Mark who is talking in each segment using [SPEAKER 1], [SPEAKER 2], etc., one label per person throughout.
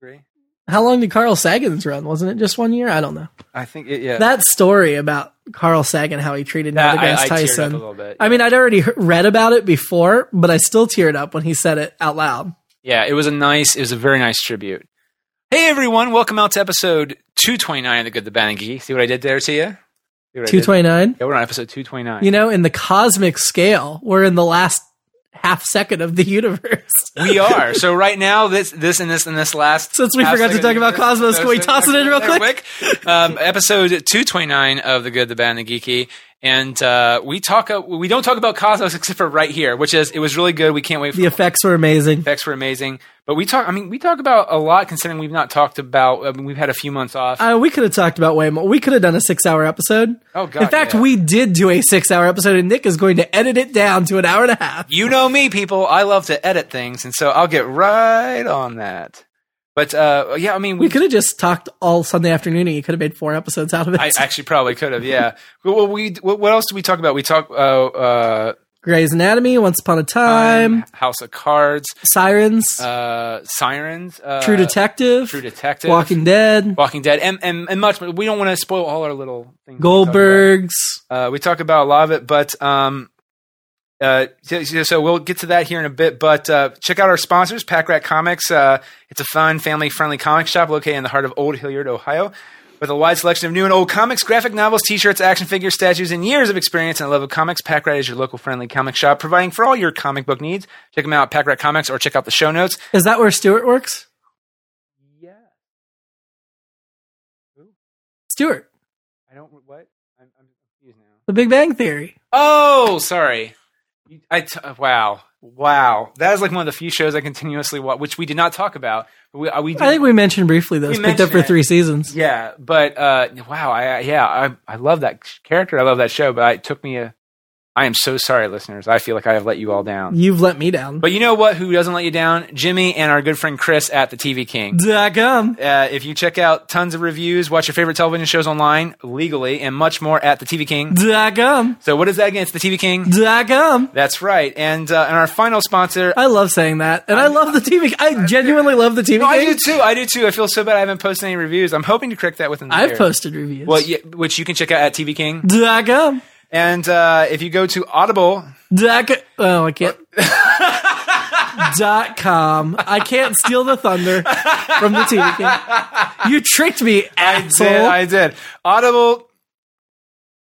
[SPEAKER 1] agree.
[SPEAKER 2] How long did Carl Sagan's run? Wasn't it just one year? I don't know.
[SPEAKER 1] I think it, yeah.
[SPEAKER 2] That story about Carl Sagan, how he treated Neil
[SPEAKER 1] That- I-
[SPEAKER 2] deGrasse
[SPEAKER 1] I teared up a
[SPEAKER 2] Tyson.
[SPEAKER 1] little bit,
[SPEAKER 2] I mean, I'd already he- read about it before, but I still teared up when he said it out loud.
[SPEAKER 1] Yeah, it was a nice, it was a very nice tribute. Hey everyone, welcome out to episode 229 of The Good, The Bad, and Geeky. See what I did there to you? See what I did?
[SPEAKER 2] 229.
[SPEAKER 1] Yeah, we're on episode 229.
[SPEAKER 2] You know, in the cosmic scale, we're in the last half second of the universe.
[SPEAKER 1] we are. So right now, this, this, and this, and this last.
[SPEAKER 2] Since we forgot to talk about Cosmos, can we toss it in real quick?
[SPEAKER 1] Um, episode 229 of The Good, The Bad, and The Geeky. And uh, we talk. uh, We don't talk about Cosmos except for right here, which is it was really good. We can't wait for
[SPEAKER 2] The effects were amazing.
[SPEAKER 1] effects were amazing. But we talk. I mean, we talk about a lot considering we've not talked about. I mean, we've had a few months off.
[SPEAKER 2] Uh, we could have talked about way more. We could have done a six hour episode.
[SPEAKER 1] Oh, God,
[SPEAKER 2] In fact,
[SPEAKER 1] yeah.
[SPEAKER 2] we did do a six hour episode, and Nick is going to edit it down to an hour and a half.
[SPEAKER 1] you know me, people. I love to edit things, and so I'll get right on that. But uh, yeah, I mean,
[SPEAKER 2] We could have just talked all Sunday afternoon, and you could have made four episodes out of it.
[SPEAKER 1] I actually probably could have. Yeah. well, well, we what what else did we talk about? We talk uh, uh,
[SPEAKER 2] Grey's Anatomy, Once Upon a Time,
[SPEAKER 1] House of Cards,
[SPEAKER 2] Sirens,
[SPEAKER 1] Um, uh, Sirens, uh,
[SPEAKER 2] True Detective,
[SPEAKER 1] True Detective,
[SPEAKER 2] Walking Dead,
[SPEAKER 1] Walking Dead, and, and, and much. more. We don't want to spoil all our little things. we talk
[SPEAKER 2] Goldbergs.
[SPEAKER 1] about. Uh, we talk about a lot of it, but um, uh, so, so we'll get to that here in a bit. But uh, check out our sponsors, Pack Rat Comics. Uh, it's a fun, family-friendly comic shop located in the heart of Old Hilliard, Ohio. With a wide selection of new and old comics, graphic novels, t-shirts, action figures, statues, and years of experience in the love of comics, Pack Rat is your local friendly comic shop, providing for all your comic book needs. Check them out at Pack Rat Comics or check out the show notes.
[SPEAKER 2] Is that where Stuart works?
[SPEAKER 1] Yeah,
[SPEAKER 2] Stuart,
[SPEAKER 1] I don't. What? I'm, I'm confused now.
[SPEAKER 2] The Big Bang Theory.
[SPEAKER 1] Oh, sorry. You- I t- uh, wow, wow. That is like one of the few shows I continuously watch, which we did not talk about. But we, uh, we did,
[SPEAKER 2] I think we mentioned briefly
[SPEAKER 1] We
[SPEAKER 2] those picked up
[SPEAKER 1] mentioned
[SPEAKER 2] for
[SPEAKER 1] it.
[SPEAKER 2] three seasons.
[SPEAKER 1] yeah. But uh, wow, I I- yeah, I I love that character. I love that show. But it took me a. I am so sorry, listeners. I feel like I have let you all down.
[SPEAKER 2] You've let me down.
[SPEAKER 1] But you know what? Who doesn't let you down? Jimmy and our good friend Chris at the TV King.
[SPEAKER 2] Dot com.
[SPEAKER 1] Uh, if you check out tons of reviews, watch your favorite television shows online legally, and much more at the TV King.
[SPEAKER 2] Dot com.
[SPEAKER 1] So what is that again? It's the TV King.
[SPEAKER 2] Dot com.
[SPEAKER 1] That's right. And uh, and our final sponsor.
[SPEAKER 2] um. I love saying that, and i love the TV. I genuinely love the TV.
[SPEAKER 1] No, Oh, I do
[SPEAKER 2] games.
[SPEAKER 1] too. I do too. I feel so bad. I haven't posted any reviews. I'm hoping to correct that within. The
[SPEAKER 2] I've
[SPEAKER 1] year.
[SPEAKER 2] posted reviews. um.
[SPEAKER 1] Well, yeah, which you can check out at TV King.
[SPEAKER 2] Dot com.
[SPEAKER 1] And uh, if you go to Audible,
[SPEAKER 2] Dot co- oh, I can't. dot com. I can't steal the thunder from the TV. King. You tricked me, asshole.
[SPEAKER 1] did, I did Audible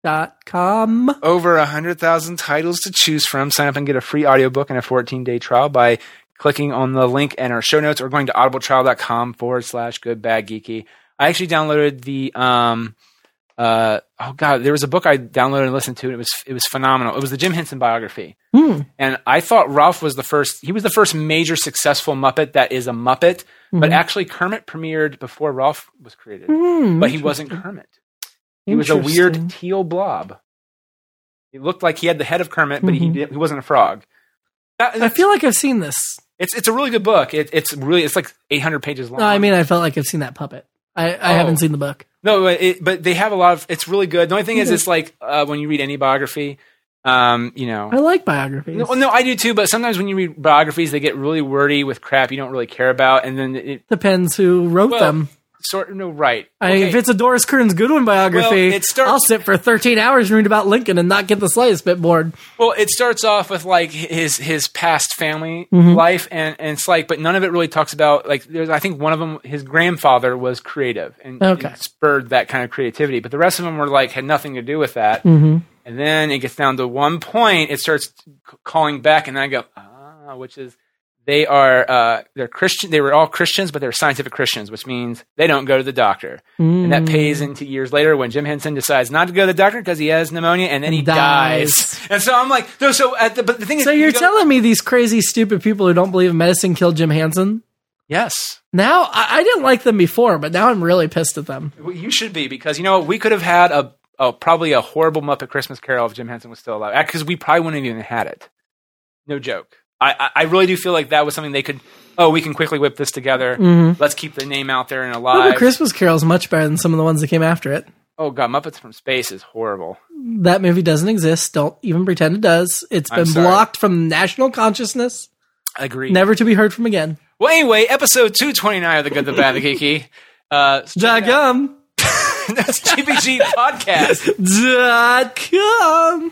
[SPEAKER 2] dot com.
[SPEAKER 1] over hundred thousand titles to choose from. Sign up and get a free audiobook and a 14 day trial by clicking on the link in our show notes or going to audibletrial.com forward slash good bad geeky. I actually downloaded the um uh oh god there was a book I downloaded and listened to and it was it was phenomenal. It was the Jim Henson biography.
[SPEAKER 2] Hmm.
[SPEAKER 1] And I thought Ralph was the first, he was the first major successful Muppet that is a Muppet, but actually Kermit premiered before Ralph was created.
[SPEAKER 2] Hmm.
[SPEAKER 1] But he wasn't Kermit. He was a weird
[SPEAKER 2] Interesting.
[SPEAKER 1] teal blob. He looked like he had the head of Kermit, but he, did, he wasn't a frog. That-
[SPEAKER 2] Mm-hmm. I feel like I've seen this.
[SPEAKER 1] it's, it's a really good book. It, it's really, it's like 800 pages long.
[SPEAKER 2] No, I mean, I felt like I've seen that puppet. I, I
[SPEAKER 1] Oh.
[SPEAKER 2] haven't seen the book.
[SPEAKER 1] No, but it, but they have a lot of, it's really good. The only thing is,
[SPEAKER 2] Okay.
[SPEAKER 1] it's like uh, when you read any biography, um, you know.
[SPEAKER 2] I like biographies.
[SPEAKER 1] No, no, I do too. But sometimes when you read biographies, they get really wordy with crap you don't really care about, and then it
[SPEAKER 2] Depends who wrote
[SPEAKER 1] Well,
[SPEAKER 2] them.
[SPEAKER 1] sort no right.
[SPEAKER 2] I,
[SPEAKER 1] Okay.
[SPEAKER 2] If it's a Doris Kearns Goodwin biography,
[SPEAKER 1] Well, it starts-
[SPEAKER 2] I'll sit for 13 hours and read about Lincoln and not get the slightest bit bored.
[SPEAKER 1] well, it starts off with like his his past family
[SPEAKER 2] Mm-hmm.
[SPEAKER 1] life, and and it's like, but none of it really talks about like. There's I think one of them, his grandfather was creative and,
[SPEAKER 2] Okay.
[SPEAKER 1] and spurred that kind of creativity, but the rest of them were like had nothing to do with that.
[SPEAKER 2] Mm-hmm.
[SPEAKER 1] And then it gets down to one point, it starts c- calling back, and then I go ah, which is. They are uh, they're Christian. They were all Christians, but they're scientific Christians, which means they don't go to the doctor. And
[SPEAKER 2] Mm.
[SPEAKER 1] that pays into years later when Jim Henson decides not to go to the doctor because he has pneumonia, and then he dies.
[SPEAKER 2] Dies.
[SPEAKER 1] And so I'm like, no. So at the but the thing is,
[SPEAKER 2] So you're
[SPEAKER 1] you go-
[SPEAKER 2] telling me these crazy, stupid people who don't believe in medicine killed Jim Hansen?
[SPEAKER 1] yes,
[SPEAKER 2] Now, I, I didn't like them before, but now I'm really pissed at them.
[SPEAKER 1] Well, you should be because you know what? we could have had a, a probably a horrible Muppet Christmas Carol if Jim Henson was still alive because we probably wouldn't have even had it. No joke. I, I I really do feel like that was something they could. Oh, we can quickly whip this together. Let's keep the name out there and
[SPEAKER 2] Mm-hmm. Muppet
[SPEAKER 1] alive.
[SPEAKER 2] Christmas Carol's much better than some of the ones that came after it.
[SPEAKER 1] oh God, Muppets from Space is horrible.
[SPEAKER 2] That movie doesn't exist. Don't even pretend it does. It's
[SPEAKER 1] I'm
[SPEAKER 2] been
[SPEAKER 1] sorry.
[SPEAKER 2] blocked from national consciousness,
[SPEAKER 1] Agreed.
[SPEAKER 2] never to be heard from again.
[SPEAKER 1] Well, anyway, episode 229 of The Good, the Bad, the Geeky. Uh, so check
[SPEAKER 2] Dot
[SPEAKER 1] it out.
[SPEAKER 2] com.
[SPEAKER 1] That's GBG Podcast.
[SPEAKER 2] Dot com.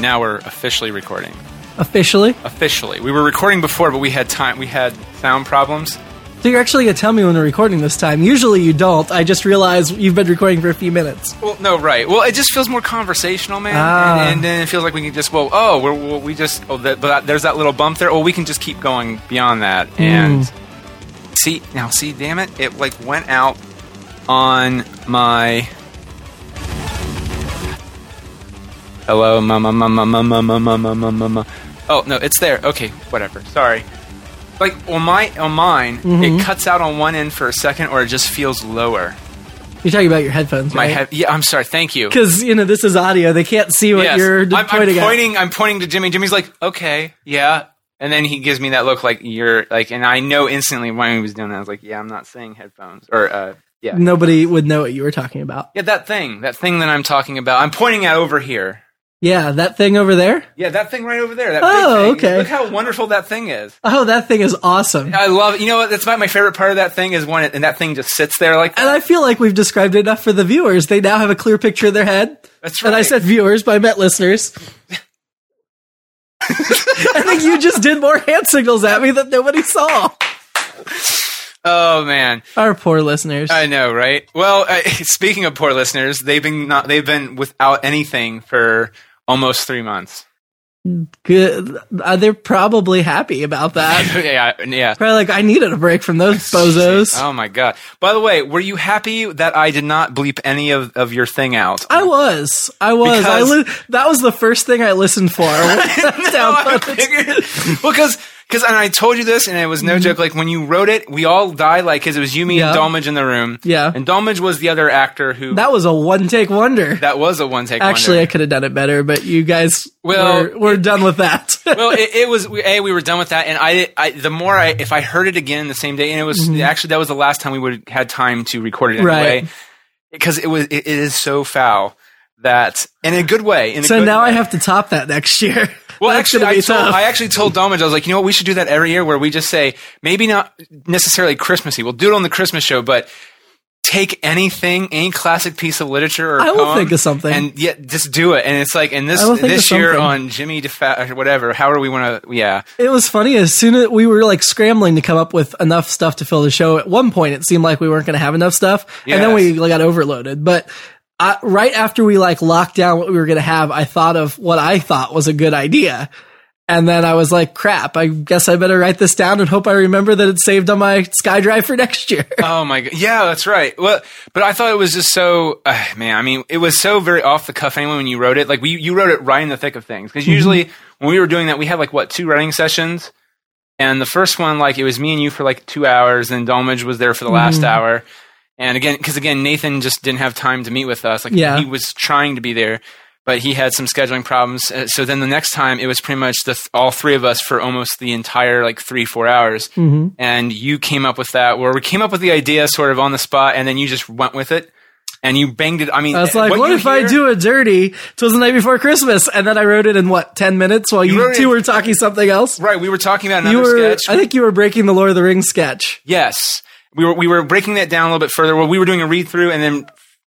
[SPEAKER 1] Now we're officially recording.
[SPEAKER 2] Officially.
[SPEAKER 1] Officially. We were recording before, but we had time. We had sound problems.
[SPEAKER 2] So you're actually gonna tell me when we're recording this time. Usually you don't. I just realize you've been recording for a few minutes.
[SPEAKER 1] Well, no, right. Well, it just feels more conversational, man.
[SPEAKER 2] Ah.
[SPEAKER 1] And, and then it feels like we can just, well, oh, we're, well, we just, oh, that, but there's that little bump there. Well, we can just keep going beyond that. And see, now, see, damn it, it like went out on my. Hello, mama, mama, mama, mama, mama, mama. Oh no, it's there. Okay, whatever. Sorry. Like on my on mine, it cuts out on one end for a second, or it just feels lower.
[SPEAKER 2] You're talking about your headphones,
[SPEAKER 1] My
[SPEAKER 2] right?
[SPEAKER 1] head. Yeah, I'm sorry. Thank you.
[SPEAKER 2] Because you know this is audio. They can't see what
[SPEAKER 1] Yes.
[SPEAKER 2] you're
[SPEAKER 1] I'm, I'm
[SPEAKER 2] pointing at.
[SPEAKER 1] pointing. I'm pointing to Jimmy. Jimmy's like, okay, yeah, and then he gives me that look like you're like, and I know instantly why he was doing that. I was like, yeah, I'm not saying headphones or uh, yeah,
[SPEAKER 2] Nobody would know what you were talking about.
[SPEAKER 1] yeah, that thing, that thing that I'm talking about. I'm pointing at over here.
[SPEAKER 2] Yeah, that thing over there.
[SPEAKER 1] Yeah, that thing right over there. That
[SPEAKER 2] Oh,
[SPEAKER 1] big thing.
[SPEAKER 2] okay.
[SPEAKER 1] Look how wonderful that thing is.
[SPEAKER 2] Oh, that thing is awesome.
[SPEAKER 1] I love. You know what? That's about my favorite part of that thing is when it, and that thing just sits there like.
[SPEAKER 2] And I feel like we've described it enough for the viewers. They now have a clear picture in their head.
[SPEAKER 1] That's
[SPEAKER 2] And I
[SPEAKER 1] right.
[SPEAKER 2] said viewers, but I meant listeners. I think you just did more hand signals at me that nobody saw.
[SPEAKER 1] oh man.
[SPEAKER 2] Our poor listeners.
[SPEAKER 1] I know, right? Well, uh, speaking of poor listeners, they've been not they've been without anything for almost three months.
[SPEAKER 2] Good. Uh, they're probably happy about that.
[SPEAKER 1] yeah, yeah.
[SPEAKER 2] Probably like, I needed a break from those bozos.
[SPEAKER 1] Oh my god! By the way, were you happy that I did not bleep any of, of your thing out?
[SPEAKER 2] I was. I was. I
[SPEAKER 1] Because-
[SPEAKER 2] li- that was the first thing I listened for. Sound
[SPEAKER 1] I
[SPEAKER 2] puppets.
[SPEAKER 1] figured- well, because and I told you this, and it was no joke. Like when you wrote it, we all died. Like because it was you, me, and
[SPEAKER 2] Mm-hmm. Yeah.
[SPEAKER 1] Dolmage in the room.
[SPEAKER 2] Yeah.
[SPEAKER 1] and Dolmage was the other actor who that,
[SPEAKER 2] That was a one take wonder.
[SPEAKER 1] was a one take.
[SPEAKER 2] Actually, I could have done it better, but you guys
[SPEAKER 1] Well,
[SPEAKER 2] were, were done with that.
[SPEAKER 1] well, it, it was we- a we were done with that, and I, I the more I if I heard it again the same day, and it was actually that was the last time we would had time to record it anyway,
[SPEAKER 2] Mm-hmm. Right.
[SPEAKER 1] because it was it, it is so foul that in a good way. In a
[SPEAKER 2] so
[SPEAKER 1] good
[SPEAKER 2] now
[SPEAKER 1] way.
[SPEAKER 2] I have to top that next year.
[SPEAKER 1] Well,
[SPEAKER 2] That's
[SPEAKER 1] actually,
[SPEAKER 2] gonna
[SPEAKER 1] I
[SPEAKER 2] be
[SPEAKER 1] told,
[SPEAKER 2] tough.
[SPEAKER 1] I actually told Domage, I was like, you know what, we should do that every year where we just say, maybe not necessarily Christmassy. We'll do it on the Christmas show, but take anything, any classic piece of literature or
[SPEAKER 2] I will
[SPEAKER 1] poem,
[SPEAKER 2] think of something.
[SPEAKER 1] And yeah, just do it. And it's like, and this
[SPEAKER 2] I will think
[SPEAKER 1] this
[SPEAKER 2] of
[SPEAKER 1] year
[SPEAKER 2] something.
[SPEAKER 1] on Jimmy DeFa or whatever, however we want to, yeah.
[SPEAKER 2] It was funny. As soon as we were like scrambling to come up with enough stuff to fill the show, at one point it seemed like we weren't going to have enough stuff, and then we
[SPEAKER 1] Yes.
[SPEAKER 2] like, got overloaded. But I, right after we like locked down what we were going to have, I thought of what I thought was a good idea, and then I was like, "Crap! I guess I better write this down and hope I remember that it's saved on my SkyDrive for next year."
[SPEAKER 1] Oh my god! Yeah, that's right. Well, but I thought it was just so uh, man. I mean, it was so very off the cuff. Anyway, when you wrote it, like we you wrote it right in the thick of things. Because usually when we were doing that, we had like what two writing sessions, and the first one like it was me and you for like two hours, and Dolmage was there for the last
[SPEAKER 2] Mm-hmm.
[SPEAKER 1] hour. And again, because again, Nathan just didn't have time to meet with us. Like
[SPEAKER 2] Yeah.
[SPEAKER 1] he was trying to be there, but he had some scheduling problems. Uh, So then the next time, it was pretty much the th- all three of us for almost the entire like three four hours
[SPEAKER 2] Mm-hmm.
[SPEAKER 1] and you came up with that where we came up with the idea sort of on the spot and then you just went with it and you banged it i mean
[SPEAKER 2] I was like, "What,
[SPEAKER 1] you
[SPEAKER 2] if I
[SPEAKER 1] hear-
[SPEAKER 2] do a dirty?" It was the night before Christmas, and then I wrote it in what ten minutes while you,
[SPEAKER 1] wrote it-
[SPEAKER 2] two were talking something else.
[SPEAKER 1] right we were talking about another
[SPEAKER 2] You were,
[SPEAKER 1] sketch
[SPEAKER 2] I think you were breaking the Lord of the Rings sketch.
[SPEAKER 1] yes we were we were breaking that down a little bit further well we were doing a read through and then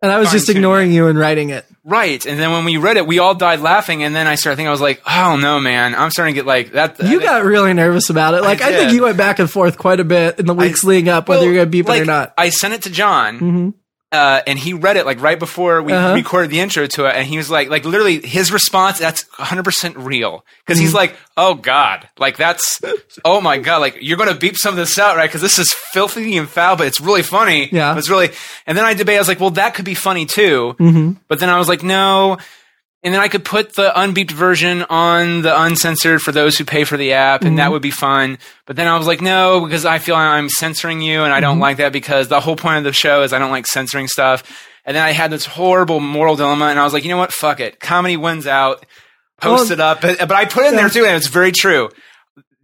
[SPEAKER 2] And I was just
[SPEAKER 1] fine-tuning
[SPEAKER 2] ignoring you and writing it.
[SPEAKER 1] Right. And then when we read it, we all died laughing. And then I started thinking, I was like, oh no, man, I'm starting to get like that.
[SPEAKER 2] You got really nervous about it. Like I, think
[SPEAKER 1] did.
[SPEAKER 2] you went back and forth quite a bit in the weeks leading up, whether
[SPEAKER 1] Well,
[SPEAKER 2] you're going to beep it or
[SPEAKER 1] like,
[SPEAKER 2] not. Mm-hmm.
[SPEAKER 1] I sent it to John. Uh, and he read it like right before we
[SPEAKER 2] Uh-huh.
[SPEAKER 1] recorded the intro to it, and he was like, like literally his response. That's 100 percent real because
[SPEAKER 2] Mm-hmm.
[SPEAKER 1] he's like, oh god, like that's, oh my god, like you're gonna beep some of this out, right? Because this is filthy and foul, but it's really funny.
[SPEAKER 2] Yeah.
[SPEAKER 1] it's really. And then I debate. I was like, well, that could be funny too,
[SPEAKER 2] Mm-hmm.
[SPEAKER 1] but then I was like, no. And then I could put the unbeeped version on the uncensored for those who pay for the app, and that would be fun. But then I was like, no, because I feel I'm censoring you, and I don't like that because the whole point of the show is I don't like censoring stuff. And then I had this horrible moral dilemma, and I was like, you know what? Fuck it. Comedy wins out. Post
[SPEAKER 2] Well-
[SPEAKER 1] it up. But, but I put it in there too, and it's very true.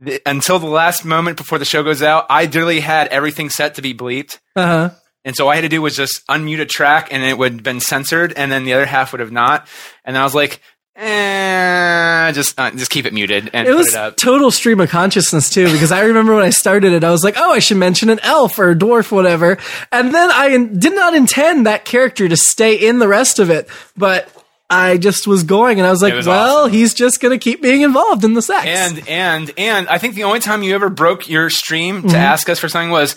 [SPEAKER 1] The- Until the last moment before the show goes out, I literally had everything set to be bleeped.
[SPEAKER 2] Uh huh.
[SPEAKER 1] And so all I had to do was just unmute a track and it would have been censored and then the other half would have not. And I was like, eh, just, uh, just keep it muted and
[SPEAKER 2] It
[SPEAKER 1] put
[SPEAKER 2] was
[SPEAKER 1] it up.
[SPEAKER 2] total stream of consciousness too, because I remember when I started it, I was like, "Oh, I should mention an elf or a dwarf, whatever." And then I in- did not intend that character to stay in the rest of it, but I just was going, and I was like,
[SPEAKER 1] was
[SPEAKER 2] "Well, he's just going to keep being involved in the sex."
[SPEAKER 1] And, and, and I think the only time you ever broke your stream
[SPEAKER 2] Mm-hmm.
[SPEAKER 1] to ask us for something was,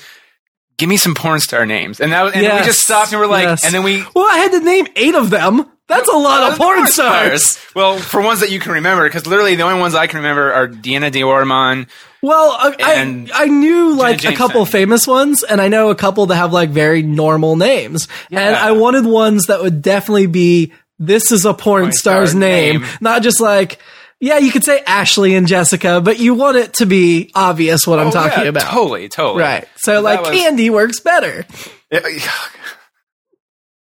[SPEAKER 1] give me some porn star names. And that was, and we
[SPEAKER 2] Yes,
[SPEAKER 1] just stopped and we're like,
[SPEAKER 2] yes.
[SPEAKER 1] and then we,
[SPEAKER 2] well, I had to name eight of them. That's a lot of porn stars.
[SPEAKER 1] Well, for ones that you can remember, because literally the only ones I can remember are Deanna DeOrmond.
[SPEAKER 2] Well, I,
[SPEAKER 1] And
[SPEAKER 2] I, I knew like a
[SPEAKER 1] Jameson.
[SPEAKER 2] couple famous ones, and I know a couple that have like very normal names. And I wanted ones that would definitely be this is a porn, star's
[SPEAKER 1] star
[SPEAKER 2] name.
[SPEAKER 1] name.
[SPEAKER 2] not just like yeah, you could say Ashley and Jessica, but you want it to be obvious what I'm
[SPEAKER 1] Oh,
[SPEAKER 2] talking
[SPEAKER 1] yeah,
[SPEAKER 2] about,
[SPEAKER 1] Totally, totally.
[SPEAKER 2] right? So
[SPEAKER 1] that
[SPEAKER 2] like
[SPEAKER 1] was-
[SPEAKER 2] Candy works better.
[SPEAKER 1] Yeah.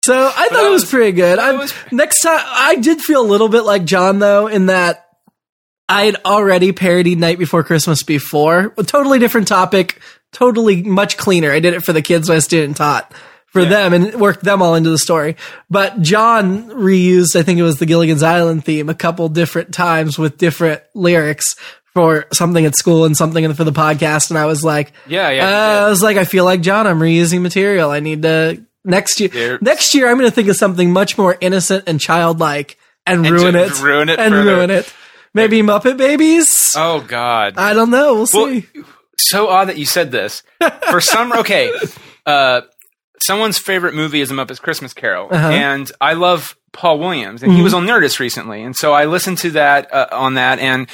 [SPEAKER 2] So I thought
[SPEAKER 1] that
[SPEAKER 2] it was,
[SPEAKER 1] was-
[SPEAKER 2] pretty good. I
[SPEAKER 1] was-
[SPEAKER 2] next time I did feel a little bit like John though in that I had already parodied Night Before Christmas before, a totally different topic, totally much cleaner. I did it for the kids when I student taught for them and worked them all into the story. But John reused, I think it was the Gilligan's Island theme a couple different times with different lyrics for something at school and something for the podcast. And I was like,
[SPEAKER 1] Yeah, yeah,
[SPEAKER 2] uh, I was like, I feel like John, I'm reusing material. I need to next year.
[SPEAKER 1] There-
[SPEAKER 2] Next year, I'm going to think of something much more innocent and childlike and,
[SPEAKER 1] And
[SPEAKER 2] ruin it,
[SPEAKER 1] just ruin it
[SPEAKER 2] and
[SPEAKER 1] further.
[SPEAKER 2] ruin it. Maybe Muppet Babies.
[SPEAKER 1] Oh, God.
[SPEAKER 2] I don't know. We'll see.
[SPEAKER 1] Well, so odd that you said this. For some, okay, uh, someone's favorite movie is *The Muppets Christmas Carol*, and I love Paul Williams, and he was on Nerdist recently, and so I listened to that uh, on that, and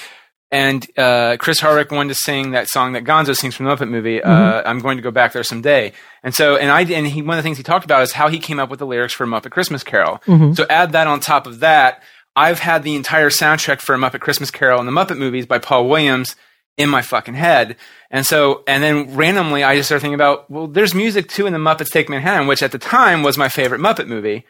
[SPEAKER 1] and uh, Chris Hardwick wanted to sing that song that Gonzo sings from the Muppet movie. Uh, I'm going to go back there someday, and so and I and he one of the things he talked about is how he came up with the lyrics for *Muppet Christmas Carol*. So add that on top of that. I've had the entire soundtrack for Muppet Christmas Carol and the Muppet movies by Paul Williams in my fucking head. And so, and then randomly, I just started thinking about, well, there's music too in the Muppets Take Manhattan, which at the time was my favorite Muppet movie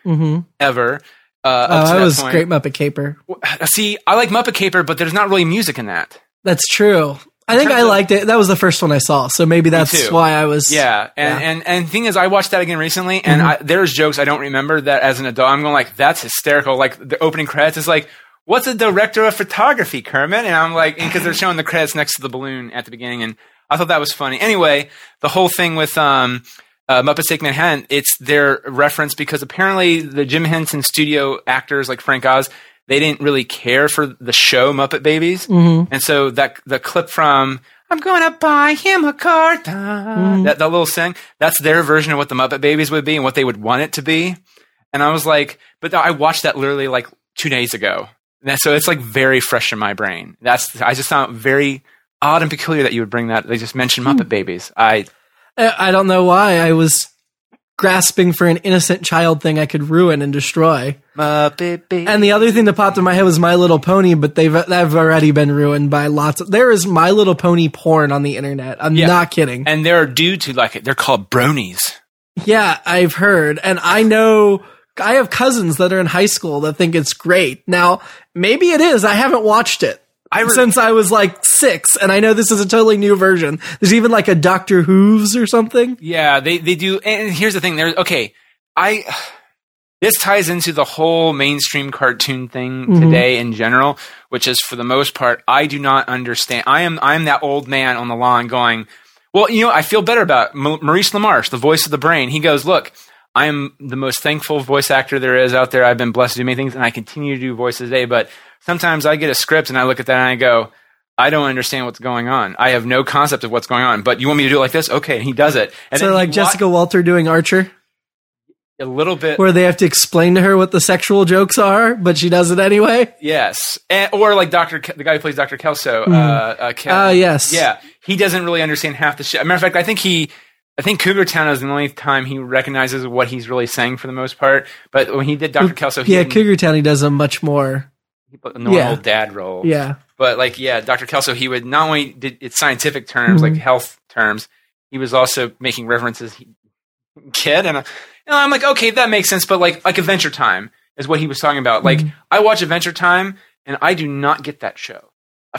[SPEAKER 1] ever. Uh, up to
[SPEAKER 2] Mm-hmm. oh, that
[SPEAKER 1] that
[SPEAKER 2] was
[SPEAKER 1] point. Uh,
[SPEAKER 2] Great Muppet Caper.
[SPEAKER 1] See, I like Muppet Caper, but there's not really music in that.
[SPEAKER 2] That's true. I think I liked it. That was the first one I saw, so maybe that's
[SPEAKER 1] too.
[SPEAKER 2] why I was.
[SPEAKER 1] Yeah, and and and thing is, I watched that again recently, and
[SPEAKER 2] Mm-hmm.
[SPEAKER 1] I, there's jokes I don't remember that as an adult. I'm going like, that's hysterical. Like the opening credits is like, what's a director of photography, Kermit? And I'm like, because they're showing the credits next to the balloon at the beginning, and I thought that was funny. Anyway, the whole thing with um. Uh, Muppets Take Manhattan. It's their reference because apparently the Jim Henson studio actors like Frank Oz, they didn't really care for the show Muppet Babies, and so that the clip from "I'm gonna buy him a car," da, that that little thing, that's their version of what the Muppet Babies would be and what they would want it to be. And I was like, but I watched that literally like two days ago, And that- so it's like very fresh in my brain. That's I just found it very odd and peculiar that you would bring that. They just mentioned Muppet Babies. I
[SPEAKER 2] I I don't know why I was grasping for an innocent child thing I could ruin and destroy.
[SPEAKER 1] Muppet Babies.
[SPEAKER 2] And the other thing that popped in my head was My Little Pony, but they've they've already been ruined by lots of. There is My Little Pony porn on the internet. I'm
[SPEAKER 1] Yeah.
[SPEAKER 2] not kidding.
[SPEAKER 1] and they're due to like they're called bronies.
[SPEAKER 2] yeah, I've heard, and I know. I have cousins that are in high school that think it's great. Now, maybe it is. I haven't watched it.
[SPEAKER 1] I re-
[SPEAKER 2] since I was like six, and I know this is a totally new version. There's even like a Doctor Who's or something.
[SPEAKER 1] Yeah, they they do. And here's the thing: there. Okay, I. This ties into the whole mainstream cartoon thing
[SPEAKER 2] Mm-hmm.
[SPEAKER 1] today in general, which is for the most part, I do not understand. I am I am that old man on the lawn going, well, you know, I feel better about it. Ma- Maurice LaMarche, the voice of the brain. He goes, look, I am the most thankful voice actor there is out there. I've been blessed to do many things, and I continue to do voices today. But sometimes I get a script and I look at that and I go, I don't understand what's going on. I have no concept of what's going on. But you want me to do it like this? Okay, and he does it. And
[SPEAKER 2] so
[SPEAKER 1] then
[SPEAKER 2] like
[SPEAKER 1] you
[SPEAKER 2] Jessica Walter doing Archer,
[SPEAKER 1] watch a little bit.
[SPEAKER 2] where they have to explain to her what the sexual jokes are, but she does it anyway.
[SPEAKER 1] Yes, and, or like Doctor, Ke- the guy who plays Doctor Kelso. Uh, uh, Kel-
[SPEAKER 2] Mm-hmm. Ah, yes.
[SPEAKER 1] yeah. He doesn't really understand half the shit. Matter of fact, I think he, I think Cougar Town is the only time he recognizes what he's really saying for the most part. But when he did Doctor Kelso, he
[SPEAKER 2] yeah,
[SPEAKER 1] didn't-
[SPEAKER 2] Cougar Town, he does a much more.
[SPEAKER 1] he put the normal
[SPEAKER 2] yeah.
[SPEAKER 1] dad role.
[SPEAKER 2] Yeah.
[SPEAKER 1] But like, yeah, Doctor Kelso, he would not only did it's scientific terms,
[SPEAKER 2] Mm-hmm.
[SPEAKER 1] like health terms, he was also making references. He, kid, and, I, and I'm like, okay, that makes sense. But like, like Adventure Time is what he was talking about. Like,
[SPEAKER 2] Mm-hmm.
[SPEAKER 1] I watch Adventure Time, and I do not get that show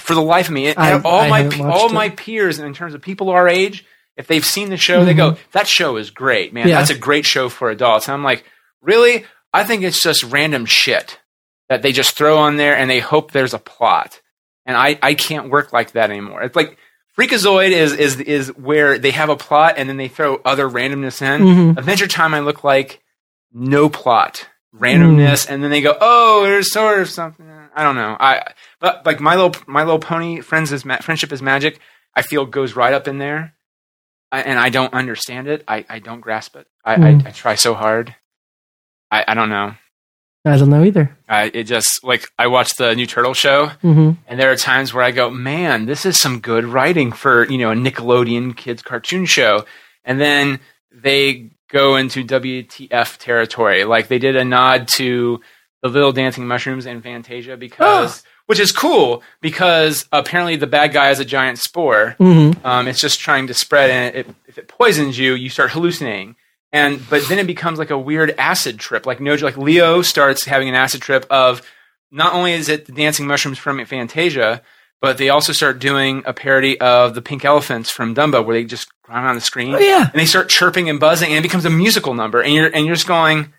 [SPEAKER 1] for the life of me. It,
[SPEAKER 2] I-
[SPEAKER 1] and all
[SPEAKER 2] I
[SPEAKER 1] my
[SPEAKER 2] haven't
[SPEAKER 1] pe-
[SPEAKER 2] watched
[SPEAKER 1] all
[SPEAKER 2] it.
[SPEAKER 1] my peers, and in terms of people our age, if they've seen the show, they go, that show is great, man.
[SPEAKER 2] Yeah.
[SPEAKER 1] That's a great show for adults. And I'm like, really? I think it's just random shit that they just throw on there and they hope there's a plot. And I, I can't work like that anymore. It's like Freakazoid is is is where they have a plot and then they throw other randomness in. Adventure Time I look like no plot, randomness, and then they go, oh, there's sort of something. I don't know. I but like My Little My Little Pony, Friends is Ma- Friendship is Magic. I feel goes right up in there, I, and I don't understand it. I, I don't grasp it. I, I, I try so hard. I, I don't know.
[SPEAKER 2] I don't know either.
[SPEAKER 1] I, it just like I watched the new Turtle show, and there are times where I go, "Man, this is some good writing for you know a Nickelodeon kids cartoon show," and then they go into WTF territory. Like they did a nod to the Little Dancing Mushrooms and Fantasia because, which is cool because apparently the bad guy is a giant spore. Um, it's just trying to spread, and it, if it poisons you, you start hallucinating. And but then it becomes like a weird acid trip. Like no, like Leo starts having an acid trip of not only is it the dancing mushrooms from Fantasia, but they also start doing a parody of the pink elephants from Dumbo, where they just climb on the screen.
[SPEAKER 2] yeah.
[SPEAKER 1] and they start chirping and buzzing, and it becomes a musical number. And you're and you're just going,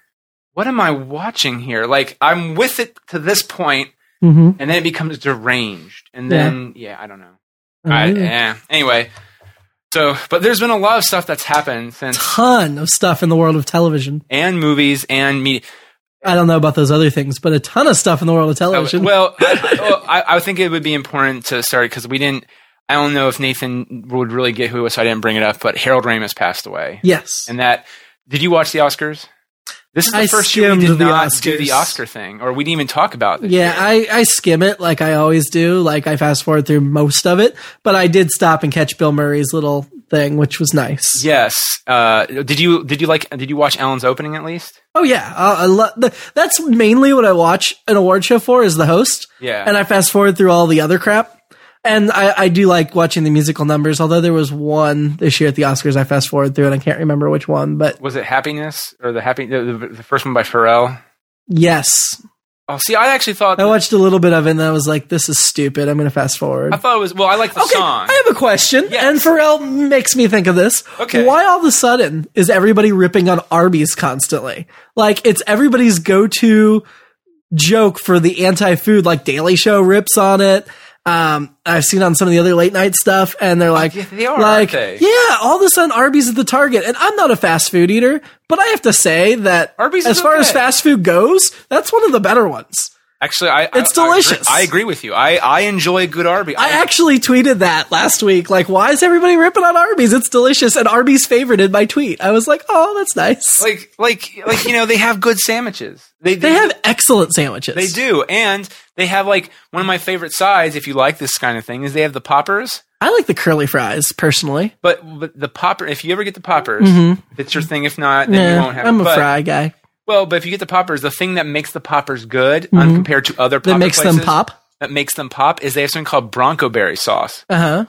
[SPEAKER 1] "What am I watching here?" Like I'm with it to this point,
[SPEAKER 2] Mm-hmm.
[SPEAKER 1] and then it becomes deranged, and
[SPEAKER 2] Yeah.
[SPEAKER 1] then yeah, I don't know. I, yeah. Anyway, so but there's been a lot of stuff that's happened since
[SPEAKER 2] ton of stuff in the world of television.
[SPEAKER 1] and movies and media.
[SPEAKER 2] I don't know about those other things, but a ton of stuff in the world of television.
[SPEAKER 1] Oh, Well, I, well, I, I think it would be important to start because we didn't. I don't know if Nathan would really get who it was, so I didn't bring it up. But Harold Ramis passed away,
[SPEAKER 2] yes.
[SPEAKER 1] and that. Did you watch the Oscars? This is the
[SPEAKER 2] I
[SPEAKER 1] first year we
[SPEAKER 2] skimmed
[SPEAKER 1] did
[SPEAKER 2] the
[SPEAKER 1] not do the
[SPEAKER 2] Oscars.
[SPEAKER 1] Oscar thing, or we didn't even talk about this.
[SPEAKER 2] Yeah, I, I skim it like I always do. Like I fast forward through most of it, but I did stop and catch Bill Murray's little thing, which was nice.
[SPEAKER 1] Yes. Uh, did you did you like did you watch Ellen's opening at least?
[SPEAKER 2] Oh yeah, I, I lo- the, that's mainly what I watch an award show for is the host.
[SPEAKER 1] Yeah.
[SPEAKER 2] and I fast forward through all the other crap. And I, I do like watching the musical numbers, although there was one this year at the Oscars I fast forward through, and I can't remember which one. But
[SPEAKER 1] Was it Happiness or the happy the, the, the first one by Pharrell?
[SPEAKER 2] yes,
[SPEAKER 1] Oh, see, I actually thought
[SPEAKER 2] I watched a little bit of it, and I was like, "This is stupid." I'm going to fast forward.
[SPEAKER 1] I thought it was well. I like the
[SPEAKER 2] Okay,
[SPEAKER 1] song.
[SPEAKER 2] I have a question,
[SPEAKER 1] Yes.
[SPEAKER 2] and Pharrell makes me think of this.
[SPEAKER 1] Okay.
[SPEAKER 2] Why all of a sudden is everybody ripping on Arby's constantly? Like, it's everybody's go to joke for the anti food, like Daily Show rips on it. Um, I've seen on some of the other late night stuff, and they're like,
[SPEAKER 1] yeah, they are,
[SPEAKER 2] like,
[SPEAKER 1] aren't they?
[SPEAKER 2] yeah, all of a sudden Arby's is the target, and I'm not a fast food eater, but I have to say that
[SPEAKER 1] Arby's
[SPEAKER 2] as
[SPEAKER 1] is
[SPEAKER 2] far as
[SPEAKER 1] okay.
[SPEAKER 2] fast food goes, that's one of the better ones.
[SPEAKER 1] Actually, I
[SPEAKER 2] It's
[SPEAKER 1] I- I agree-
[SPEAKER 2] delicious.
[SPEAKER 1] I agree, with you. I, I enjoy good Arby.
[SPEAKER 2] I actually tweeted that last week. Like, why is everybody ripping on Arby's? It's delicious. And Arby's favorited my tweet. I was like, oh, that's nice.
[SPEAKER 1] like like like you know they have good sandwiches. They
[SPEAKER 2] they have excellent sandwiches.
[SPEAKER 1] they do, and they have like one of my favorite sides. If you like this kind of thing, is they have the poppers.
[SPEAKER 2] I like the curly fries personally.
[SPEAKER 1] But, but the popper, if you ever get the poppers, if it's your thing. If not, then you
[SPEAKER 2] Mm-hmm. Nah,
[SPEAKER 1] won't have.
[SPEAKER 2] I'm
[SPEAKER 1] it.
[SPEAKER 2] a
[SPEAKER 1] But-
[SPEAKER 2] fry guy.
[SPEAKER 1] Well, but if you get the poppers, the thing that makes the poppers good, um, compared to other
[SPEAKER 2] Mm-hmm. That
[SPEAKER 1] popper
[SPEAKER 2] makes
[SPEAKER 1] places,
[SPEAKER 2] them pop.
[SPEAKER 1] that makes them pop, is they have something called bronco berry sauce.
[SPEAKER 2] Uh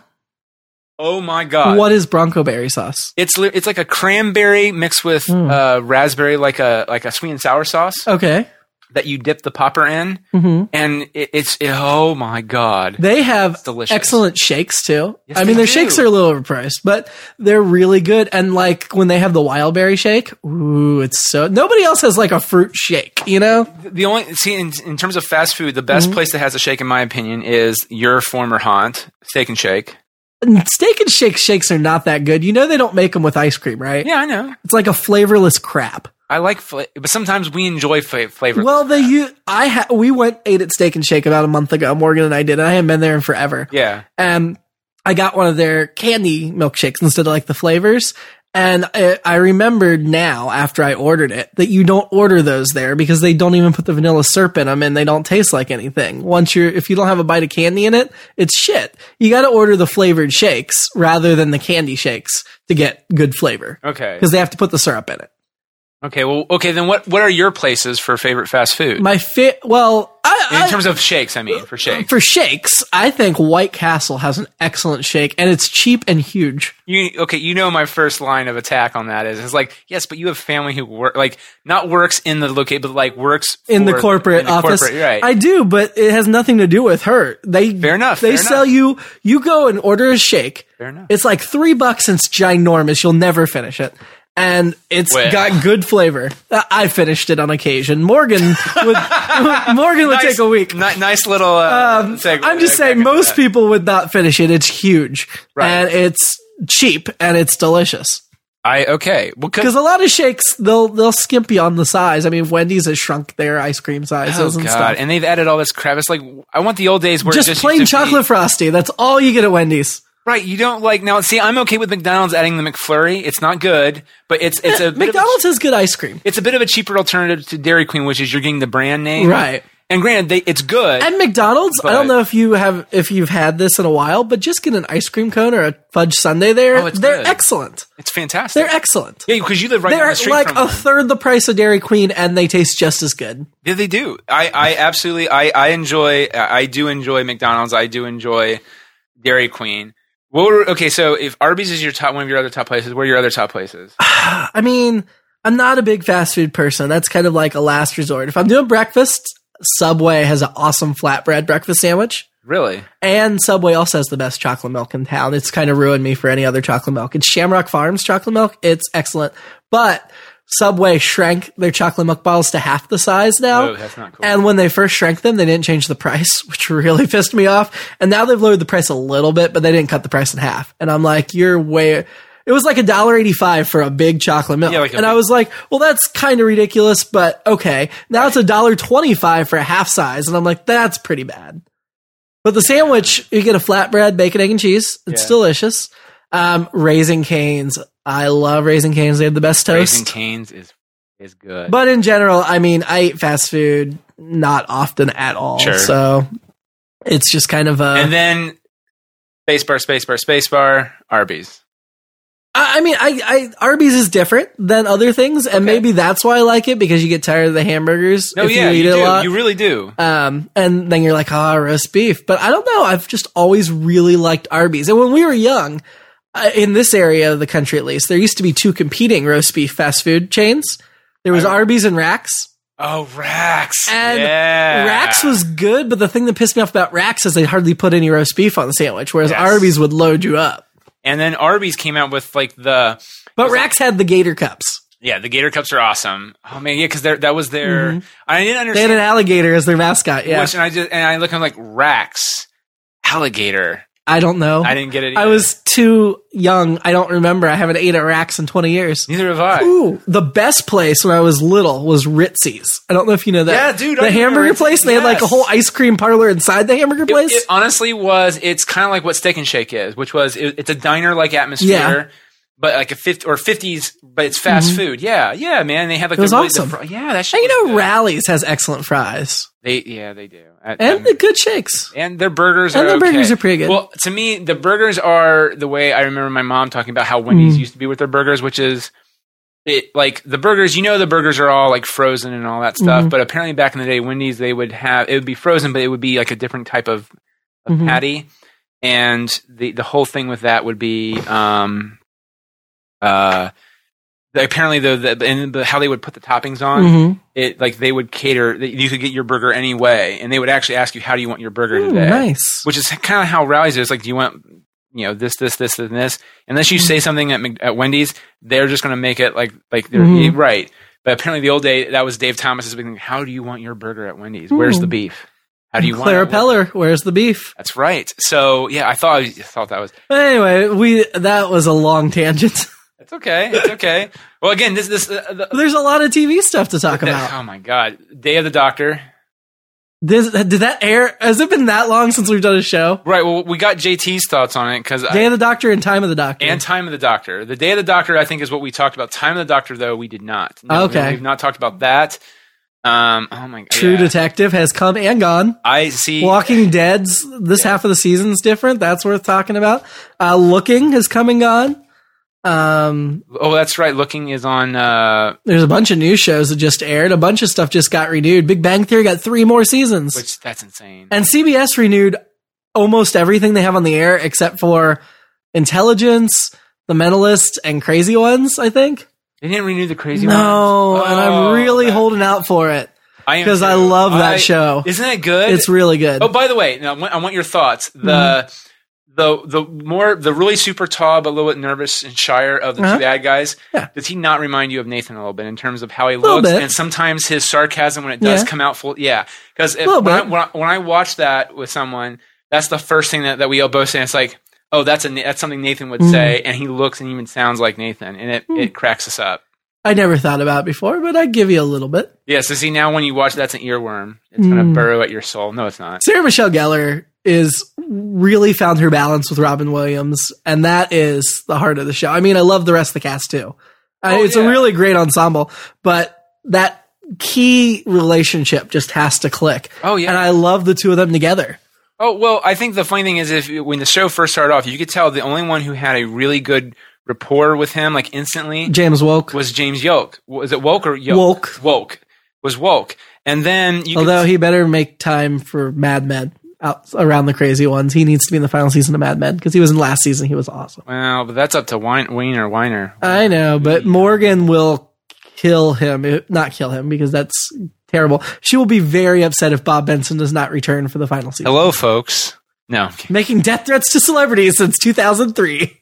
[SPEAKER 1] Oh my
[SPEAKER 2] huh.
[SPEAKER 1] god!
[SPEAKER 2] What is bronco berry sauce?
[SPEAKER 1] It's li- it's like a cranberry mixed with
[SPEAKER 2] Mm.
[SPEAKER 1] uh, raspberry, like a like a sweet and sour sauce
[SPEAKER 2] Okay.
[SPEAKER 1] that you dip the popper in,
[SPEAKER 2] hmm
[SPEAKER 1] and it, it's oh my god!
[SPEAKER 2] They have
[SPEAKER 1] delicious.
[SPEAKER 2] excellent shakes too.
[SPEAKER 1] Yes,
[SPEAKER 2] I
[SPEAKER 1] they
[SPEAKER 2] mean, their
[SPEAKER 1] do.
[SPEAKER 2] shakes are a little overpriced, but they're really good. And like when they have the wild berry shake, ooh, it's so. Nobody else has like a fruit shake, you know?
[SPEAKER 1] The only see in, in terms of fast food, the best place that has a shake, in my opinion, is your former haunt, Steak and Shake.
[SPEAKER 2] Steak and Shake shakes are not that good. You know they don't make them with ice cream, right?
[SPEAKER 1] Yeah, I know.
[SPEAKER 2] It's like a flavorless crap.
[SPEAKER 1] I like, fla- but sometimes we enjoy fa- flavor.
[SPEAKER 2] Well, they you I ha- we went ate at Steak and Shake about a month ago. Morgan and I did. And I haven't been there in forever.
[SPEAKER 1] yeah,
[SPEAKER 2] And Um, I got one of their candy milkshakes instead of like the flavors. And I, I remembered now after I ordered it that you don't order those there because they don't even put the vanilla syrup in them and they don't taste like anything. Once you're, if you don't have a bite of candy in it, it's shit. You got to order the flavored shakes rather than the candy shakes to get good flavor
[SPEAKER 1] okay,
[SPEAKER 2] because they have to put the syrup in it.
[SPEAKER 1] okay. Well, okay. Then what? What are your places for favorite fast food
[SPEAKER 2] My fit, well, I,
[SPEAKER 1] in
[SPEAKER 2] I-
[SPEAKER 1] terms of shakes? I mean, for shakes,
[SPEAKER 2] For shakes, I think White Castle has an excellent shake, and it's cheap and huge.
[SPEAKER 1] you okay? You know, my first line of attack on that is it's like, yes, but you have family who work, like not works in the locate, but like works
[SPEAKER 2] in the
[SPEAKER 1] for-
[SPEAKER 2] corporate
[SPEAKER 1] in the
[SPEAKER 2] office.
[SPEAKER 1] corporate, right?
[SPEAKER 2] I do, but it has nothing to do with her. They
[SPEAKER 1] Fair enough,
[SPEAKER 2] They
[SPEAKER 1] fair
[SPEAKER 2] sell
[SPEAKER 1] enough.
[SPEAKER 2] you. You go and order a shake.
[SPEAKER 1] Fair enough.
[SPEAKER 2] It's like three bucks and it's ginormous. You'll never finish it. And it's
[SPEAKER 1] Well.
[SPEAKER 2] got good flavor. I- I finished it on occasion. Morgan would Morgan would
[SPEAKER 1] Nice-
[SPEAKER 2] take a week. Um,
[SPEAKER 1] ni- nice little. Uh, segue
[SPEAKER 2] I'm just
[SPEAKER 1] there.
[SPEAKER 2] saying most people would not finish it. It's huge
[SPEAKER 1] Right.
[SPEAKER 2] and it's cheap and it's delicious.
[SPEAKER 1] I okay. Well, 'cause-
[SPEAKER 2] Because a lot of shakes, they'll they'll skimp you on the size. I mean, Wendy's has shrunk their ice cream sizes
[SPEAKER 1] Oh
[SPEAKER 2] and
[SPEAKER 1] god!
[SPEAKER 2] stuff.
[SPEAKER 1] And they've added all this crap. It's like I want the old days where it
[SPEAKER 2] just,
[SPEAKER 1] just
[SPEAKER 2] plain
[SPEAKER 1] used to be-
[SPEAKER 2] chocolate frosty. That's all you get at Wendy's.
[SPEAKER 1] right? You don't like now. See, I'm okay with McDonald's adding the McFlurry. It's not good, but it's it's a bit of a-
[SPEAKER 2] McDonald's has good ice cream,
[SPEAKER 1] it's a bit of a cheaper alternative to Dairy Queen, which is you're getting the brand name,
[SPEAKER 2] right?
[SPEAKER 1] And granted, they, it's good.
[SPEAKER 2] And McDonald's, I don't
[SPEAKER 1] But-
[SPEAKER 2] know if you have if you've had this in a while, but just get an ice cream cone or a fudge sundae there.
[SPEAKER 1] Oh, it's
[SPEAKER 2] they're
[SPEAKER 1] good.
[SPEAKER 2] excellent.
[SPEAKER 1] it's fantastic.
[SPEAKER 2] They're excellent.
[SPEAKER 1] yeah, because you live right down
[SPEAKER 2] They're
[SPEAKER 1] the street
[SPEAKER 2] like
[SPEAKER 1] from
[SPEAKER 2] a
[SPEAKER 1] them.
[SPEAKER 2] third the price of Dairy Queen, and they taste just as good.
[SPEAKER 1] Yeah, they do. I, I absolutely, I, I enjoy, I do enjoy McDonald's. I do enjoy Dairy Queen. What were, okay, so if Arby's is your top, one of your other top places, what are your other top places?
[SPEAKER 2] I mean, I'm not a big fast food person. That's kind of like a last resort. If I'm doing breakfast, Subway has an awesome flatbread breakfast sandwich.
[SPEAKER 1] Really?
[SPEAKER 2] And Subway also has the best chocolate milk in town. It's kind of ruined me for any other chocolate milk. It's Shamrock Farms chocolate milk. It's excellent. But Subway shrank their chocolate milk bottles to half the size now.
[SPEAKER 1] Oh, that's not cool.
[SPEAKER 2] And when they first shrank them, they didn't change the price, which really pissed me off. And now they've lowered the price a little bit, but they didn't cut the price in half. And I'm like, you're way. It was like a dollar eighty-five for a big chocolate milk,
[SPEAKER 1] Yeah, like a
[SPEAKER 2] and I
[SPEAKER 1] big-
[SPEAKER 2] was like, "Well, that's kind of ridiculous, but okay." Now it's a dollar twenty-five for a half size, and I'm like, "That's pretty bad." But the sandwich, you get a flatbread, bacon, egg, and cheese. It's
[SPEAKER 1] Yeah.
[SPEAKER 2] delicious. Um, raising canes. I love raising canes. They have the best toast.
[SPEAKER 1] Raising Cane's is, is good.
[SPEAKER 2] But in general, I mean, I eat fast food not often at all.
[SPEAKER 1] Sure.
[SPEAKER 2] So it's just kind of a.
[SPEAKER 1] and then spacebar, spacebar, spacebar, Arby's.
[SPEAKER 2] I, I mean, I, I Arby's is different than other things, and maybe that's why I like it because you get tired of the hamburgers
[SPEAKER 1] No,
[SPEAKER 2] if
[SPEAKER 1] yeah,
[SPEAKER 2] you eat
[SPEAKER 1] you,
[SPEAKER 2] it a
[SPEAKER 1] do.
[SPEAKER 2] lot.
[SPEAKER 1] You really do.
[SPEAKER 2] Um, and then you're like, ah, roast beef. But I don't know. I've just always really liked Arby's. And when we were young, uh, in this area of the country at least, there used to be two competing roast beef fast food chains. There was Arby's and Rax.
[SPEAKER 1] Oh, Rax.
[SPEAKER 2] And
[SPEAKER 1] yeah.
[SPEAKER 2] Rax was good, but the thing that pissed me off about Rax is they hardly put any roast beef on the sandwich, whereas
[SPEAKER 1] Yes.
[SPEAKER 2] Arby's would load you up.
[SPEAKER 1] And then Arby's came out with like the,
[SPEAKER 2] But Rax had the Gator cups.
[SPEAKER 1] yeah, the Gator Cups are awesome. Oh man, yeah, because that was their, I didn't
[SPEAKER 2] Mm-hmm. They
[SPEAKER 1] understand.
[SPEAKER 2] had an alligator as their mascot. Yeah,
[SPEAKER 1] Which- and I just and I look I'm like Rax, alligator.
[SPEAKER 2] I don't know.
[SPEAKER 1] I didn't get it.
[SPEAKER 2] I
[SPEAKER 1] either.
[SPEAKER 2] was too young. I don't remember. I haven't ate at Rax in 20 years.
[SPEAKER 1] neither have I.
[SPEAKER 2] Ooh, the best place when I was little was Ritzy's. I don't know if you know that.
[SPEAKER 1] Yeah, dude, I
[SPEAKER 2] The
[SPEAKER 1] remember
[SPEAKER 2] hamburger
[SPEAKER 1] Ritzy's,
[SPEAKER 2] place. They had like a
[SPEAKER 1] yes.
[SPEAKER 2] whole ice cream parlor inside the hamburger place.
[SPEAKER 1] It honestly was. It's kind of like what Steak and Shake is, which was it, it's a diner like atmosphere,
[SPEAKER 2] Yeah. Mm-hmm.
[SPEAKER 1] but like a fifty or fifties, but it's fast food. Yeah, yeah, man. They have like
[SPEAKER 2] It was
[SPEAKER 1] the, really-
[SPEAKER 2] awesome.
[SPEAKER 1] The, fr- yeah, that shit.
[SPEAKER 2] and you
[SPEAKER 1] was
[SPEAKER 2] know,
[SPEAKER 1] good.
[SPEAKER 2] Rallies has excellent fries
[SPEAKER 1] They yeah they do. I-
[SPEAKER 2] and
[SPEAKER 1] I'm-
[SPEAKER 2] the good shakes.
[SPEAKER 1] And their burgers
[SPEAKER 2] And
[SPEAKER 1] are
[SPEAKER 2] their burgers
[SPEAKER 1] okay.
[SPEAKER 2] are pretty good.
[SPEAKER 1] Well, to me, the burgers are the way I remember my mom talking about how Wendy's
[SPEAKER 2] Mm.
[SPEAKER 1] used to be with their burgers, which is it like the burgers. You know, the burgers are all like frozen and all that
[SPEAKER 2] Mm-hmm.
[SPEAKER 1] stuff. But apparently, back in the day, Wendy's they would have it would be frozen, but it would be like a different type of, of
[SPEAKER 2] Mhm.
[SPEAKER 1] patty. And the the whole thing with that would be um uh the- apparently the, the and the, how they would put the toppings on
[SPEAKER 2] Mhm.
[SPEAKER 1] it like they would cater that you could get your burger any way and they would actually ask you how do you want your burger
[SPEAKER 2] Ooh,
[SPEAKER 1] today
[SPEAKER 2] nice.
[SPEAKER 1] which is kind of how rallies is like do you want you know this this this and this unless you
[SPEAKER 2] Mm-hmm.
[SPEAKER 1] say something at, Mc- at wendy's they're just going to make it like like they're
[SPEAKER 2] Mhm.
[SPEAKER 1] right but apparently the old day that was dave thomas's big thing how do you want your burger at wendy's where's
[SPEAKER 2] Hmm.
[SPEAKER 1] the beef how do you
[SPEAKER 2] Clara
[SPEAKER 1] want it?
[SPEAKER 2] Peller, where's the beef?
[SPEAKER 1] that's right so yeah i thought i thought that was
[SPEAKER 2] Anyway, we that was a long tangent.
[SPEAKER 1] It's okay. It's okay. Well, again, this this uh, the,
[SPEAKER 2] There's a lot of TV stuff to talk about.
[SPEAKER 1] oh my god, Day of the Doctor.
[SPEAKER 2] This, did that air? Has it been that long since we've done a show?
[SPEAKER 1] Right. Well, we got JT's thoughts on it because
[SPEAKER 2] Day of the Doctor and Time of the Doctor.
[SPEAKER 1] and Time of the Doctor. The Day of the Doctor, I think, is what we talked about. Time of the Doctor, though, we did not. No,
[SPEAKER 2] Okay.
[SPEAKER 1] we've not talked about that. Um. Oh my god.
[SPEAKER 2] True
[SPEAKER 1] yeah.
[SPEAKER 2] Detective has come and gone.
[SPEAKER 1] I see.
[SPEAKER 2] Walking Dead's this half of the season's different. That's worth talking about. Uh, Looking has come and gone. Um,
[SPEAKER 1] oh, that's right. Looking is on. Uh,
[SPEAKER 2] there's a bunch of new shows that just aired. A bunch of stuff just got renewed. Big Bang Theory got three more seasons,
[SPEAKER 1] which that's insane.
[SPEAKER 2] and CBS renewed almost everything they have on the air except for Intelligence, The Mentalist, and Crazy Ones. I think.
[SPEAKER 1] They didn't renew the crazy.
[SPEAKER 2] No,
[SPEAKER 1] Ones?
[SPEAKER 2] and
[SPEAKER 1] Oh,
[SPEAKER 2] I'm really
[SPEAKER 1] that-
[SPEAKER 2] holding out for it.
[SPEAKER 1] I am
[SPEAKER 2] 'cause I
[SPEAKER 1] too.
[SPEAKER 2] love that show.
[SPEAKER 1] Isn't it good?
[SPEAKER 2] It's really good.
[SPEAKER 1] Oh, by the way, now I want, I want your thoughts. The
[SPEAKER 2] Mm-hmm.
[SPEAKER 1] the the more the really super tall but a little bit nervous and shyer of the
[SPEAKER 2] Uh-huh.
[SPEAKER 1] two bad guys.
[SPEAKER 2] Yeah.
[SPEAKER 1] Does he not remind you of Nathan a little bit in terms of how he
[SPEAKER 2] Little
[SPEAKER 1] looks
[SPEAKER 2] bit.
[SPEAKER 1] and sometimes his sarcasm when it does
[SPEAKER 2] Yeah.
[SPEAKER 1] come out full? Yeah, because
[SPEAKER 2] Little
[SPEAKER 1] when, I-
[SPEAKER 2] bit.
[SPEAKER 1] when I- when I watch that with someone, that's the first thing that, that we all both say. It's like. Oh, that's a Na- that's something Nathan
[SPEAKER 2] Mm-hmm.
[SPEAKER 1] would say, and he looks and even sounds like Nathan, and it,
[SPEAKER 2] Hmm.
[SPEAKER 1] it cracks us up.
[SPEAKER 2] I never thought about it before, but I give you a little bit.
[SPEAKER 1] Yeah, so see now when you watch, that's an earworm. It's
[SPEAKER 2] Mm.
[SPEAKER 1] gonna burrow at your soul. No, it's not.
[SPEAKER 2] Sarah Michelle Gellar is really found her balance with Robin Williams, and that is the heart of the show. I mean, I love the rest of the cast too. Uh,
[SPEAKER 1] Oh,
[SPEAKER 2] it's
[SPEAKER 1] yeah.
[SPEAKER 2] a really great ensemble, but that key relationship just has to click.
[SPEAKER 1] Oh, yeah.
[SPEAKER 2] and I love the two of them together.
[SPEAKER 1] Oh well, I think the funny thing is, if when the show first started off, you could tell the only one who had a really good rapport with him, like instantly,
[SPEAKER 2] James Woke,
[SPEAKER 1] was James Yoke. Was it Woke or Yoke?
[SPEAKER 2] Woke.
[SPEAKER 1] Woke was Woke, and then you
[SPEAKER 2] although
[SPEAKER 1] could,
[SPEAKER 2] he better make time for Mad Men out around the crazy ones. He needs to be in the final season of Mad Men because he was in last season. He was awesome.
[SPEAKER 1] well, but that's up to Wein- Weiner. Weiner.
[SPEAKER 2] I know, but Morgan will kill him. if- Not kill him because that's terrible. She will be very upset if Bob Benson does not return for the final season.
[SPEAKER 1] Hello, folks. No, I'm kidding.
[SPEAKER 2] Making death threats to celebrities since 2003.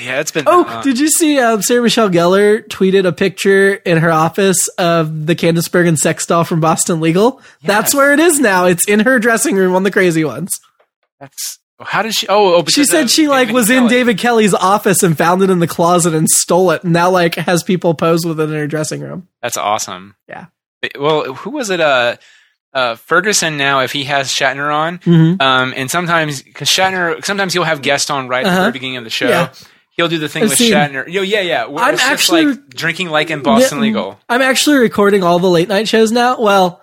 [SPEAKER 1] yeah, it's been.
[SPEAKER 2] Oh,
[SPEAKER 1] uh,
[SPEAKER 2] did you see um, Sarah Michelle Gellar tweeted a picture in her office of the Candace Bergen sex doll from Boston Legal? That's
[SPEAKER 1] Yes.
[SPEAKER 2] where it is now. It's in her dressing room on the Crazy Ones.
[SPEAKER 1] that's how did she? Oh, oh
[SPEAKER 2] She
[SPEAKER 1] because
[SPEAKER 2] said
[SPEAKER 1] of
[SPEAKER 2] she like
[SPEAKER 1] David
[SPEAKER 2] was in
[SPEAKER 1] Kelly.
[SPEAKER 2] David Kelly's office and found it in the closet and stole it, and now like has people pose with it in her dressing room.
[SPEAKER 1] That's awesome.
[SPEAKER 2] Yeah.
[SPEAKER 1] Well, who was it? Uh, uh, Ferguson. Now, if he has Shatner on,
[SPEAKER 2] Mm-hmm.
[SPEAKER 1] Um, and sometimes, because Shatner, sometimes he'll have guests on right at
[SPEAKER 2] Uh-huh.
[SPEAKER 1] the beginning of the show.
[SPEAKER 2] Yeah.
[SPEAKER 1] He'll do the thing
[SPEAKER 2] I've
[SPEAKER 1] with
[SPEAKER 2] seen-
[SPEAKER 1] Shatner. Yo, yeah, yeah. Where
[SPEAKER 2] I'm
[SPEAKER 1] it's just
[SPEAKER 2] actually-
[SPEAKER 1] like drinking like in Boston
[SPEAKER 2] Yeah,
[SPEAKER 1] Legal.
[SPEAKER 2] I'm actually recording all the late night shows now. Well,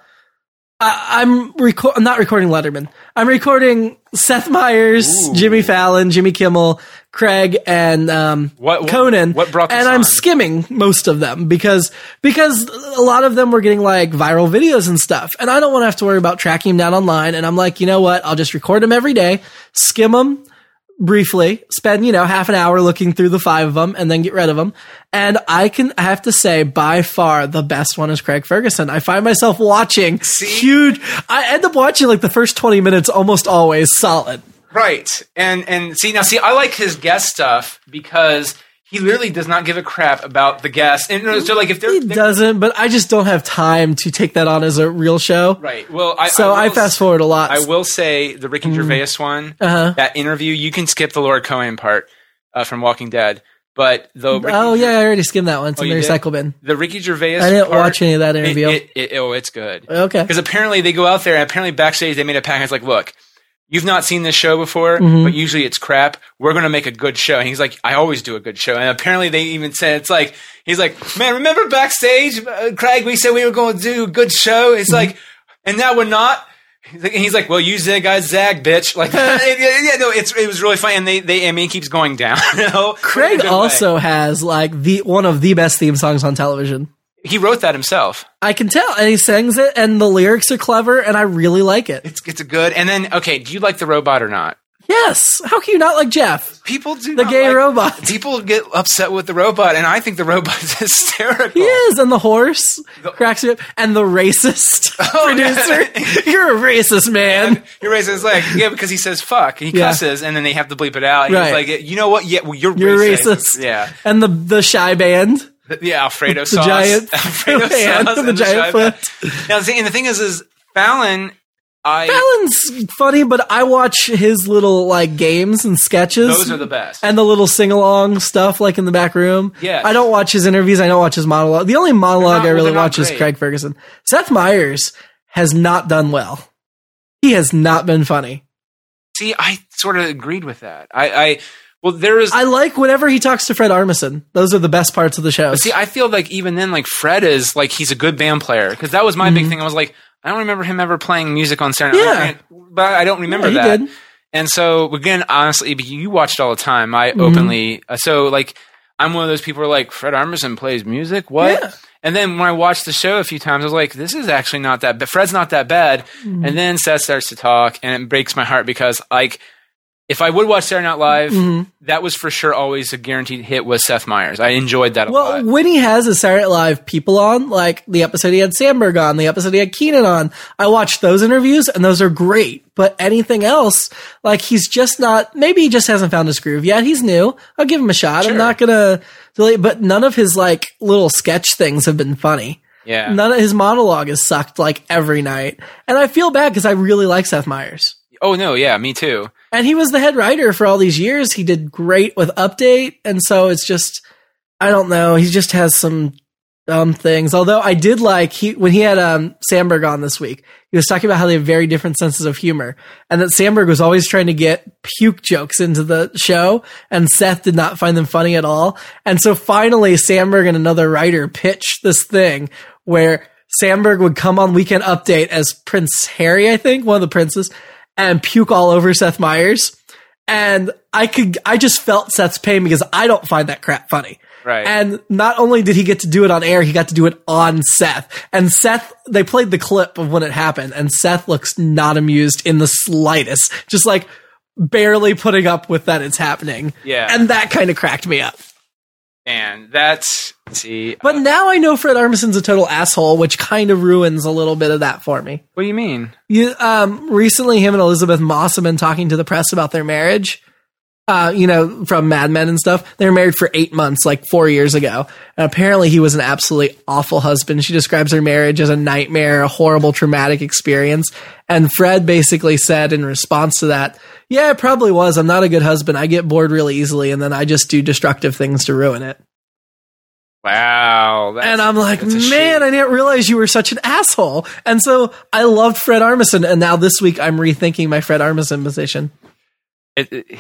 [SPEAKER 2] I, I'm reco- I'm not recording Letterman. I'm recording Seth Meyers,
[SPEAKER 1] Ooh.
[SPEAKER 2] Jimmy Fallon, Jimmy Kimmel, Craig, and um,
[SPEAKER 1] What- what-
[SPEAKER 2] Conan.
[SPEAKER 1] what brought this
[SPEAKER 2] and I'm
[SPEAKER 1] on?
[SPEAKER 2] skimming most of them because because a lot of them were getting like viral videos and stuff, and I don't want to have to worry about tracking them down online. And I'm like, you know what? I'll just record them every day, skim them, briefly, spend, you know, half an hour looking through the five of them and then get rid of them. And I can, I have to say, by far the best one is Craig Ferguson. I find myself watching huge, I end up watching like the first 20 minutes almost always solid.
[SPEAKER 1] Right. And and see now see I like his guest stuff because he literally does not give a crap about the guests. And you know, so like if they're,
[SPEAKER 2] He
[SPEAKER 1] they're-
[SPEAKER 2] doesn't, but I just don't have time to take that on as a real show.
[SPEAKER 1] right. Well, I,
[SPEAKER 2] So I,
[SPEAKER 1] will
[SPEAKER 2] fast forward a lot.
[SPEAKER 1] I will say the Ricky Gervais one,
[SPEAKER 2] Mm. Uh-huh.
[SPEAKER 1] that interview, you can skip the Laura Cohen part uh, from Walking Dead, but the Ricky,
[SPEAKER 2] oh yeah, I already skimmed that one. It's
[SPEAKER 1] Oh,
[SPEAKER 2] in the
[SPEAKER 1] you did?
[SPEAKER 2] recycle bin.
[SPEAKER 1] the Ricky Gervais.
[SPEAKER 2] I didn't
[SPEAKER 1] part,
[SPEAKER 2] watch any of that
[SPEAKER 1] it-
[SPEAKER 2] interview. Uh,
[SPEAKER 1] it- it- oh, it's good.
[SPEAKER 2] okay.
[SPEAKER 1] Because apparently they go out there and apparently backstage they made a package like, look, you've not seen this show before,
[SPEAKER 2] Mm-hmm.
[SPEAKER 1] but usually it's crap. We're gonna make a good show. And he's like, I always do a good show. And apparently they even said it's like he's like, man, remember backstage, uh, Craig? We said we were gonna do a good show. It's
[SPEAKER 2] Mm-hmm.
[SPEAKER 1] like, and now we're not. He's like- And he's like, "Well, you zig, I zag, bitch." Like, yeah, yeah, no, it's it was really funny, and they they I mean, it keeps going down. You know? In a
[SPEAKER 2] Craig
[SPEAKER 1] good way.
[SPEAKER 2] also has like the one of the best theme songs on television.
[SPEAKER 1] he wrote that himself.
[SPEAKER 2] I can tell. And he sings it, and the lyrics are clever, and I really like it.
[SPEAKER 1] It's it's a good. And then okay, do you like the robot or not?
[SPEAKER 2] Yes. How can you not like Jeff?
[SPEAKER 1] People do
[SPEAKER 2] The
[SPEAKER 1] not
[SPEAKER 2] gay
[SPEAKER 1] like-
[SPEAKER 2] robot.
[SPEAKER 1] people get upset with the robot, and I think the robot is hysterical.
[SPEAKER 2] He is, and the horse cracks me up, and the racist producer. You're a racist man.
[SPEAKER 1] Oh, He raises his leg, yeah, because he says "fuck," and he
[SPEAKER 2] Yeah.
[SPEAKER 1] cusses, and then they have to bleep it out. And
[SPEAKER 2] Right.
[SPEAKER 1] He's like, "You know what? Yeah, well, you're,
[SPEAKER 2] You're
[SPEAKER 1] racist.
[SPEAKER 2] racist.
[SPEAKER 1] Yeah,
[SPEAKER 2] And the the shy band.
[SPEAKER 1] the, yeah, Alfredo
[SPEAKER 2] The
[SPEAKER 1] sauce,
[SPEAKER 2] giant
[SPEAKER 1] Alfredo
[SPEAKER 2] hand,
[SPEAKER 1] sauce,
[SPEAKER 2] the
[SPEAKER 1] and
[SPEAKER 2] giant
[SPEAKER 1] shy-
[SPEAKER 2] foot.
[SPEAKER 1] Now, the thing, and the thing is, is Fallon I
[SPEAKER 2] Fallon's funny, but I watch his little like games and sketches.
[SPEAKER 1] those are the best.
[SPEAKER 2] and the little sing along stuff like in the back room.
[SPEAKER 1] Yes.
[SPEAKER 2] I don't watch his interviews. I don't watch his monologue. The only monologue
[SPEAKER 1] not-
[SPEAKER 2] I really
[SPEAKER 1] they're not
[SPEAKER 2] watch is
[SPEAKER 1] great.
[SPEAKER 2] Craig Ferguson. Seth Meyers has not done well. He has not been funny.
[SPEAKER 1] See, I sort of agreed with that. I, I well, there is.
[SPEAKER 2] I like whenever he talks to Fred Armisen. Those are the best parts of the show.
[SPEAKER 1] see, I feel like even then, like Fred is like he's a good band player because that was my big thing. I was like, I don't remember him ever playing music on Saturday Night
[SPEAKER 2] Mm-hmm. Yeah.
[SPEAKER 1] Live, but I don't remember
[SPEAKER 2] he
[SPEAKER 1] that.
[SPEAKER 2] did.
[SPEAKER 1] And so again, honestly, but you watched all the time. I
[SPEAKER 2] Mm-hmm.
[SPEAKER 1] openly uh, so like I'm one of those people who are like Fred Armisen plays music. What?
[SPEAKER 2] Yeah.
[SPEAKER 1] And then when I watched the show a few times, I was like, this is actually not that bad. Fred's not that bad.
[SPEAKER 2] Mm-hmm.
[SPEAKER 1] And then Seth starts to talk, and it breaks my heart because like if I would watch Saturday Night Live,
[SPEAKER 2] Mm-hmm.
[SPEAKER 1] that was for sure always a guaranteed hit was Seth Meyers. I enjoyed that a
[SPEAKER 2] Well,
[SPEAKER 1] lot.
[SPEAKER 2] when he has a Saturday Night Live people on, like the episode he had Sandberg on, the episode he had Keenan on, I watch those interviews and those are great. But anything else, like he's just not, maybe he just hasn't found his groove yet. He's new. I'll give him a shot. I'm not going to delay, but none of his like little sketch things have been funny.
[SPEAKER 1] Yeah.
[SPEAKER 2] None of his monologue is sucked like every night. And I feel bad because I really like Seth Meyers.
[SPEAKER 1] Oh no, yeah, me too.
[SPEAKER 2] And he was the head writer for all these years. He did great with Update. And so it's just, I don't know. He just has some dumb things. Although I did like he, when he had um, Sandberg on this week, he was talking about how they have very different senses of humor and that Sandberg was always trying to get puke jokes into the show and Seth did not find them funny at all. And so finally Sandberg and another writer pitched this thing where Sandberg would come on Weekend Update as Prince Harry, I think, one of the princes, and puke all over Seth Meyers. And I could, I just felt Seth's pain because I don't find that crap funny.
[SPEAKER 1] Right.
[SPEAKER 2] And not only did he get to do it on air, he got to do it on Seth. And Seth, they played the clip of when it happened, and Seth looks not amused in the slightest. Just like barely putting up with that it's happening.
[SPEAKER 1] Yeah.
[SPEAKER 2] And that kind of cracked me up.
[SPEAKER 1] And that's see.
[SPEAKER 2] But now I know Fred Armisen's a total asshole, which kind of ruins a little bit of that for me.
[SPEAKER 1] what do you mean?
[SPEAKER 2] You, um, recently, him and Elizabeth Moss have been talking to the press about their marriage. Uh, you know, from Mad Men and stuff. They were married for eight months, like four years ago. And apparently, he was an absolutely awful husband. She describes her marriage as a nightmare, a horrible, traumatic experience. And Fred basically said in response to that, Yeah, it probably was. I'm not a good husband. I get bored really easily, and then I just do destructive things to ruin it.
[SPEAKER 1] Wow. that's-
[SPEAKER 2] And I'm like,
[SPEAKER 1] that's a
[SPEAKER 2] man,
[SPEAKER 1] shame.
[SPEAKER 2] I didn't realize you were such an asshole. And so I loved Fred Armisen, and now this week I'm rethinking my Fred Armisen position.
[SPEAKER 1] It, it-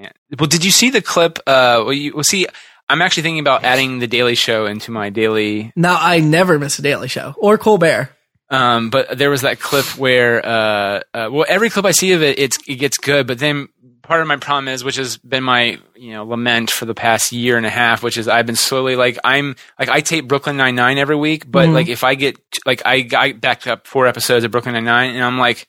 [SPEAKER 1] yeah. Well, did you see the clip? Uh, well, you, well, see, I'm actually thinking about adding the Daily Show into my daily.
[SPEAKER 2] Now I never miss a Daily Show or Colbert.
[SPEAKER 1] Um, but there was that clip where, uh, uh, well, every clip I see of it, it's it gets good. But then part of my problem is, which has been my you know lament for the past year and a half, which is I've been slowly like I'm like I tape Brooklyn Nine Nine every week,
[SPEAKER 2] Mm-hmm.
[SPEAKER 1] but like if I get like I I backed up four episodes of Brooklyn Nine Nine, and I'm like,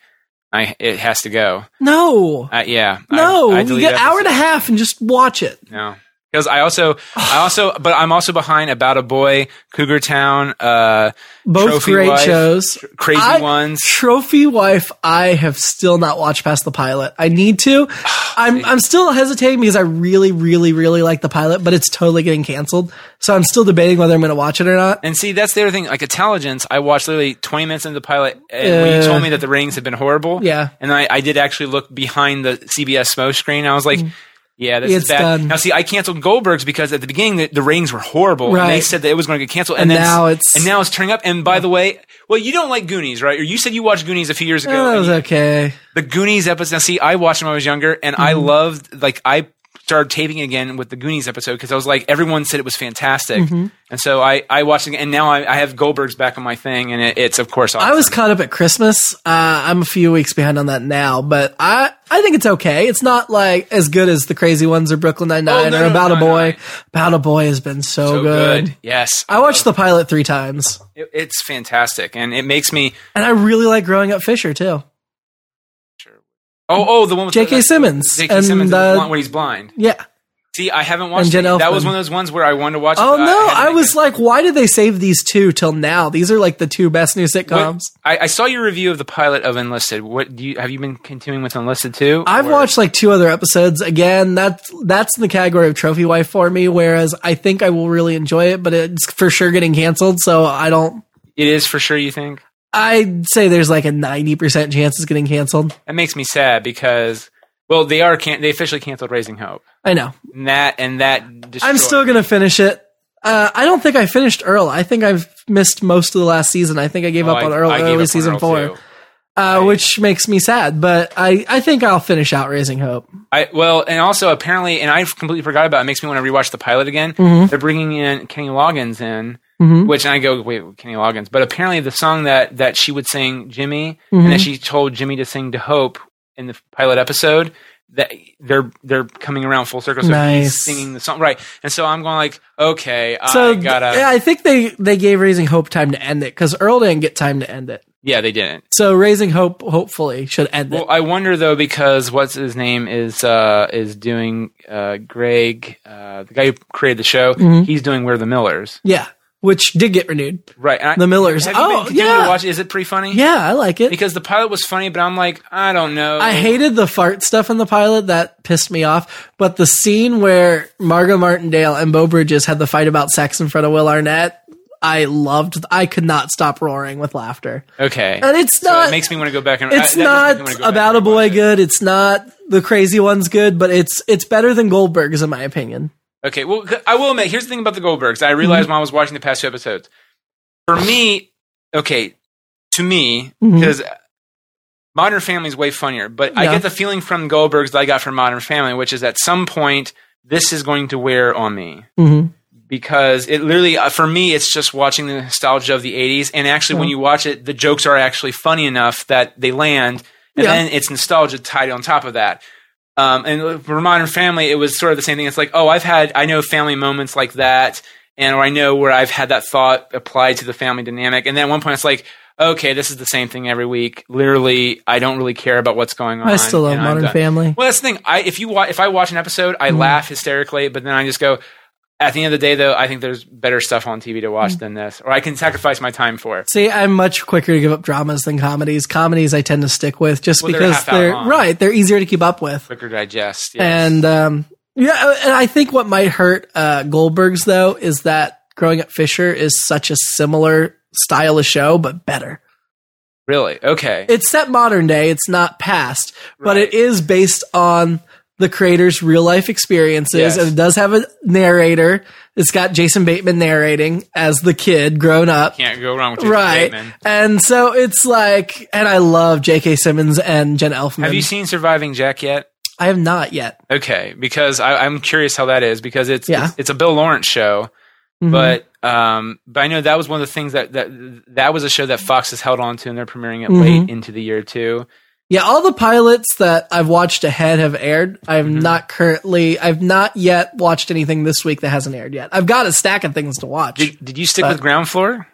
[SPEAKER 1] I it has to go.
[SPEAKER 2] No,
[SPEAKER 1] Uh, yeah, I-
[SPEAKER 2] no,
[SPEAKER 1] I
[SPEAKER 2] you
[SPEAKER 1] delete
[SPEAKER 2] get an
[SPEAKER 1] episodes.
[SPEAKER 2] hour and a half and just watch it.
[SPEAKER 1] No. Because I also, I also, but I'm also behind About a Boy, Cougar Town, uh,
[SPEAKER 2] Both
[SPEAKER 1] Trophy
[SPEAKER 2] great
[SPEAKER 1] Wife,
[SPEAKER 2] shows.
[SPEAKER 1] Crazy
[SPEAKER 2] I-
[SPEAKER 1] Ones.
[SPEAKER 2] Trophy Wife, I have still not watched past the pilot. I need to. I'm I'm still hesitating because I really, really, really like the pilot, but it's totally getting canceled. So I'm still debating whether I'm going to watch it or not.
[SPEAKER 1] And see, that's the other thing. Like intelligence, I watched literally 20 minutes into the pilot, and when you
[SPEAKER 2] Yeah.
[SPEAKER 1] told me that the ratings had been horrible,
[SPEAKER 2] Uh. Yeah.
[SPEAKER 1] and I, I did actually look behind the CBS smoke screen. I was like, yeah, this
[SPEAKER 2] Mm. It's
[SPEAKER 1] is bad.
[SPEAKER 2] done.
[SPEAKER 1] Now, see, I canceled Goldberg's because at the beginning the, the ratings were horrible, and they
[SPEAKER 2] Right.
[SPEAKER 1] said that it was going to get canceled,
[SPEAKER 2] And
[SPEAKER 1] then
[SPEAKER 2] now it's-
[SPEAKER 1] and now it's turning up. And by the way, well, you don't like Goonies, right? Or you said you watched Goonies a few years ago.
[SPEAKER 2] Oh,
[SPEAKER 1] and
[SPEAKER 2] that was
[SPEAKER 1] you-
[SPEAKER 2] okay.
[SPEAKER 1] the Goonies episode. Now, see, I watched them when I was younger, and I
[SPEAKER 2] Mm-hmm.
[SPEAKER 1] loved like I started taping again with the Goonies episode because I was like everyone said it was fantastic,
[SPEAKER 2] Mm-hmm.
[SPEAKER 1] and so I I watched it, and now I, I have Goldberg's back on my thing, and it, it's of course awesome.
[SPEAKER 2] I was caught up at Christmas. Uh, I'm a few weeks behind on that now, but I, I think it's okay. It's not like as good as the crazy ones or Brooklyn Nine Nine
[SPEAKER 1] Oh, no,
[SPEAKER 2] or
[SPEAKER 1] no,
[SPEAKER 2] About a
[SPEAKER 1] no,
[SPEAKER 2] Boy.
[SPEAKER 1] no.
[SPEAKER 2] About a Boy has been so,
[SPEAKER 1] so
[SPEAKER 2] Oh, good.
[SPEAKER 1] good. Yes,
[SPEAKER 2] I watched the pilot three times,
[SPEAKER 1] It- it's fantastic, and it makes me
[SPEAKER 2] and I really like Growing Up Fisher too.
[SPEAKER 1] oh oh the one with
[SPEAKER 2] J.K.
[SPEAKER 1] the-
[SPEAKER 2] Simmons
[SPEAKER 1] J.K.
[SPEAKER 2] and,
[SPEAKER 1] Simmons
[SPEAKER 2] uh,
[SPEAKER 1] the one where he's blind.
[SPEAKER 2] Yeah.
[SPEAKER 1] See, I haven't watched
[SPEAKER 2] Jen
[SPEAKER 1] it. That was
[SPEAKER 2] Elfman.
[SPEAKER 1] one of those ones where I wanted to watch. it,
[SPEAKER 2] Oh
[SPEAKER 1] but
[SPEAKER 2] no,
[SPEAKER 1] hadn't
[SPEAKER 2] I
[SPEAKER 1] made
[SPEAKER 2] was
[SPEAKER 1] it.
[SPEAKER 2] like, why did they save these two till now? These are like the two best new
[SPEAKER 1] What-
[SPEAKER 2] sitcoms.
[SPEAKER 1] I, I saw your review of the pilot of Enlisted. What do you have you been continuing with Enlisted too?
[SPEAKER 2] I've
[SPEAKER 1] or-
[SPEAKER 2] watched like two other episodes. Again, that's that's in the category of trophy wife for me. Whereas I think I will really enjoy it, but it's for sure getting canceled, so I don't.
[SPEAKER 1] It is for sure. You think
[SPEAKER 2] I'd say there's like a 90% chance it's getting canceled.
[SPEAKER 1] That makes me sad because well, they are can they officially canceled Raising Hope.
[SPEAKER 2] I know.
[SPEAKER 1] And that and that destroyed-
[SPEAKER 2] I'm still going to finish it. Uh, I don't think I finished Earl. I think I've missed most of the last season. I think I gave
[SPEAKER 1] Oh,
[SPEAKER 2] up
[SPEAKER 1] I-
[SPEAKER 2] on Earl
[SPEAKER 1] I gave up
[SPEAKER 2] early
[SPEAKER 1] on
[SPEAKER 2] season
[SPEAKER 1] Earl,
[SPEAKER 2] four,
[SPEAKER 1] too.
[SPEAKER 2] uh, which makes me sad, but I, I think I'll finish out Raising Hope.
[SPEAKER 1] I well, and also apparently, and I completely forgot about. it. It makes me want to rewatch the pilot again.
[SPEAKER 2] Mm-hmm.
[SPEAKER 1] They're bringing in Kenny Loggins in, which and I go wait, Kenny Loggins. But apparently, the song that that she would sing Jimmy,
[SPEAKER 2] Mm-hmm.
[SPEAKER 1] and that she told Jimmy to sing to Hope in the pilot episode, that they're they're coming around full circle. So
[SPEAKER 2] Nice.
[SPEAKER 1] he's singing the song right, and so I'm going like, okay,
[SPEAKER 2] So
[SPEAKER 1] I gotta,
[SPEAKER 2] yeah, I think they, they gave Raising Hope time to end it because Earl didn't get time to end it.
[SPEAKER 1] yeah, they didn't.
[SPEAKER 2] So Raising Hope hopefully should end
[SPEAKER 1] Well,
[SPEAKER 2] it.
[SPEAKER 1] I wonder though because what's his name is uh, is doing uh, Greg, uh, the guy who created the show.
[SPEAKER 2] Mm-hmm.
[SPEAKER 1] He's doing We're the Millers,
[SPEAKER 2] Yeah, which did get renewed.
[SPEAKER 1] right? and I-
[SPEAKER 2] The Millers.
[SPEAKER 1] Have you
[SPEAKER 2] Oh,
[SPEAKER 1] been continuing
[SPEAKER 2] yeah.
[SPEAKER 1] to watch it? Is it pretty funny?
[SPEAKER 2] Yeah, I like it.
[SPEAKER 1] Because the pilot was funny, but I'm like, I don't know.
[SPEAKER 2] I hated the fart stuff in the pilot. That pissed me off. But the scene where Margot Martindale and Bo Bridges had the fight about sex in front of Will Arnett, I loved. I could not stop roaring with laughter.
[SPEAKER 1] okay.
[SPEAKER 2] And it's
[SPEAKER 1] So
[SPEAKER 2] not.
[SPEAKER 1] it makes me want to go back and. I- that makes
[SPEAKER 2] it's
[SPEAKER 1] me wanna
[SPEAKER 2] not
[SPEAKER 1] go back
[SPEAKER 2] about
[SPEAKER 1] and
[SPEAKER 2] a boy
[SPEAKER 1] rewatch it.
[SPEAKER 2] good. It's not the crazy one's good, but it's it's better than Goldberg's in my opinion.
[SPEAKER 1] Okay, well, c- I will admit. Here's the thing about the Goldbergs. I realized when I was watching the past two episodes. For me, okay, to me,
[SPEAKER 2] Mhm.
[SPEAKER 1] because Modern Family is way funnier, but I
[SPEAKER 2] Yeah.
[SPEAKER 1] get the feeling from Goldbergs that I got from Modern Family, which is at some point this is going to wear on me
[SPEAKER 2] Mm-hmm.
[SPEAKER 1] because it literally uh, for me it's just watching the nostalgia of the 80s and actually when
[SPEAKER 2] Yeah.
[SPEAKER 1] you watch it the jokes are actually funny enough that they land and
[SPEAKER 2] Yeah.
[SPEAKER 1] then it's nostalgia tied on top of that um, and for modern family it was sort of the same thing it's like oh i've had i know family moments like that and or i know where i've had that thought applied to the family dynamic and then at one point it's like okay this is the same thing every week literally i don't really care about what's going on
[SPEAKER 2] I still love
[SPEAKER 1] and I'm
[SPEAKER 2] Modern
[SPEAKER 1] done.
[SPEAKER 2] Family.
[SPEAKER 1] Well, that's the thing. I if you wa- if I watch an episode, I
[SPEAKER 2] Mm-hmm.
[SPEAKER 1] laugh hysterically, but then I just go. At the end of the day, though, I think there's better stuff on TV to
[SPEAKER 2] Mm.
[SPEAKER 1] watch than this, or I can sacrifice my time for.
[SPEAKER 2] See, I'm much quicker to give up dramas than comedies. Comedies I tend to stick with just
[SPEAKER 1] Well, they're
[SPEAKER 2] because
[SPEAKER 1] half hour
[SPEAKER 2] they're
[SPEAKER 1] long.
[SPEAKER 2] right. They're easier to keep up with.
[SPEAKER 1] Quicker digest. Yes.
[SPEAKER 2] And um, yeah, and I think what might hurt uh, Goldberg's though is that Growing Up Fisher is such a similar style of show, but better.
[SPEAKER 1] really, okay,
[SPEAKER 2] It's set modern day. It's not past, but
[SPEAKER 1] Right.
[SPEAKER 2] it is based on the creator's real life experiences,
[SPEAKER 1] Yes.
[SPEAKER 2] and it does have a narrator. It's got Jason Bateman narrating as the kid grown up.
[SPEAKER 1] can't go wrong with Jason
[SPEAKER 2] Right.
[SPEAKER 1] Bateman.
[SPEAKER 2] And so it's like, and I love J.K. Simmons and Jen Elfman.
[SPEAKER 1] Have you seen Surviving Jack yet?
[SPEAKER 2] I have not yet.
[SPEAKER 1] Okay, because I, I'm curious how that is because it's
[SPEAKER 2] Yeah.
[SPEAKER 1] it's, it's a Bill Lawrence show,
[SPEAKER 2] Mhm.
[SPEAKER 1] but um, but I know that was one of the things that that that was a show that Fox has held on to, and they're premiering it
[SPEAKER 2] Mm-hmm.
[SPEAKER 1] late into the year too.
[SPEAKER 2] Yeah, all the pilots that I've watched ahead have aired. I've not currently, I've not yet watched anything this week that hasn't aired yet. I've got a stack of things to watch.
[SPEAKER 1] Did, did you stick
[SPEAKER 2] But-
[SPEAKER 1] with Ground Floor?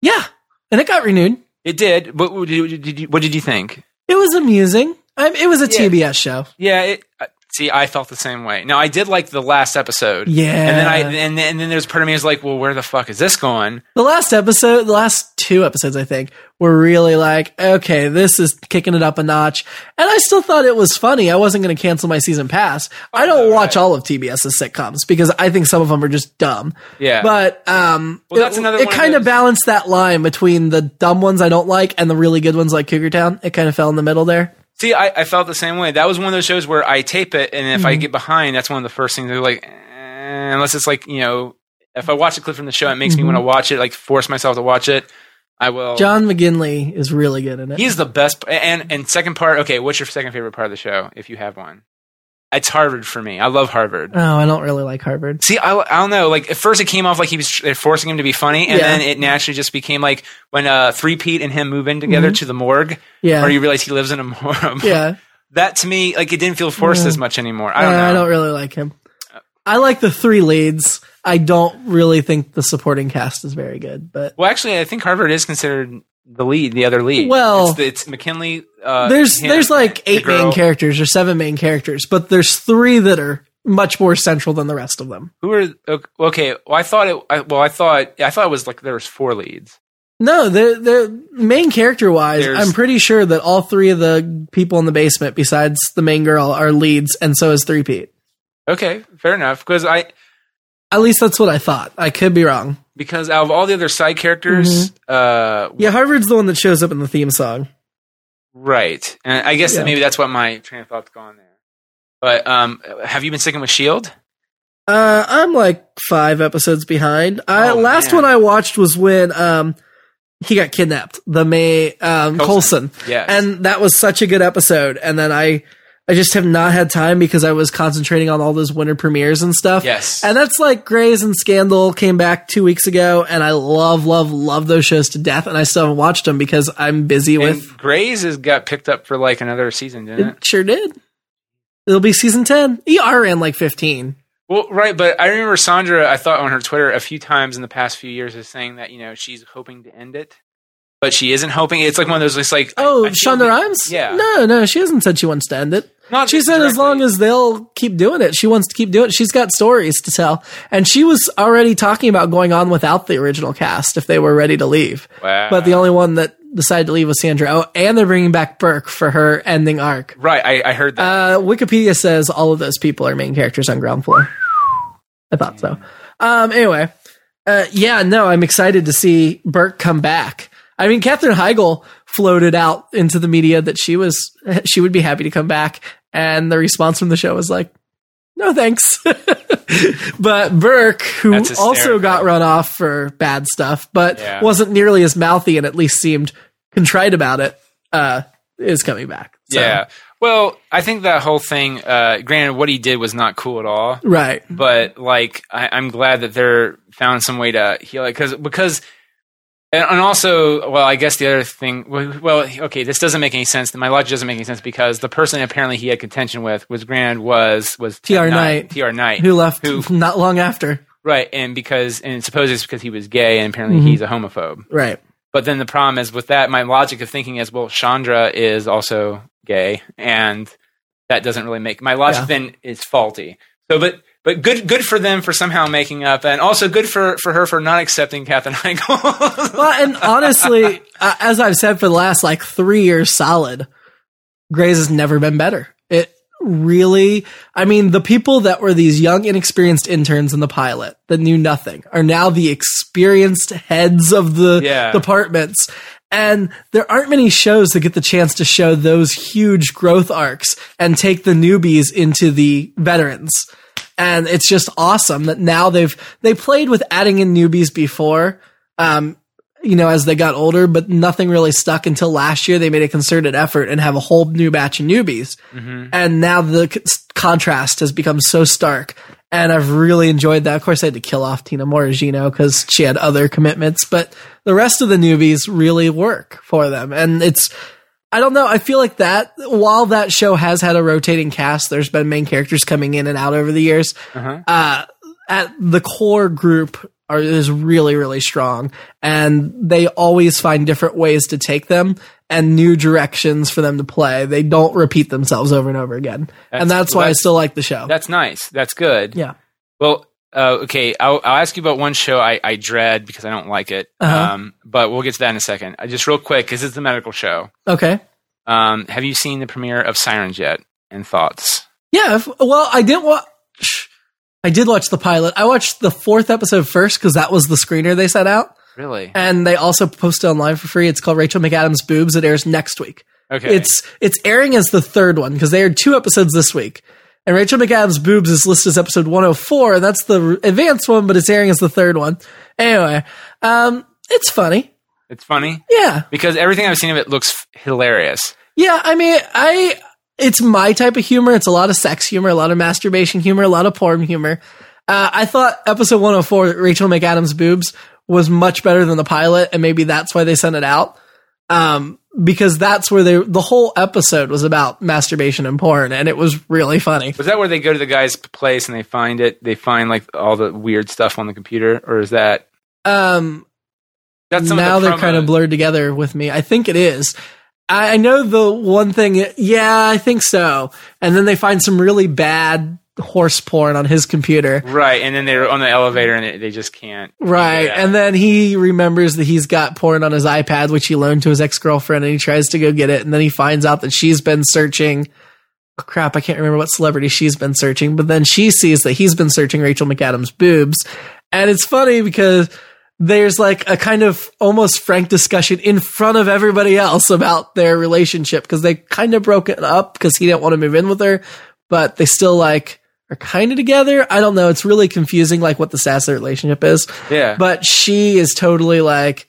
[SPEAKER 2] yeah, and it got renewed.
[SPEAKER 1] It did. What, what, did you- did you, what did you think?
[SPEAKER 2] It was amusing. I, it was a TBS show.
[SPEAKER 1] Yeah. It, uh, see, I felt the same way. Now, I did like the last episode.
[SPEAKER 2] Yeah.
[SPEAKER 1] And then I and then, and then there's part of me is like, well, where the fuck is this going?
[SPEAKER 2] the last episode, the last two episodes, I think, were really like, okay, this is kicking it up a notch. And I still thought it was funny. I wasn't going to cancel my season pass. I don't watch all of TBS's sitcoms because I think some of them are just dumb.
[SPEAKER 1] Yeah.
[SPEAKER 2] But um,
[SPEAKER 1] Well, that's
[SPEAKER 2] it,
[SPEAKER 1] another
[SPEAKER 2] it
[SPEAKER 1] one of
[SPEAKER 2] kind of
[SPEAKER 1] those-
[SPEAKER 2] balanced that line between the dumb ones I don't like and the really good ones like Cougar Town. It kind of fell in the middle there.
[SPEAKER 1] See, I, I felt the same way. That was one of those shows where I tape it, and if I get behind, that's one of the first things they're like, eh, unless it's like you know, if I watch a clip from the show, it makes me want to watch it, like force myself to watch it. I will.
[SPEAKER 2] John McGinley is really good in it.
[SPEAKER 1] Oh. He's the best. And and second part, okay, what's your second favorite part of the show if you have one? It's Harvard for me. I love Harvard.
[SPEAKER 2] oh, I don't really like Harvard.
[SPEAKER 1] See, I, I don't know. Like at first, it came off like he was tr- forcing him to be funny, and
[SPEAKER 2] Yeah.
[SPEAKER 1] then it naturally just became like when uh, Three Pete and him move in together to the morgue,
[SPEAKER 2] Mm-hmm. Yeah.
[SPEAKER 1] or you realize he lives in a morgue.
[SPEAKER 2] yeah.
[SPEAKER 1] That to me, like it didn't feel forced as much anymore. I don't
[SPEAKER 2] Uh,
[SPEAKER 1] know. Uh,
[SPEAKER 2] I don't really like him. I like the three leads. I don't really think the supporting cast is very good, but
[SPEAKER 1] Well, actually, I think Harvard is considered the lead, the other lead.
[SPEAKER 2] Well-
[SPEAKER 1] it's, the- it's McKinley. Uh,
[SPEAKER 2] there's
[SPEAKER 1] him,
[SPEAKER 2] there's like
[SPEAKER 1] the
[SPEAKER 2] eight main
[SPEAKER 1] girl.
[SPEAKER 2] characters or seven main characters, but there's three that are much more central than the rest of them.
[SPEAKER 1] Who are o- okay? Well, I thought it. I, well, I thought I thought it was like there was four leads.
[SPEAKER 2] No, the the main character wise,
[SPEAKER 1] There's-
[SPEAKER 2] I'm pretty sure that all three of the people in the basement, besides the main girl, are leads, and so is Three Pete.
[SPEAKER 1] Okay, fair enough. Because I
[SPEAKER 2] At least that's what I thought. I could be wrong.
[SPEAKER 1] because out of all the other side characters, uh,
[SPEAKER 2] Yeah, Harvard's the one that shows up in the theme song.
[SPEAKER 1] right? And I guess that
[SPEAKER 2] Yeah.
[SPEAKER 1] maybe that's what my train of thought's gone there. But um, have you been sticking with Shield?
[SPEAKER 2] Uh, I'm like five episodes behind. I,
[SPEAKER 1] Oh,
[SPEAKER 2] last
[SPEAKER 1] man.
[SPEAKER 2] one I watched was when um, he got kidnapped, the May um,
[SPEAKER 1] Coulson.
[SPEAKER 2] Colson.
[SPEAKER 1] Yes.
[SPEAKER 2] and that was such a good episode. And then I, I just have not had time because I was concentrating on all those winter premieres and stuff.
[SPEAKER 1] Yes.
[SPEAKER 2] and that's like Grays and Scandal came back two weeks ago, and I love, love, love those shows to death, and I still haven't watched them because I'm busy
[SPEAKER 1] And
[SPEAKER 2] with.
[SPEAKER 1] Grays has got picked up for like another season, didn't it?
[SPEAKER 2] It sure did. It'll be season ten. ER ran like fifteen.
[SPEAKER 1] Well, right, but I remember Sandra. I thought on her Twitter a few times in the past few years is saying that you know she's hoping to end it, but she isn't hoping. It's like one of those. It's like I-
[SPEAKER 2] Oh,
[SPEAKER 1] I feel
[SPEAKER 2] Shonda
[SPEAKER 1] we-
[SPEAKER 2] Rhimes?
[SPEAKER 1] Yeah.
[SPEAKER 2] No, no, she hasn't said she wants to end it.
[SPEAKER 1] Not
[SPEAKER 2] she said as
[SPEAKER 1] directly.
[SPEAKER 2] long as they'll keep doing it, she wants to keep doing it. She's got stories to tell. And she was already talking about going on without the original cast if they were ready to leave.
[SPEAKER 1] Wow.
[SPEAKER 2] But the only one that decided to leave was Sandra. Oh, and they're bringing back Burke for her ending arc.
[SPEAKER 1] right, I, I heard that.
[SPEAKER 2] Uh, Wikipedia says all of those people are main characters on Ground Floor. I thought so. Um, anyway, uh, yeah, no, I'm excited to see Burke come back. I mean, Katherine Heigl floated out into the media that she was she would be happy to come back, and the response from the show was like, "No, thanks." but Burke, who
[SPEAKER 1] That's hysterical.
[SPEAKER 2] also got run off for bad stuff, but
[SPEAKER 1] Yeah.
[SPEAKER 2] wasn't nearly as mouthy and at least seemed contrite about it, uh, is coming back. So,
[SPEAKER 1] yeah. Well, I think that whole thing. Uh, granted, what he did was not cool at all.
[SPEAKER 2] right.
[SPEAKER 1] but like I, I'm glad that they're found some way to heal it because because and, and also well I guess the other thing well, well okay this doesn't make any sense my logic doesn't make any sense because the person apparently he had contention with was Grand was was Ted
[SPEAKER 2] TR Knight.
[SPEAKER 1] T R Knight
[SPEAKER 2] who left
[SPEAKER 1] Who-
[SPEAKER 2] not long after.
[SPEAKER 1] right and because and suppose it's because he was gay and apparently
[SPEAKER 2] Mhm.
[SPEAKER 1] he's a homophobe
[SPEAKER 2] Right.
[SPEAKER 1] but then the problem is with that my logic of thinking is well Chandra is also gay and that doesn't really make my logic
[SPEAKER 2] Yeah.
[SPEAKER 1] then is faulty so but but good good for them for somehow making up and also good for for her for not accepting Katherine Heigl
[SPEAKER 2] Well, and honestly, uh, as I've said for the last like three years solid, Gray's has never been better. It really, I mean, the people that were these young, inexperienced interns in the pilot that knew nothing are now the experienced heads of the
[SPEAKER 1] Yeah.
[SPEAKER 2] departments. And there aren't many shows that get the chance to show those huge growth arcs and take the newbies into the veterans. and it's just awesome that now they've they played with adding in newbies before um you know as they got older but nothing really stuck until last year they made a concerted effort and have a whole new batch of newbies and now the c- contrast has become so stark and i've really enjoyed that of course i had to kill off tina morigino because she had other commitments but the rest of the newbies really work for them and it's I don't know. I feel like that while that show has had a rotating cast, there's been main characters coming in and out over the years.
[SPEAKER 1] Uh-huh.
[SPEAKER 2] uh at the core group are is really really strong, and they always find different ways to take them and new directions for them to play. They don't repeat themselves over and over again, and
[SPEAKER 1] That's-
[SPEAKER 2] that's why I
[SPEAKER 1] that's-
[SPEAKER 2] still like the show.
[SPEAKER 1] that's nice that's good
[SPEAKER 2] Yeah.
[SPEAKER 1] well uh, okay I'll, I'll ask you about one show I, I dread because I don't like it
[SPEAKER 2] Uh-huh.
[SPEAKER 1] um, but we'll get to that in a second uh, just real quick because it's a medical show
[SPEAKER 2] Okay.
[SPEAKER 1] um, have you seen the premiere of Sirens yet and thoughts
[SPEAKER 2] Yeah. If, well, I didn't watch. I did watch the pilot. I watched the fourth episode first because that was the screener they sent out.
[SPEAKER 1] really
[SPEAKER 2] and they also post it online for free. It's called Rachel McAdams Boobs. It airs next week.
[SPEAKER 1] okay
[SPEAKER 2] It's it's airing as the third one because they aired two episodes this week. And Rachel McAdams Boobs is listed as episode 104, and that's the r- advanced one, but it's airing as the third one. Anyway, um, it's funny.
[SPEAKER 1] it's funny
[SPEAKER 2] Yeah.
[SPEAKER 1] because everything I've seen of it looks f- hilarious.
[SPEAKER 2] Yeah, I mean, I it's my type of humor. It's a lot of sex humor, a lot of masturbation humor, a lot of porn humor. Uh, I thought episode 104, Rachel McAdams' boobs, was much better than the pilot, and maybe that's why they sent it out. Um, because that's where they the whole episode was about masturbation and porn, and it was really funny.
[SPEAKER 1] Was that where they go to the guy's place and they find it? They find like all the weird stuff on the computer, or is that
[SPEAKER 2] Um,
[SPEAKER 1] that's some
[SPEAKER 2] now
[SPEAKER 1] of the
[SPEAKER 2] they're kind of
[SPEAKER 1] promos.
[SPEAKER 2] blurred together with me. I think it is. I, I know the one thing. Yeah, I think so. And then they find some really bad horse porn on his computer.
[SPEAKER 1] right? And then they're on the elevator and they- they just can't.
[SPEAKER 2] Right.
[SPEAKER 1] Yeah.
[SPEAKER 2] And then he remembers that he's got porn on his iPad, which he loaned to his ex girlfriend, and he tries to go get it. And then he finds out that she's been searching. Oh, crap, I can't remember what celebrity she's been searching. But then she sees that he's been searching Rachel McAdams' boobs. And it's funny because there's like a kind of almost frank discussion in front of everybody else about their relationship because they kind of broke it up because he didn't want to move in with her, but they still like are kind of together. I don't know. It's really confusing, like what the status of their relationship is.
[SPEAKER 1] Yeah.
[SPEAKER 2] But she is totally like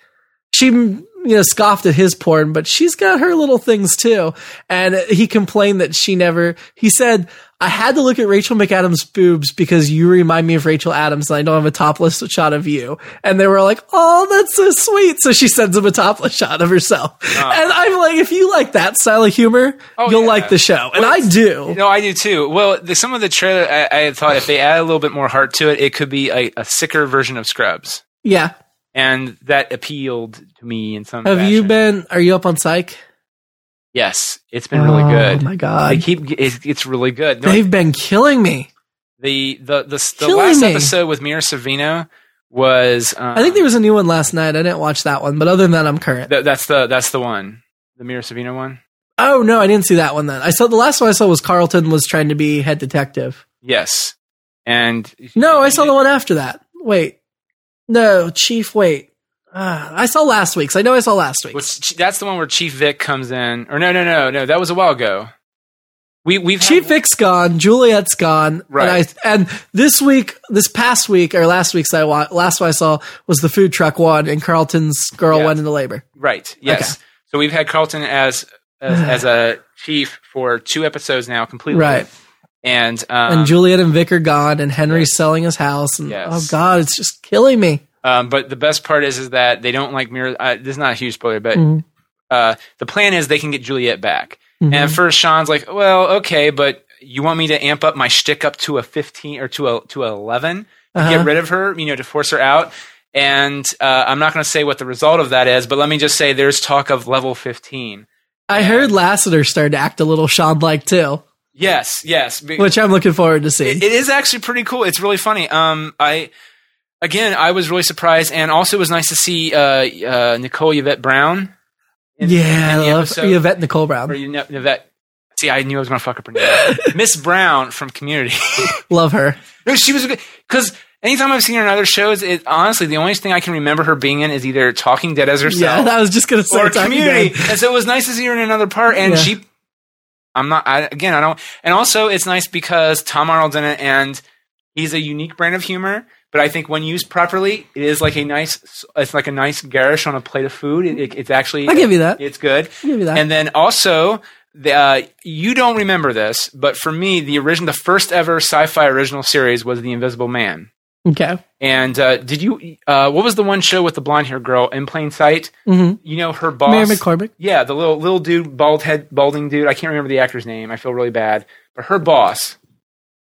[SPEAKER 2] she you know scoffed at his porn, but she's got her little things too. And he complained that she never. He said. I had to look at Rachel McAdams' boobs because you remind me of Rachel Adams and I don't have a topless shot of you. And they were like, Oh, that's so sweet. So she sends him a topless shot of herself. And I'm like, if you like that style of humor,
[SPEAKER 1] Ah. Oh,
[SPEAKER 2] you'll
[SPEAKER 1] yeah.
[SPEAKER 2] like the show. And I do.
[SPEAKER 1] No, I do too. Well, the, some of the trailer, I, I had thought if they add a little bit more heart to it, it could be a, a sicker version of Scrubs,
[SPEAKER 2] yeah.
[SPEAKER 1] and that appealed to me in some.
[SPEAKER 2] Have you
[SPEAKER 1] fashion.
[SPEAKER 2] been? Are you up on Psych?
[SPEAKER 1] Yes, it's been really
[SPEAKER 2] Oh
[SPEAKER 1] good.
[SPEAKER 2] my
[SPEAKER 1] They
[SPEAKER 2] god,
[SPEAKER 1] keep it, it's really good. No,
[SPEAKER 2] they've been killing me.
[SPEAKER 1] the the the, the
[SPEAKER 2] Killing
[SPEAKER 1] last
[SPEAKER 2] me.
[SPEAKER 1] episode with Mira Savino was. Um,
[SPEAKER 2] I think there was a new one last night. I didn't watch that one, but other than that, I'm current.
[SPEAKER 1] th- that's the that's the one, the Mira Savino one.
[SPEAKER 2] Oh no, I didn't see that one then. I saw the last one I saw was Carlton was trying to be head detective.
[SPEAKER 1] Yes, and
[SPEAKER 2] No, I saw the one after that. Wait, no, Chief. Wait, Ah, I saw last week's. I know I saw last week's.
[SPEAKER 1] What's, that's the one where Chief Vic comes in, or no, no, no, no. That was a while ago. We we've
[SPEAKER 2] Chief
[SPEAKER 1] had,
[SPEAKER 2] Vic's gone, Juliet's gone,
[SPEAKER 1] Right.
[SPEAKER 2] And, I, and this week, this past week or last week's I wa- last one I saw was the food truck one, and Carlton's girl
[SPEAKER 1] Yeah.
[SPEAKER 2] went into labor.
[SPEAKER 1] Right. Yes. So we've had Carlton as as, as a chief for two episodes now, completely.
[SPEAKER 2] Right.
[SPEAKER 1] And um,
[SPEAKER 2] and Juliet and Vic are gone, and Henry's selling his house, and
[SPEAKER 1] Yes.
[SPEAKER 2] oh god, it's just killing me.
[SPEAKER 1] um, but the best part is is that they don't like Mira. Uh, this is not a huge spoiler, but
[SPEAKER 2] Mhm.
[SPEAKER 1] uh, the plan is they can get Juliet back.
[SPEAKER 2] Mhm.
[SPEAKER 1] And at first, Sean's like, "Well, okay, but you want me to amp up my shtick up to a fifteen or to a to a eleven to
[SPEAKER 2] Uh-huh.
[SPEAKER 1] get rid of her, you know, to force her out." And uh, I'm not going to say what the result of that is, but let me just say there's talk of level fifteen.
[SPEAKER 2] I heard Lassiter started to act a little Sean like too,
[SPEAKER 1] Yes, yes. be-
[SPEAKER 2] which I'm looking forward to see.
[SPEAKER 1] it, it is actually pretty cool. It's really funny. Um, I again, I was really surprised, and also it was nice to see uh, uh, Nicole Yvette Brown. in-
[SPEAKER 2] yeah,
[SPEAKER 1] in the
[SPEAKER 2] I love
[SPEAKER 1] episode-
[SPEAKER 2] Yvette Nicole Brown.
[SPEAKER 1] or you know, Yvette. See, I knew I was going to fuck up her name. Miss Brown from Community.
[SPEAKER 2] Love her.
[SPEAKER 1] no, she was because anytime I've seen her in other shows, it honestly the only thing I can remember her being in is either Talking Dead as
[SPEAKER 2] Yeah,
[SPEAKER 1] herself
[SPEAKER 2] I was just gonna say
[SPEAKER 1] or
[SPEAKER 2] Talking
[SPEAKER 1] Community.
[SPEAKER 2] Dead.
[SPEAKER 1] And so it was nice to see her in another part, and
[SPEAKER 2] Yeah.
[SPEAKER 1] she. I'm not. I, again, I don't. And also, it's nice because Tom Arnold's in it, and he's a unique brand of humor. But I think when used properly, it is like a nice. It's like a nice garish on a plate of food. It, it- it's actually.
[SPEAKER 2] I'll give you that.
[SPEAKER 1] It's good.
[SPEAKER 2] I'll give you that.
[SPEAKER 1] And then also, the, uh, you don't remember this, but for me, the origin, the first ever sci-fi original series was The Invisible Man.
[SPEAKER 2] Okay.
[SPEAKER 1] And uh, did you? Uh, what was the one show with the blonde hair girl in plain sight?
[SPEAKER 2] hmm
[SPEAKER 1] You know her boss.
[SPEAKER 2] Mary McCormick.
[SPEAKER 1] Yeah, the little little dude, bald head, balding dude. I can't remember the actor's name. I feel really bad. But her boss,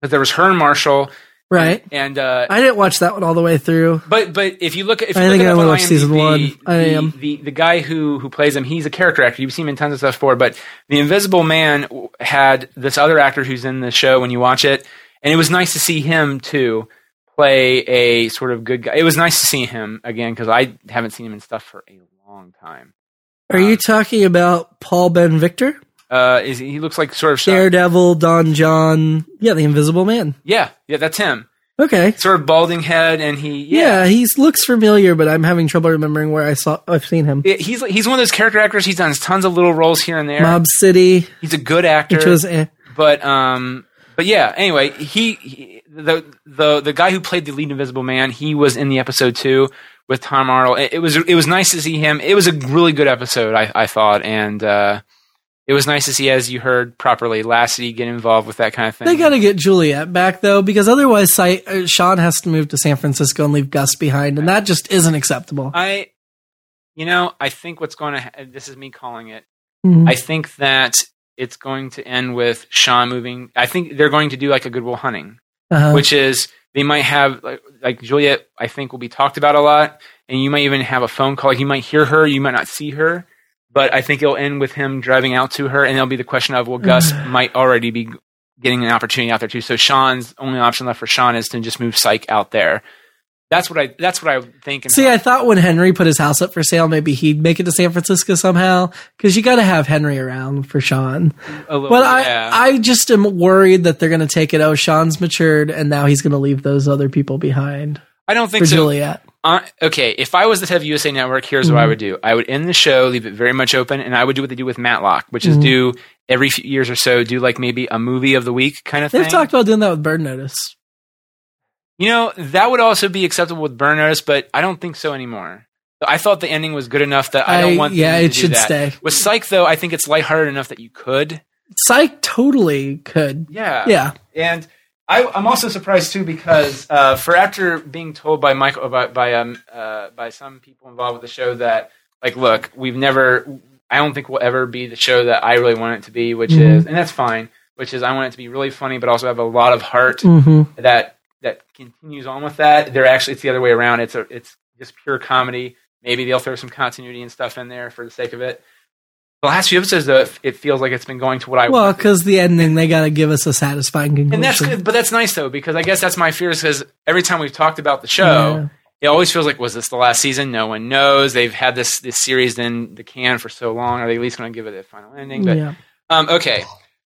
[SPEAKER 1] but there was her and Marshall,
[SPEAKER 2] Right.
[SPEAKER 1] and uh,
[SPEAKER 2] I didn't watch that one all the way through.
[SPEAKER 1] but but if you look at if you
[SPEAKER 2] I
[SPEAKER 1] look
[SPEAKER 2] think
[SPEAKER 1] it
[SPEAKER 2] I
[SPEAKER 1] up
[SPEAKER 2] only
[SPEAKER 1] on
[SPEAKER 2] watched season
[SPEAKER 1] IMDb,
[SPEAKER 2] one. I
[SPEAKER 1] the,
[SPEAKER 2] am.
[SPEAKER 1] the the guy who who plays him. He's a character actor. You've seen him in tons of stuff before. But the Invisible Man w- had this other actor who's in the show when you watch it, and it was nice to see him too play a sort of good guy. It was nice to see him again because I haven't seen him in stuff for a long time.
[SPEAKER 2] Are you talking about Paul Ben Victor?
[SPEAKER 1] Uh, is he looks like sort of Shia-
[SPEAKER 2] Daredevil, Don John. Yeah, the Invisible Man.
[SPEAKER 1] Yeah, yeah, that's him.
[SPEAKER 2] Okay.
[SPEAKER 1] Sort of balding head, and he yeah,
[SPEAKER 2] Yeah, he looks familiar, but I'm having trouble remembering where I saw I've seen him.
[SPEAKER 1] It- he's he's one of those character actors. He's done tons of little roles here and there.
[SPEAKER 2] Mob City,
[SPEAKER 1] He's a good actor,
[SPEAKER 2] which was eh.
[SPEAKER 1] but um, but yeah. Anyway, he, he the the the guy who played the lead Invisible Man, he was in the episode too with Tom Arnold. It, it was it was nice to see him. It was a really good episode, I I thought, and uh, it was nice to see, as you heard properly, Lassity get involved with that kind of thing.
[SPEAKER 2] They got to get Juliet back though, because otherwise, Sy- uh, Sean has to move to San Francisco and leave Gus behind, and that just isn't acceptable.
[SPEAKER 1] I, you know, I think what's going to ha- this is me calling it.
[SPEAKER 2] Mhm.
[SPEAKER 1] I think that it's going to end with Sean moving. I think they're going to do like a Goodwill Hunting,
[SPEAKER 2] Uh-huh.
[SPEAKER 1] Uh, which is they might have like, like Juliet. I think will be talked about a lot, and you might even have a phone call. Like you might hear her, you might not see her, but I think it'll end with him driving out to her, and there'll be the question of well, Gus
[SPEAKER 2] Mm-hmm.
[SPEAKER 1] might already be getting an opportunity out there too. So Sean's only option left for Sean is to just move Psych out there. That's what I. That's what I think. and
[SPEAKER 2] See, I thought when Henry put his house up for sale, maybe he'd make it to San Francisco somehow, because you got to have Henry around for Sean.
[SPEAKER 1] a little-
[SPEAKER 2] But I,
[SPEAKER 1] yeah.
[SPEAKER 2] I just am worried that they're going to take it. Oh, Sean's matured, and now he's going to leave those other people behind.
[SPEAKER 1] I don't think
[SPEAKER 2] for
[SPEAKER 1] so.
[SPEAKER 2] Juliet.
[SPEAKER 1] Uh, okay, if I was the head of USA Network, here's
[SPEAKER 2] Mm-hmm.
[SPEAKER 1] what I would do. I would end the show, leave it very much open, and I would do what they do with Matlock, which
[SPEAKER 2] Mm-hmm.
[SPEAKER 1] is do every few years or so, do like maybe a movie of the week kind of
[SPEAKER 2] They've
[SPEAKER 1] thing.
[SPEAKER 2] talked about doing that with Bird Notice.
[SPEAKER 1] you know, that would also be acceptable with burn notice, but I don't think so anymore. I thought the ending was good enough that I,
[SPEAKER 2] I-
[SPEAKER 1] don't want. them
[SPEAKER 2] yeah,
[SPEAKER 1] to
[SPEAKER 2] it
[SPEAKER 1] do
[SPEAKER 2] should
[SPEAKER 1] that.
[SPEAKER 2] stay.
[SPEAKER 1] With Psych, though, I think it's lighthearted enough that you could.
[SPEAKER 2] Psych totally could.
[SPEAKER 1] Yeah,
[SPEAKER 2] Yeah.
[SPEAKER 1] And I, I'm also surprised too because uh, for after being told by Michael by by, um, uh, by some people involved with the show that like look we've never I don't think we'll ever be the show that I really want it to be which
[SPEAKER 2] Mm-hmm.
[SPEAKER 1] is and that's fine which is I want it to be really funny but also have a lot of heart
[SPEAKER 2] Mm-hmm.
[SPEAKER 1] that that continues on with that they're actually it's the other way around it's a it's just pure comedy maybe they'll throw some continuity and stuff in there for the sake of it the last few episodes though it- it feels like it's been going to what I
[SPEAKER 2] Well, because the ending, they got to give us a satisfying conclusion.
[SPEAKER 1] and that's good, but that's nice though because I guess that's my fear is because every time we've talked about the show, it
[SPEAKER 2] Yeah.
[SPEAKER 1] always feels like was this the last season? No one knows. They've had this this series in the can for so long. Are they at least going to give it a final ending? But
[SPEAKER 2] Yeah.
[SPEAKER 1] um, okay,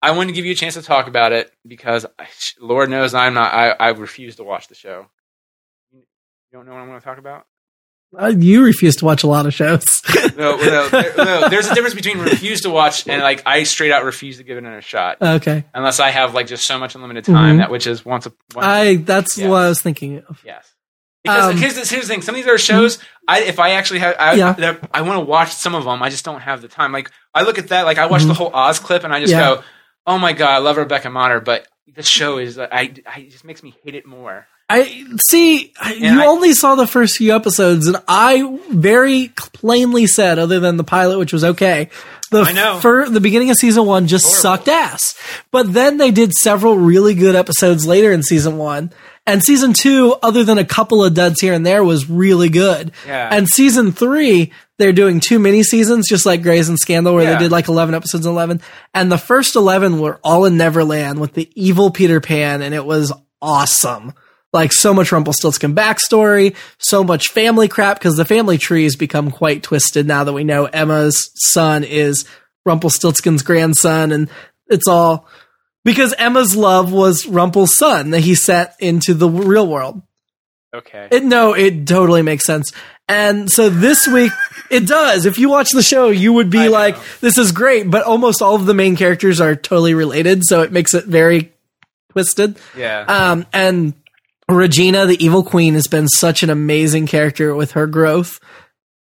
[SPEAKER 1] I wanted to give you a chance to talk about it because I, Lord knows I'm not. I, I refuse to watch the show. You don't know what I'm going to talk about?
[SPEAKER 2] Uh, you refuse to watch a lot of shows.
[SPEAKER 1] No, no, there- no. There's a difference between refuse to watch and like I straight out refuse to give it a shot
[SPEAKER 2] okay.
[SPEAKER 1] unless I have like just so much unlimited time
[SPEAKER 2] Mhm.
[SPEAKER 1] that which is once a once a
[SPEAKER 2] I that's
[SPEAKER 1] Yeah.
[SPEAKER 2] what I was thinking of.
[SPEAKER 1] Yes. Because
[SPEAKER 2] Um,
[SPEAKER 1] here's, the, here's the thing: some of these are shows. I if I actually have, I,
[SPEAKER 2] Yeah.
[SPEAKER 1] that- I want to watch some of them. I just don't have the time. Like I look at that, like I watch the whole Oz clip, and I just
[SPEAKER 2] Mm-hmm. Yeah.
[SPEAKER 1] go, "Oh my god, I love Rebecca Motter," but the show is, uh, I, I it just makes me hate it more.
[SPEAKER 2] I see. I- you
[SPEAKER 1] I-
[SPEAKER 2] only saw the first few episodes, and I very plainly said, other than the pilot, which was okay, the
[SPEAKER 1] I know.
[SPEAKER 2] fir- the beginning of season one just sucked ass. But then they did several really good episodes later in season one, and season two, other than a couple of duds here and there, was really good.
[SPEAKER 1] Yeah.
[SPEAKER 2] And season three, they're doing two mini seasons, just like Grey's and Scandal, where
[SPEAKER 1] Yeah.
[SPEAKER 2] they did like eleven episodes, in eleven, and the first eleven were all in Neverland with the evil Peter Pan, and it was awesome like so much Rumpelstiltskin backstory, so much family crap because the family tree has become quite twisted now that we know Emma's son is Rumpelstiltskin's grandson, and it's all because Emma's love was Rumpel's son that he sent into the real world.
[SPEAKER 1] Okay.
[SPEAKER 2] It, no, it totally makes sense. And so this week, it does. If you watch the show, you would be like, this is great, but almost all of the main characters are totally related, so it makes it very twisted.
[SPEAKER 1] yeah.
[SPEAKER 2] Um, and Regina, the evil queen, has been such an amazing character with her growth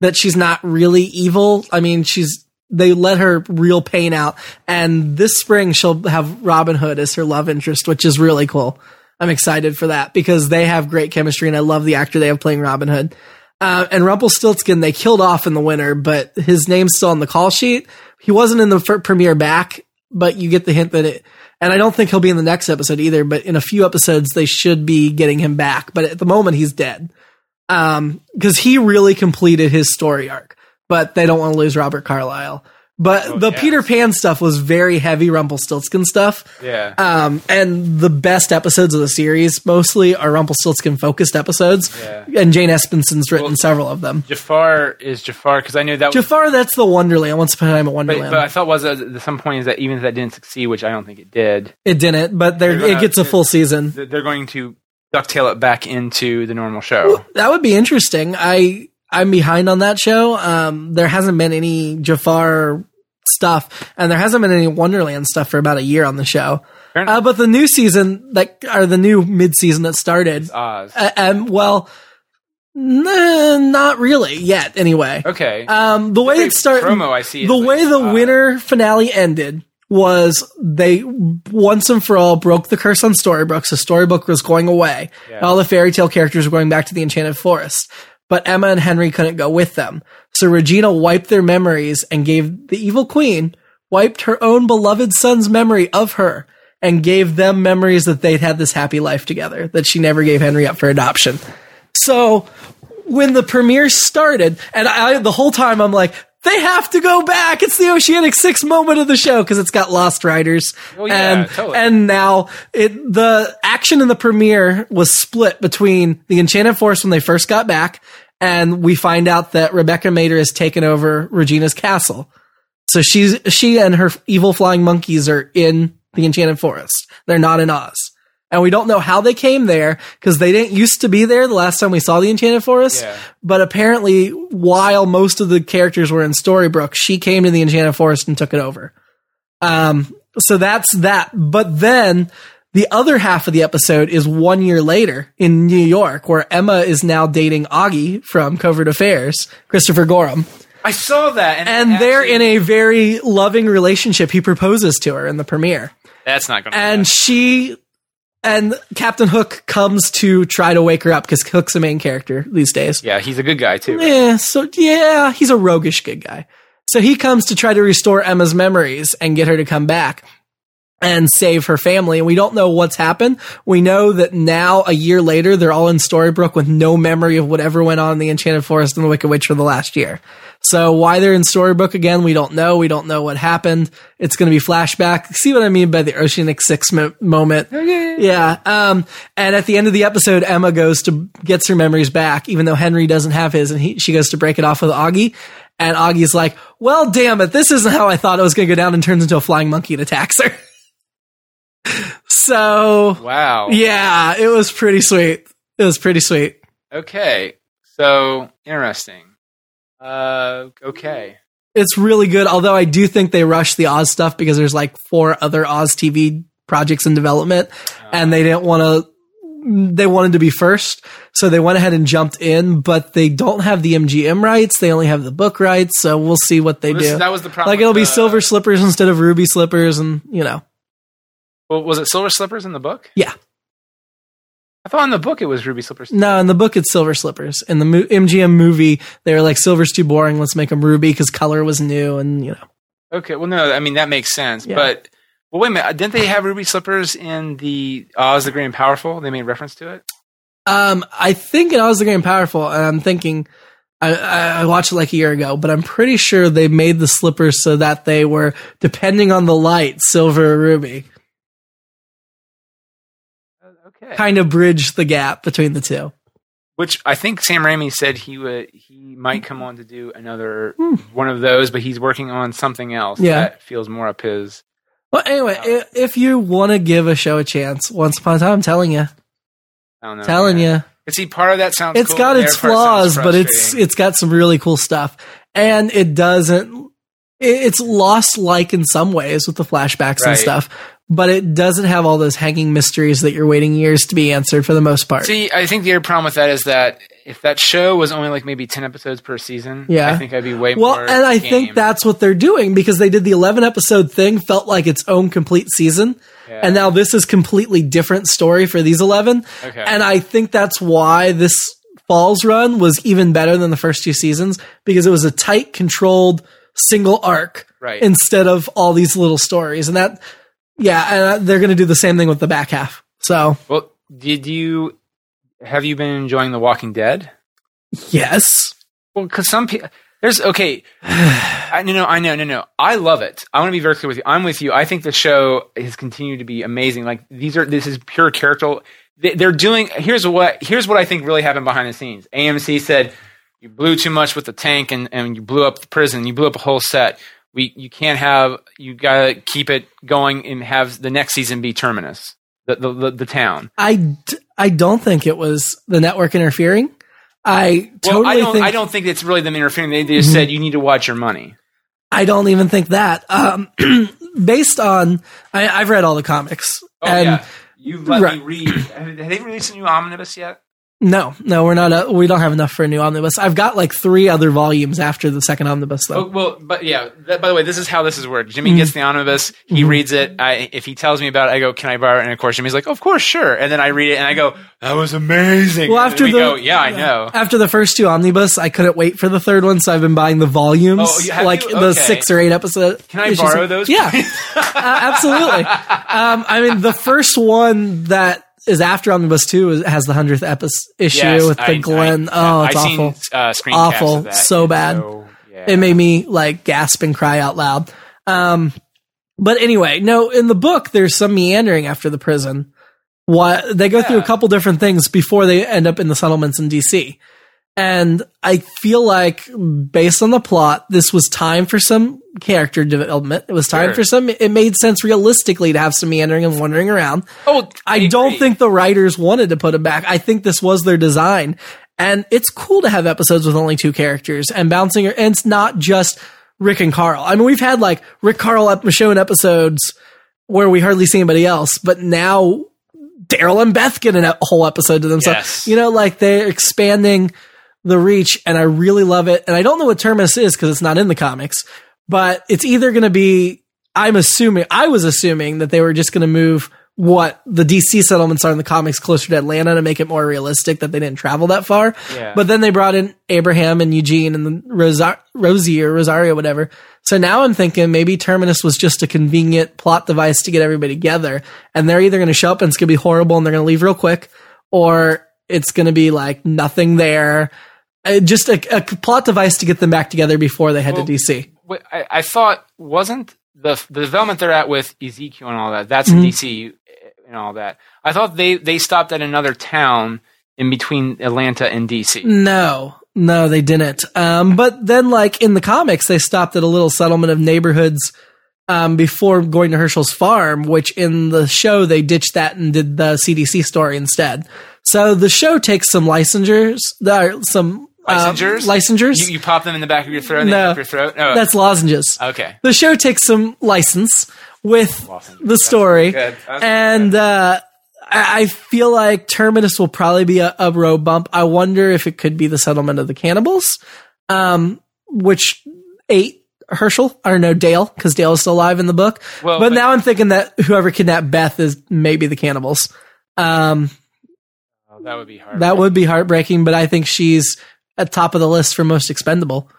[SPEAKER 2] that she's not really evil. I mean, she's they let her real pain out, and this spring she'll have Robin Hood as her love interest, which is really cool. I'm excited for that because they have great chemistry, and I love the actor they have playing Robin Hood. Uh, and Rumpelstiltskin they killed off in the winter, but his name's still on the call sheet. He wasn't in the fir- premiere back, but you get the hint that it. And I don't think he'll be in the next episode either. But in a few episodes, they should be getting him back. But at the moment, he's dead because he really completed his story arc. But they don't want to lose Robert Carlyle. But the
[SPEAKER 1] yeah.
[SPEAKER 2] Peter Pan stuff was very heavy Rumpelstiltskin stuff.
[SPEAKER 1] yeah.
[SPEAKER 2] Um, and the best episodes of the series mostly are Rumpelstiltskin focused episodes.
[SPEAKER 1] Yeah.
[SPEAKER 2] And Jane Espenson's written several of them.
[SPEAKER 1] Jafar is Jafar because I knew that. was,
[SPEAKER 2] Jafar, that's the Wonderland. Once upon a time at
[SPEAKER 1] but,
[SPEAKER 2] Wonderland.
[SPEAKER 1] but I thought was at some point is that even if that didn't succeed, which I don't think it did,
[SPEAKER 2] it didn't, but there
[SPEAKER 1] They're gonna-
[SPEAKER 2] it gets a full season.
[SPEAKER 1] that they're going to ducktail it back into the normal show.
[SPEAKER 2] That would be interesting. I I'm behind on that show. Um, there hasn't been any Jafar stuff, and there hasn't been any Wonderland stuff for about a year on the show.
[SPEAKER 1] Fair
[SPEAKER 2] Uh,
[SPEAKER 1] enough.
[SPEAKER 2] but the new season that or the new mid season that started,
[SPEAKER 1] Oz.
[SPEAKER 2] uh, um, well, n- not really yet. Anyway,
[SPEAKER 1] okay.
[SPEAKER 2] um, the way
[SPEAKER 1] Every
[SPEAKER 2] it started,
[SPEAKER 1] promo I see. is
[SPEAKER 2] the
[SPEAKER 1] like,
[SPEAKER 2] way the
[SPEAKER 1] uh,
[SPEAKER 2] winter finale ended was they once and for all broke the curse on Storybook. So Storybook was going away.
[SPEAKER 1] Yeah.
[SPEAKER 2] All the fairy tale characters were going back to the Enchanted Forest. But Emma and Henry couldn't go with them. So Regina wiped their memories and gave the evil queen wiped her own beloved son's memory of her and gave them memories that they'd had this happy life together that she never gave Henry up for adoption. So when the premiere started, and I the whole time I'm like, they have to go back. It's the Oceanic Six moment of the show because it's got Lost Riders,
[SPEAKER 1] Oh, yeah,
[SPEAKER 2] and
[SPEAKER 1] totally.
[SPEAKER 2] and now it the action in the premiere was split between the Enchanted Forest when they first got back, and we find out that Rebecca Mater has taken over Regina's castle. So she's she and her evil flying monkeys are in the Enchanted Forest. They're not in Oz. And we don't know how they came there because they didn't used to be there the last time we saw the Enchanted Forest.
[SPEAKER 1] Yeah.
[SPEAKER 2] But apparently, while most of the characters were in Storybrooke, she came to the Enchanted Forest and took it over. Um, so that's that. But then the other half of the episode is one year later in New York, where Emma is now dating Augie from Covert Affairs, Christopher Gorham.
[SPEAKER 1] I saw that, and,
[SPEAKER 2] And they're in a very loving relationship. He proposes to her in the premiere
[SPEAKER 1] That's not going. to
[SPEAKER 2] and she and Captain Hook comes to try to wake her up because Hook's the main character these days.
[SPEAKER 1] yeah, he's a good guy too.
[SPEAKER 2] Yeah, Eh, so yeah, he's a roguish good guy. So he comes to try to restore Emma's memories and get her to come back and save her family. And we don't know what's happened. We know that now, a year later, they're all in Storybrooke with no memory of whatever went on in the Enchanted Forest and the Wicked Witch for the last year. So why they're in Storybrooke again, we don't know. We don't know what happened. It's going to be flashback. See what I mean by the Oceanic Six mo- moment? Yeah. Um, and at the end of the episode, Emma goes to gets her memories back, even though Henry doesn't have his, and he, she goes to break it off with Augie. And Augie's like, "Well, damn it, this isn't how I thought it was going to go down," and turns into a flying monkey and attacks her. so
[SPEAKER 1] Wow.
[SPEAKER 2] yeah, it was pretty sweet. It was pretty sweet.
[SPEAKER 1] Okay. So interesting. Uh. Okay.
[SPEAKER 2] It's really good. Although I do think they rush the Oz stuff because there's like four other Oz TV projects in development, and they didn't want to. They wanted to be first, so they went ahead and jumped in. But they don't have the MGM rights; they only have the book rights. So we'll see what they
[SPEAKER 1] Well, this-
[SPEAKER 2] do.
[SPEAKER 1] That was the problem.
[SPEAKER 2] Like
[SPEAKER 1] with
[SPEAKER 2] it'll be
[SPEAKER 1] the-
[SPEAKER 2] silver slippers instead of ruby slippers, and you know,
[SPEAKER 1] Well, was it silver slippers in the book?
[SPEAKER 2] Yeah.
[SPEAKER 1] I thought in the book it was ruby slippers.
[SPEAKER 2] no. In the book, it's silver slippers. In the mo- MGM movie, they were like silver's too boring. Let's make them ruby because color was new, and you know.
[SPEAKER 1] Okay. Well, no. I mean that makes sense.
[SPEAKER 2] Yeah.
[SPEAKER 1] But well, wait a minute. Didn't they have ruby slippers in the Oz the Great and Powerful? They made reference to it.
[SPEAKER 2] Um, I think it was the Grand Powerful, and I'm thinking I, I I watched it like a year ago, but I'm pretty sure they made the slippers so that they were depending on the light, silver or ruby,
[SPEAKER 1] Uh, Okay.
[SPEAKER 2] kind of bridge the gap between the two.
[SPEAKER 1] Which I think Sam Raimi said he would he might
[SPEAKER 2] Mm.
[SPEAKER 1] come on to do another one of those, but he's working on something else.
[SPEAKER 2] Hmm. Yeah.
[SPEAKER 1] That feels more up his.
[SPEAKER 2] Well, anyway, i if you want to give a show a chance, Once Upon a Time, I'm telling you,
[SPEAKER 1] I don't know.
[SPEAKER 2] telling you.
[SPEAKER 1] you. See, part of that sounds.
[SPEAKER 2] It's
[SPEAKER 1] cool,
[SPEAKER 2] got
[SPEAKER 1] the
[SPEAKER 2] its
[SPEAKER 1] other part sounds
[SPEAKER 2] flaws, but it's
[SPEAKER 1] frustrating.
[SPEAKER 2] it's got some really cool stuff, and it doesn't. it- It's lost like in some ways with the flashbacks and
[SPEAKER 1] Right.
[SPEAKER 2] stuff, but it doesn't have all those hanging mysteries that you're waiting years to be answered for the most part.
[SPEAKER 1] See, I think the other problem with that is that if that show was only like maybe ten episodes per season,
[SPEAKER 2] Yeah.
[SPEAKER 1] I think I'd be way
[SPEAKER 2] well,
[SPEAKER 1] more.
[SPEAKER 2] and I
[SPEAKER 1] game.
[SPEAKER 2] think that's what they're doing because they did the 11 episode thing felt like its own complete season,
[SPEAKER 1] Yeah.
[SPEAKER 2] and now this is completely different story for these 11.
[SPEAKER 1] Okay.
[SPEAKER 2] And I think that's why this Falls run was even better than the first two seasons because it was a tight, controlled single arc
[SPEAKER 1] Right.
[SPEAKER 2] instead of all these little stories. And that, yeah, and uh, they're going to do the same thing with the back half. So,
[SPEAKER 1] well, did you have you been enjoying The Walking Dead?
[SPEAKER 2] yes.
[SPEAKER 1] Well, because some people there's okay. I, no, no, I know, no, no. I love it. I want to be very clear with you. I'm with you. I think the show has continued to be amazing. Like these are this is pure character. They, they're doing here's what here's what I think really happened behind the scenes. AMC said you blew too much with the tank and and you blew up the prison. You blew up a whole set. We you can't have you gotta keep it going and have the next season be terminus. The the the, the town.
[SPEAKER 2] I, d- I don't think it was the network interfering. I totally
[SPEAKER 1] well, I don't
[SPEAKER 2] think Mm-hmm.
[SPEAKER 1] I don't think it's really them interfering. They, they just said you need to watch your money.
[SPEAKER 2] I don't even think that. Um, based on, I, I've read all the comics,
[SPEAKER 1] Oh
[SPEAKER 2] and
[SPEAKER 1] yeah, you let
[SPEAKER 2] Right.
[SPEAKER 1] me read. Have have they released a new omnibus yet?
[SPEAKER 2] no, no, we're not. uh we don't have enough for a new omnibus. I've got like three other volumes after the second omnibus, though.
[SPEAKER 1] Oh, well, but yeah. That, by the way, this is how this is worked.
[SPEAKER 2] Mm-hmm.
[SPEAKER 1] Jimmy gets the omnibus. He reads it. I, if he tells me about it, I go, "Can I borrow?" it? And of course, Jimmy's like, "Of course, sure." And then I read it and I go, "That was amazing."
[SPEAKER 2] Well,
[SPEAKER 1] And
[SPEAKER 2] after
[SPEAKER 1] we
[SPEAKER 2] the
[SPEAKER 1] go, yeah, I know.
[SPEAKER 2] After the first two omnibus, I couldn't wait for the third one, so I've been buying the volumes,
[SPEAKER 1] Oh, you have
[SPEAKER 2] like
[SPEAKER 1] to?
[SPEAKER 2] the
[SPEAKER 1] Okay.
[SPEAKER 2] six or eight episode.
[SPEAKER 1] Can I
[SPEAKER 2] issues.
[SPEAKER 1] borrow those,
[SPEAKER 2] Yeah,
[SPEAKER 1] please?
[SPEAKER 2] Uh, absolutely. Um, I mean, the first one that is after omnibus two is, has the hundredth episode issue
[SPEAKER 1] Yes,
[SPEAKER 2] with the
[SPEAKER 1] I- I-
[SPEAKER 2] Glenn. oh, it's
[SPEAKER 1] I've
[SPEAKER 2] awful.
[SPEAKER 1] Seen, uh, screen
[SPEAKER 2] Awful. So bad.
[SPEAKER 1] yeah.
[SPEAKER 2] it made me like gasp and cry out loud. Um, but anyway, no, in the book, there's some meandering after the prison. What they go through a
[SPEAKER 1] Yeah.
[SPEAKER 2] couple different things before they end up in the settlements in DC. And I feel like, based on the plot, this was time for some character development. It was time
[SPEAKER 1] Sure.
[SPEAKER 2] for some. It made sense realistically to have some meandering and wandering around.
[SPEAKER 1] Oh,
[SPEAKER 2] I don't think the writers wanted to put him back. I think this was their design. And it's cool to have episodes with only two characters and bouncing, and it's not just Rick and Carl. I mean, we've had like Rick Carl ep- shown episodes where we hardly see anybody else, but now Daryl and Beth get an e- whole episode to themselves.
[SPEAKER 1] Yes.
[SPEAKER 2] You know, like they're expanding the reach, and I really love it. And I don't know what Terminus is because it's not in the comics, but it's either going to be I'm assuming I was assuming that they were just going to move what the DC settlements are in the comics closer to Atlanta to make it more realistic that they didn't travel that far.
[SPEAKER 1] Yeah.
[SPEAKER 2] But then they brought in Abraham and Eugene and the Rosa- Rosie or Rosario, whatever. So now I'm thinking maybe Terminus was just a convenient plot device to get everybody together. And they're either going to show up and it's going to be horrible and they're going to leave real quick, or it's going to be like nothing there. Uh, just a, a plot device to get them back together before they head
[SPEAKER 1] Well,
[SPEAKER 2] to DC.
[SPEAKER 1] Wait, I, I thought wasn't the the development they're at with Ezekiel and all that. That's
[SPEAKER 2] Mhm.
[SPEAKER 1] DC and all that. I thought they they stopped at another town in between Atlanta and DC.
[SPEAKER 2] Mm, No, no, they didn't. Um, but then, like in the comics, they stopped at a little settlement of neighborhoods um, before going to Herschel's farm, which in the show they ditched that and did the CDC story instead. So the show takes some licensures, uh, some uh,
[SPEAKER 1] Licensures?
[SPEAKER 2] licensures.
[SPEAKER 1] You, you pop them in the back of your throat and
[SPEAKER 2] No.
[SPEAKER 1] then up your throat. No,
[SPEAKER 2] That's lozenges.
[SPEAKER 1] okay.
[SPEAKER 2] The show takes some license with
[SPEAKER 1] Lozenges.
[SPEAKER 2] the story,
[SPEAKER 1] Good. That's
[SPEAKER 2] and uh, I I feel like Terminus will probably be a, a road bump. I wonder if it could be the settlement of the cannibals, um, which ate Herschel or no Dale because Dale is still alive in the book.
[SPEAKER 1] Well,
[SPEAKER 2] but,
[SPEAKER 1] but-
[SPEAKER 2] now I'm thinking that whoever kidnapped Beth is maybe the cannibals. Um,
[SPEAKER 1] Oh, that would be hard.
[SPEAKER 2] that would be heartbreaking, but I think she's at top of the list for most expendable.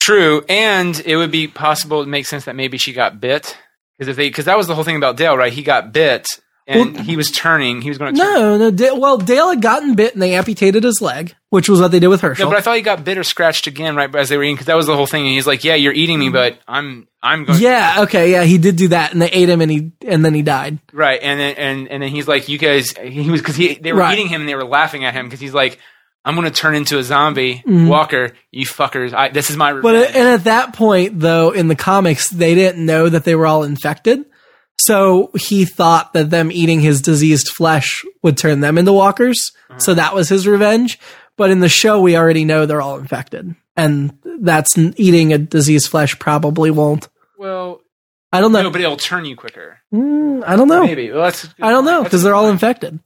[SPEAKER 1] True, and it would be possible. It makes sense that maybe she got bit because if they because that was the whole thing about Dale, right? He got bit and he was turning. He was going to turn.
[SPEAKER 2] No, no. Da- well, Dale had gotten bit and they amputated his leg, which was what they did with
[SPEAKER 1] No,
[SPEAKER 2] Herschel.
[SPEAKER 1] but I thought he got bit or scratched again right as they were eating because that was the whole thing. And he's like, "Yeah, you're eating me, but I'm I'm going
[SPEAKER 2] Mm. yeah, okay, yeah, he did do that, and they ate him, and he and then he died.
[SPEAKER 1] right." And then and and then he's like, "You guys," he was because he they were
[SPEAKER 2] Right.
[SPEAKER 1] eating him and they were laughing at him because he's like, "I'm going to turn into a zombie, Walker, you fuckers! I, this is my
[SPEAKER 2] Mm-hmm. But uh,
[SPEAKER 1] revenge."
[SPEAKER 2] and at that point, though, in the comics, they didn't know that they were all infected, so he thought that them eating his diseased flesh would turn them into walkers.
[SPEAKER 1] Uh-huh.
[SPEAKER 2] So that was his revenge. But in the show, we already know they're all infected, and that's eating a diseased flesh probably won't.
[SPEAKER 1] well,
[SPEAKER 2] I don't know.
[SPEAKER 1] no, but it'll turn you quicker.
[SPEAKER 2] Mm, I don't know.
[SPEAKER 1] Maybe. Well, that's,
[SPEAKER 2] I don't know
[SPEAKER 1] that's-
[SPEAKER 2] because they're all infected.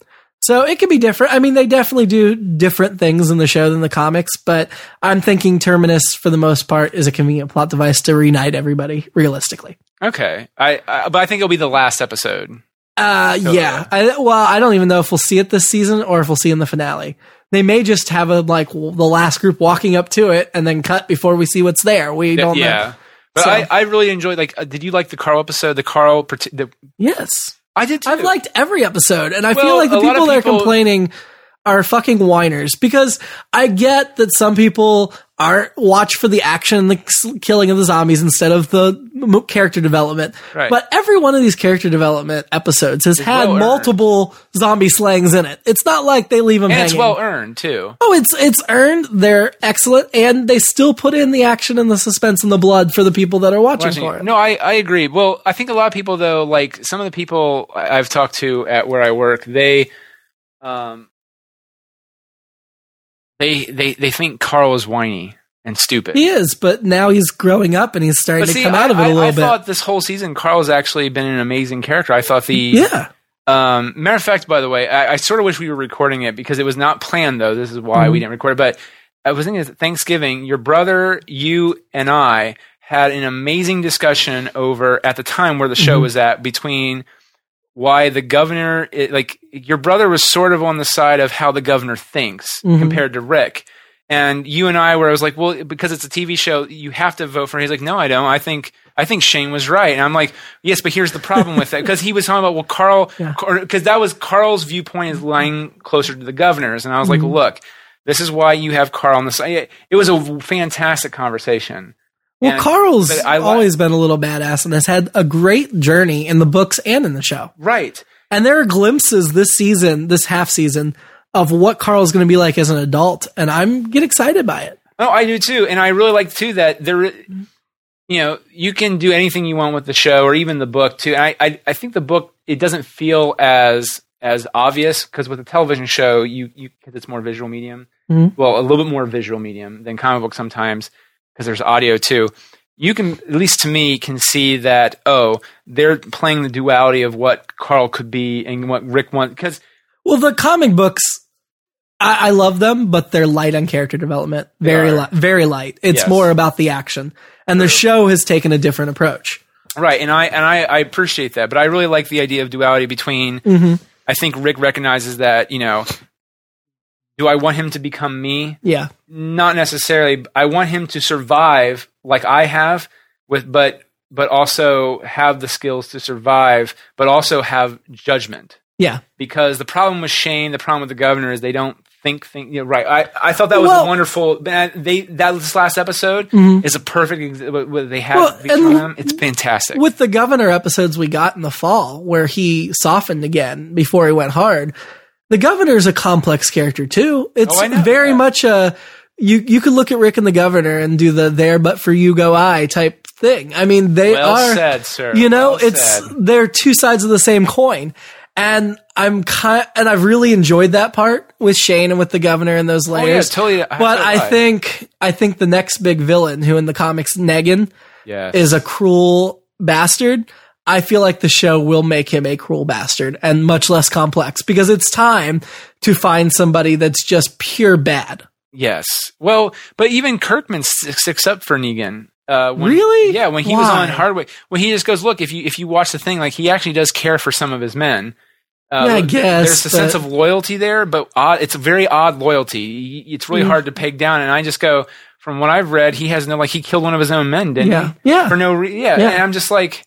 [SPEAKER 2] So it could be different. I mean, they definitely do different things in the show than the comics, but I'm thinking Terminus, for the most part, is a convenient plot device to reunite everybody realistically.
[SPEAKER 1] Okay, I, I but I think it'll be the last episode.
[SPEAKER 2] Uh, yeah. I, well, I don't even know if we'll see it this season or if we'll see in the finale. They may just have a like w- the last group walking up to it and then cut before we see what's there. We don't
[SPEAKER 1] yeah,
[SPEAKER 2] know.
[SPEAKER 1] but
[SPEAKER 2] So-
[SPEAKER 1] I, I really enjoyed. Like, uh, did you like the Carl episode? The Carl, parti- the,
[SPEAKER 2] Yes.
[SPEAKER 1] I did. Too.
[SPEAKER 2] I've liked every episode, and I feel
[SPEAKER 1] Well,
[SPEAKER 2] like the
[SPEAKER 1] a lot of
[SPEAKER 2] people that are
[SPEAKER 1] people-
[SPEAKER 2] complaining are fucking whiners because I get that some people are watch for the action, and the s- killing of the zombies instead of the m- character development.
[SPEAKER 1] Right.
[SPEAKER 2] But every one of these character development episodes has had
[SPEAKER 1] well earned.
[SPEAKER 2] multiple zombie slangs in it. It's not like they leave them
[SPEAKER 1] and
[SPEAKER 2] hanging.
[SPEAKER 1] it's well earned too.
[SPEAKER 2] Oh, it's it's earned. They're excellent, and they still put in the action and the suspense and the blood for the people that are watching,
[SPEAKER 1] Watching
[SPEAKER 2] for
[SPEAKER 1] it.
[SPEAKER 2] it.
[SPEAKER 1] No, I, I agree. Well, I think a lot of people though, like some of the people I- I've talked to at where I work, they um they they, they think Carl is whiny and stupid.
[SPEAKER 2] He is, but now he's growing up and he's starting
[SPEAKER 1] But see,
[SPEAKER 2] to come out of it
[SPEAKER 1] I,
[SPEAKER 2] a
[SPEAKER 1] I-
[SPEAKER 2] little
[SPEAKER 1] I
[SPEAKER 2] bit.
[SPEAKER 1] thought this whole season Carl's actually been an amazing character. I thought the
[SPEAKER 2] yeah.
[SPEAKER 1] Um, matter of fact, by the way, I, I sort of wish we were recording it because it was not planned, though. This is why we didn't record it. But I was thinking it's Thanksgiving, your brother, you, and I had an amazing discussion over at the time where the show was at between why the governor, it, like, your brother was sort of on the side of how the governor thinks
[SPEAKER 2] Mhm.
[SPEAKER 1] compared to Rick. And you and I, where I was like, well, because it's a TV show, you have to vote for. He's like, no, I don't. I think I think Shane was right. And I'm like, yes, but here's the problem with that because he was talking about well, Carl,
[SPEAKER 2] Yeah.
[SPEAKER 1] because that was Carl's viewpoint is lying closer to the governor's, and I was like, look, this is why you have Carl on the side. It was a fantastic conversation.
[SPEAKER 2] Well,
[SPEAKER 1] And-
[SPEAKER 2] Carl's
[SPEAKER 1] but I li-
[SPEAKER 2] always been a little badass and has had a great journey in the books and in the show.
[SPEAKER 1] Right.
[SPEAKER 2] And there are glimpses this season, this half season, of what Carl's going to be like as an adult, and I'm get excited by it.
[SPEAKER 1] Oh, I do too, and I really like too that there, you know, you can do anything you want with the show or even the book too. And I, I, I think the book it doesn't feel as as obvious because with a television show, you you because it's more visual medium.
[SPEAKER 2] Mhm.
[SPEAKER 1] Well, a little bit more visual medium than comic book sometimes because there's audio too. You can, at least to me, can see that oh, they're playing the duality of what Carl could be and what Rick wants because
[SPEAKER 2] Well, the comic books, I, I love them, but they're light on character development. Very
[SPEAKER 1] are.
[SPEAKER 2] light, very light. It's
[SPEAKER 1] Yes.
[SPEAKER 2] more about the action, and the show has taken a different approach.
[SPEAKER 1] Right, and I and I, I appreciate that, but I really like the idea of duality between.
[SPEAKER 2] Mm-hmm.
[SPEAKER 1] I think Rick recognizes that you know, do I want him to become me?
[SPEAKER 2] Yeah,
[SPEAKER 1] Not necessarily. I want him to survive like I have with, but but also have the skills to survive, but also have judgment.
[SPEAKER 2] yeah.
[SPEAKER 1] Because the problem with Shane, the problem with the governor is they don't think think. You know, right. I, I thought that was
[SPEAKER 2] Well- Mm-hmm.
[SPEAKER 1] a wonderful. They that this last episode is a perfect. ex- What what they have
[SPEAKER 2] Well,
[SPEAKER 1] become
[SPEAKER 2] and-
[SPEAKER 1] them. It's fantastic.
[SPEAKER 2] With the governor episodes we got in the fall, where he softened again before he went hard, the governor's a complex character too. It's
[SPEAKER 1] Oh, I know
[SPEAKER 2] very
[SPEAKER 1] that.
[SPEAKER 2] much a you you could look at Rick and the governor and do the there but for you go I type thing. I mean, they
[SPEAKER 1] well
[SPEAKER 2] are
[SPEAKER 1] said, sir.
[SPEAKER 2] you know
[SPEAKER 1] Well
[SPEAKER 2] it's
[SPEAKER 1] said.
[SPEAKER 2] they're two sides of the same coin and i'm kind and i've really enjoyed that part with shane and with the governor and those
[SPEAKER 1] Oh, yeah,
[SPEAKER 2] layers
[SPEAKER 1] totally. I-
[SPEAKER 2] but i
[SPEAKER 1] I-
[SPEAKER 2] think i think the next big villain who in the comics negan
[SPEAKER 1] yes.
[SPEAKER 2] is a cruel bastard i feel like the show will make him a cruel bastard and much less complex because it's time to find somebody that's just pure bad
[SPEAKER 1] yes. Well, but even Kirkman st- sticks up for Negan. Uh, when,
[SPEAKER 2] Really?
[SPEAKER 1] Yeah, when he was
[SPEAKER 2] Why?
[SPEAKER 1] on Hardwick, when he just goes, look, if you if you watch the thing, like he actually does care for some of his men. Uh,
[SPEAKER 2] Yeah, I guess,
[SPEAKER 1] there's a
[SPEAKER 2] but-
[SPEAKER 1] sense of loyalty there, but odd, it's a very odd loyalty. Y- It's
[SPEAKER 2] Mm.
[SPEAKER 1] really hard to peg down. And I just go from what I've read, he has no like he killed one of his own men, didn't
[SPEAKER 2] Yeah.
[SPEAKER 1] he?
[SPEAKER 2] Yeah.
[SPEAKER 1] for no reason. Yeah.
[SPEAKER 2] Yeah.
[SPEAKER 1] and I'm just like,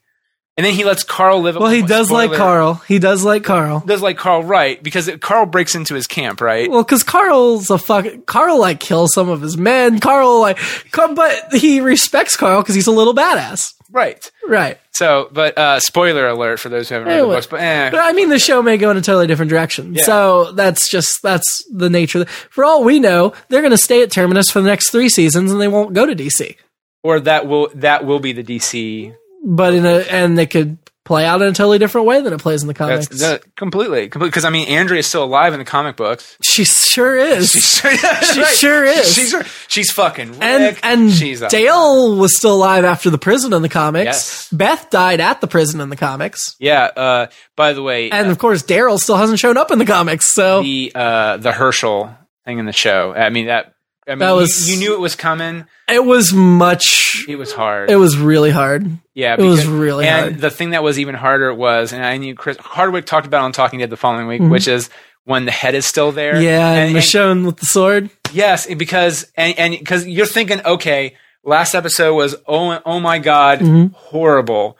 [SPEAKER 1] and then he lets Carl live.
[SPEAKER 2] well he does like
[SPEAKER 1] Spoiler.
[SPEAKER 2] carl he does like carl
[SPEAKER 1] Does like Carl right because it, Carl breaks into his camp, right?
[SPEAKER 2] Well, because Carl's a fuck. Carl like kills some of his men. Carl like, Car- but he respects Carl because he's a little badass,
[SPEAKER 1] right.
[SPEAKER 2] right?
[SPEAKER 1] So, but uh, spoiler alert for those who haven't read the
[SPEAKER 2] Anyway.
[SPEAKER 1] books. But, eh.
[SPEAKER 2] But I mean, the show may go in a totally different direction. So that's just that's the nature. Of the- For all we know, they're going to stay at Terminus for the next three seasons, and they won't go to DC.
[SPEAKER 1] or that will that will be the DC.
[SPEAKER 2] But in a and they could play out in a totally different way than it plays in the
[SPEAKER 1] That's
[SPEAKER 2] comics.
[SPEAKER 1] the, completely completely because I mean Andrea is still alive in the comic books.
[SPEAKER 2] she sure is.
[SPEAKER 1] she
[SPEAKER 2] sure is.
[SPEAKER 1] She's she's fucking Rick.
[SPEAKER 2] and and
[SPEAKER 1] she's a-
[SPEAKER 2] Dale was still alive after the prison in the comics.
[SPEAKER 1] Yes.
[SPEAKER 2] Beth died at the prison in the comics.
[SPEAKER 1] yeah. Uh, by the way,
[SPEAKER 2] And of course, Daryl still hasn't shown up in the comics. So
[SPEAKER 1] the uh, the Herschel thing in the show. I mean that. I mean,
[SPEAKER 2] That
[SPEAKER 1] you-
[SPEAKER 2] was-
[SPEAKER 1] you, knew it was coming.
[SPEAKER 2] it was much.
[SPEAKER 1] It was hard.
[SPEAKER 2] It was really hard.
[SPEAKER 1] yeah,
[SPEAKER 2] it was really
[SPEAKER 1] And
[SPEAKER 2] hard.
[SPEAKER 1] the thing that was even harder was, and I knew Chris Hardwick talked about it on Talking Dead the following week, which is when the head is still there.
[SPEAKER 2] Mm-hmm. Yeah, and, Michonne with the sword.
[SPEAKER 1] Yes, because and and because you're thinking, okay, last episode was oh oh my god,
[SPEAKER 2] Mm-hmm.
[SPEAKER 1] horrible.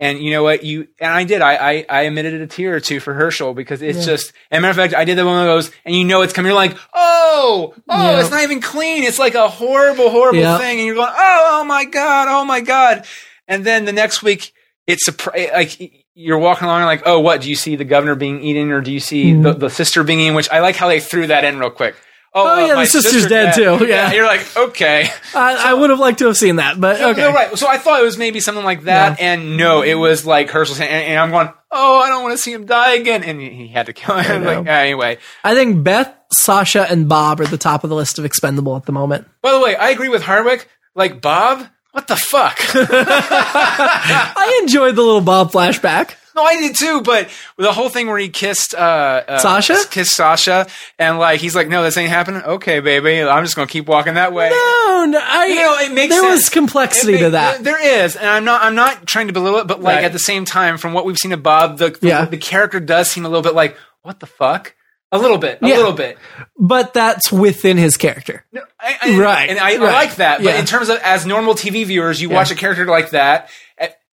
[SPEAKER 1] And you know what you and I did I, I I emitted a tear or two for Herschel because it's just and matter of fact I did the one of those and you know it's coming you're like oh oh
[SPEAKER 2] Yeah.
[SPEAKER 1] it's not even clean it's like a horrible horrible
[SPEAKER 2] Yeah.
[SPEAKER 1] thing and you're going oh oh my god oh my god and then the next week it's surpri- like you're walking along like oh what do you see the governor being eaten or do you see
[SPEAKER 2] Mm-hmm.
[SPEAKER 1] the, the sister being eaten which I like how they threw that in real quick uh,
[SPEAKER 2] Oh, yeah, the
[SPEAKER 1] my
[SPEAKER 2] sister's dead, too. Yeah.
[SPEAKER 1] you're like okay,
[SPEAKER 2] I, I would have liked to have seen that, but okay.
[SPEAKER 1] No, right. So I thought it was maybe something like that, and no, it was like Herschel saying, and, and I'm going, oh, I don't want to see him die again, and he- he had to kill him. like
[SPEAKER 2] know.
[SPEAKER 1] anyway,
[SPEAKER 2] I think Beth, Sasha, and Bob are the top of the list of expendable at the moment.
[SPEAKER 1] by the way, I agree with Hardwick. Like Bob, what the fuck?
[SPEAKER 2] I enjoyed the little Bob flashback.
[SPEAKER 1] no, I did too, but the whole thing where he kissed uh, uh
[SPEAKER 2] Sasha?
[SPEAKER 1] kissed Sasha, and like he's like, no, this ain't happening. Okay, baby, I'm just gonna keep walking that way.
[SPEAKER 2] Oh, no, I,
[SPEAKER 1] You know, it makes
[SPEAKER 2] there
[SPEAKER 1] sense.
[SPEAKER 2] was complexity
[SPEAKER 1] It may-
[SPEAKER 2] to that.
[SPEAKER 1] There there is, and I'm not I'm not trying to belittle it, but like
[SPEAKER 2] Right.
[SPEAKER 1] at the same time, from what we've seen of Bob, the the,
[SPEAKER 2] Yeah.
[SPEAKER 1] the character does seem a little bit like what the fuck. A little bit, a
[SPEAKER 2] Yeah.
[SPEAKER 1] little bit,
[SPEAKER 2] but that's within his character.
[SPEAKER 1] No, I, I-
[SPEAKER 2] Right,
[SPEAKER 1] And I, I
[SPEAKER 2] right.
[SPEAKER 1] like that. But
[SPEAKER 2] Yeah.
[SPEAKER 1] in terms of as normal TV viewers, you watch a character like that.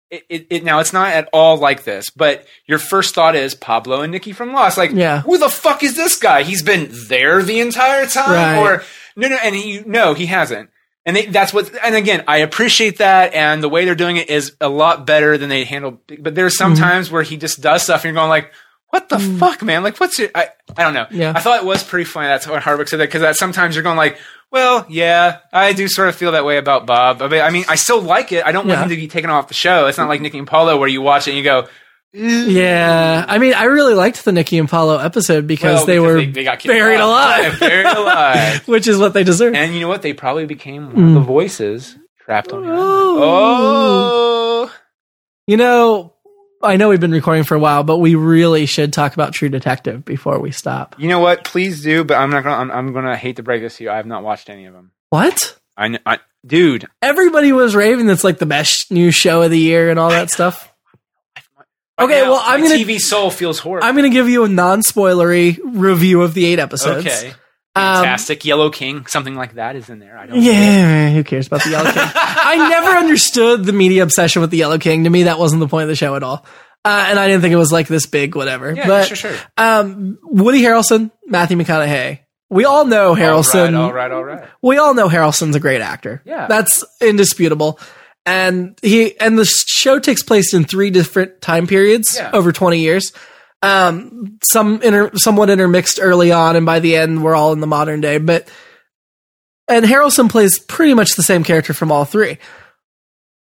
[SPEAKER 1] It, it, it, now it's not at all like this, but your first thought is Pablo and Nikki from Lost. Like,
[SPEAKER 2] Yeah.
[SPEAKER 1] who the fuck is this guy? He's been there the entire time,
[SPEAKER 2] Right.
[SPEAKER 1] or no, no, and he no, he hasn't. And they, that's what. And again, I appreciate that, and
[SPEAKER 2] Mm-hmm.
[SPEAKER 1] the way they're doing it is a lot better than they handle. But there's some times where he just does stuff, and you're going like, what the fuck, man? Like, what's your? I, I don't know.
[SPEAKER 2] Mm. Yeah.
[SPEAKER 1] I thought it was pretty funny. That's what Harvick said that because that sometimes you're going like, well, yeah, I do sort of feel that way about Bob. I mean, I, mean, I still like it. I don't want
[SPEAKER 2] Yeah.
[SPEAKER 1] him to be taken off the show. It's not like Nicky and Paulo where you watch it and you go,
[SPEAKER 2] Yeah, I mean, I really liked the Nikki and Paulo episode
[SPEAKER 1] well,
[SPEAKER 2] because they
[SPEAKER 1] because
[SPEAKER 2] were
[SPEAKER 1] got kicked
[SPEAKER 2] buried
[SPEAKER 1] off.
[SPEAKER 2] alive,
[SPEAKER 1] buried alive.
[SPEAKER 2] which is what they deserve.
[SPEAKER 1] And you know what? They probably became one of
[SPEAKER 2] Mm.
[SPEAKER 1] the voices trapped on. the island.
[SPEAKER 2] Oh.
[SPEAKER 1] Oh.
[SPEAKER 2] You know, I know we've been recording for a while, but we really should talk about True Detective before we stop.
[SPEAKER 1] You know what? Please do, but I'm not gonna. I'm, I'm gonna hate to break this to you. I have not watched any of them.
[SPEAKER 2] What?
[SPEAKER 1] I, kn- I dude,
[SPEAKER 2] Everybody was raving that's like the best new show of the year and all that stuff. Okay, well, I'm
[SPEAKER 1] my
[SPEAKER 2] gonna-
[SPEAKER 1] TV soul feels horrible.
[SPEAKER 2] I'm going to give you a non-spoilery review of the eight episodes.
[SPEAKER 1] okay,
[SPEAKER 2] Um,
[SPEAKER 1] fantastic. Yellow King, something like that is in there. I don't.
[SPEAKER 2] Yeah, who cares about the Yellow King? I never understood the media obsession with the Yellow King. To me, that wasn't the point of the show at all. Uh, and I didn't think it was like this big, whatever.
[SPEAKER 1] Yeah,
[SPEAKER 2] but
[SPEAKER 1] sure, sure.
[SPEAKER 2] Um, Woody Harrelson, Matthew McConaughey. We all know Harrelson.
[SPEAKER 1] All right, all right, all right.
[SPEAKER 2] We all know Harrelson's a great actor.
[SPEAKER 1] Yeah.
[SPEAKER 2] that's indisputable. And he and the show takes place in three different time periods
[SPEAKER 1] Yeah.
[SPEAKER 2] over twenty years. Um, some inter, somewhat intermixed early on, and by the end, we're all in the modern day. But and Harrelson plays pretty much the same character from all three.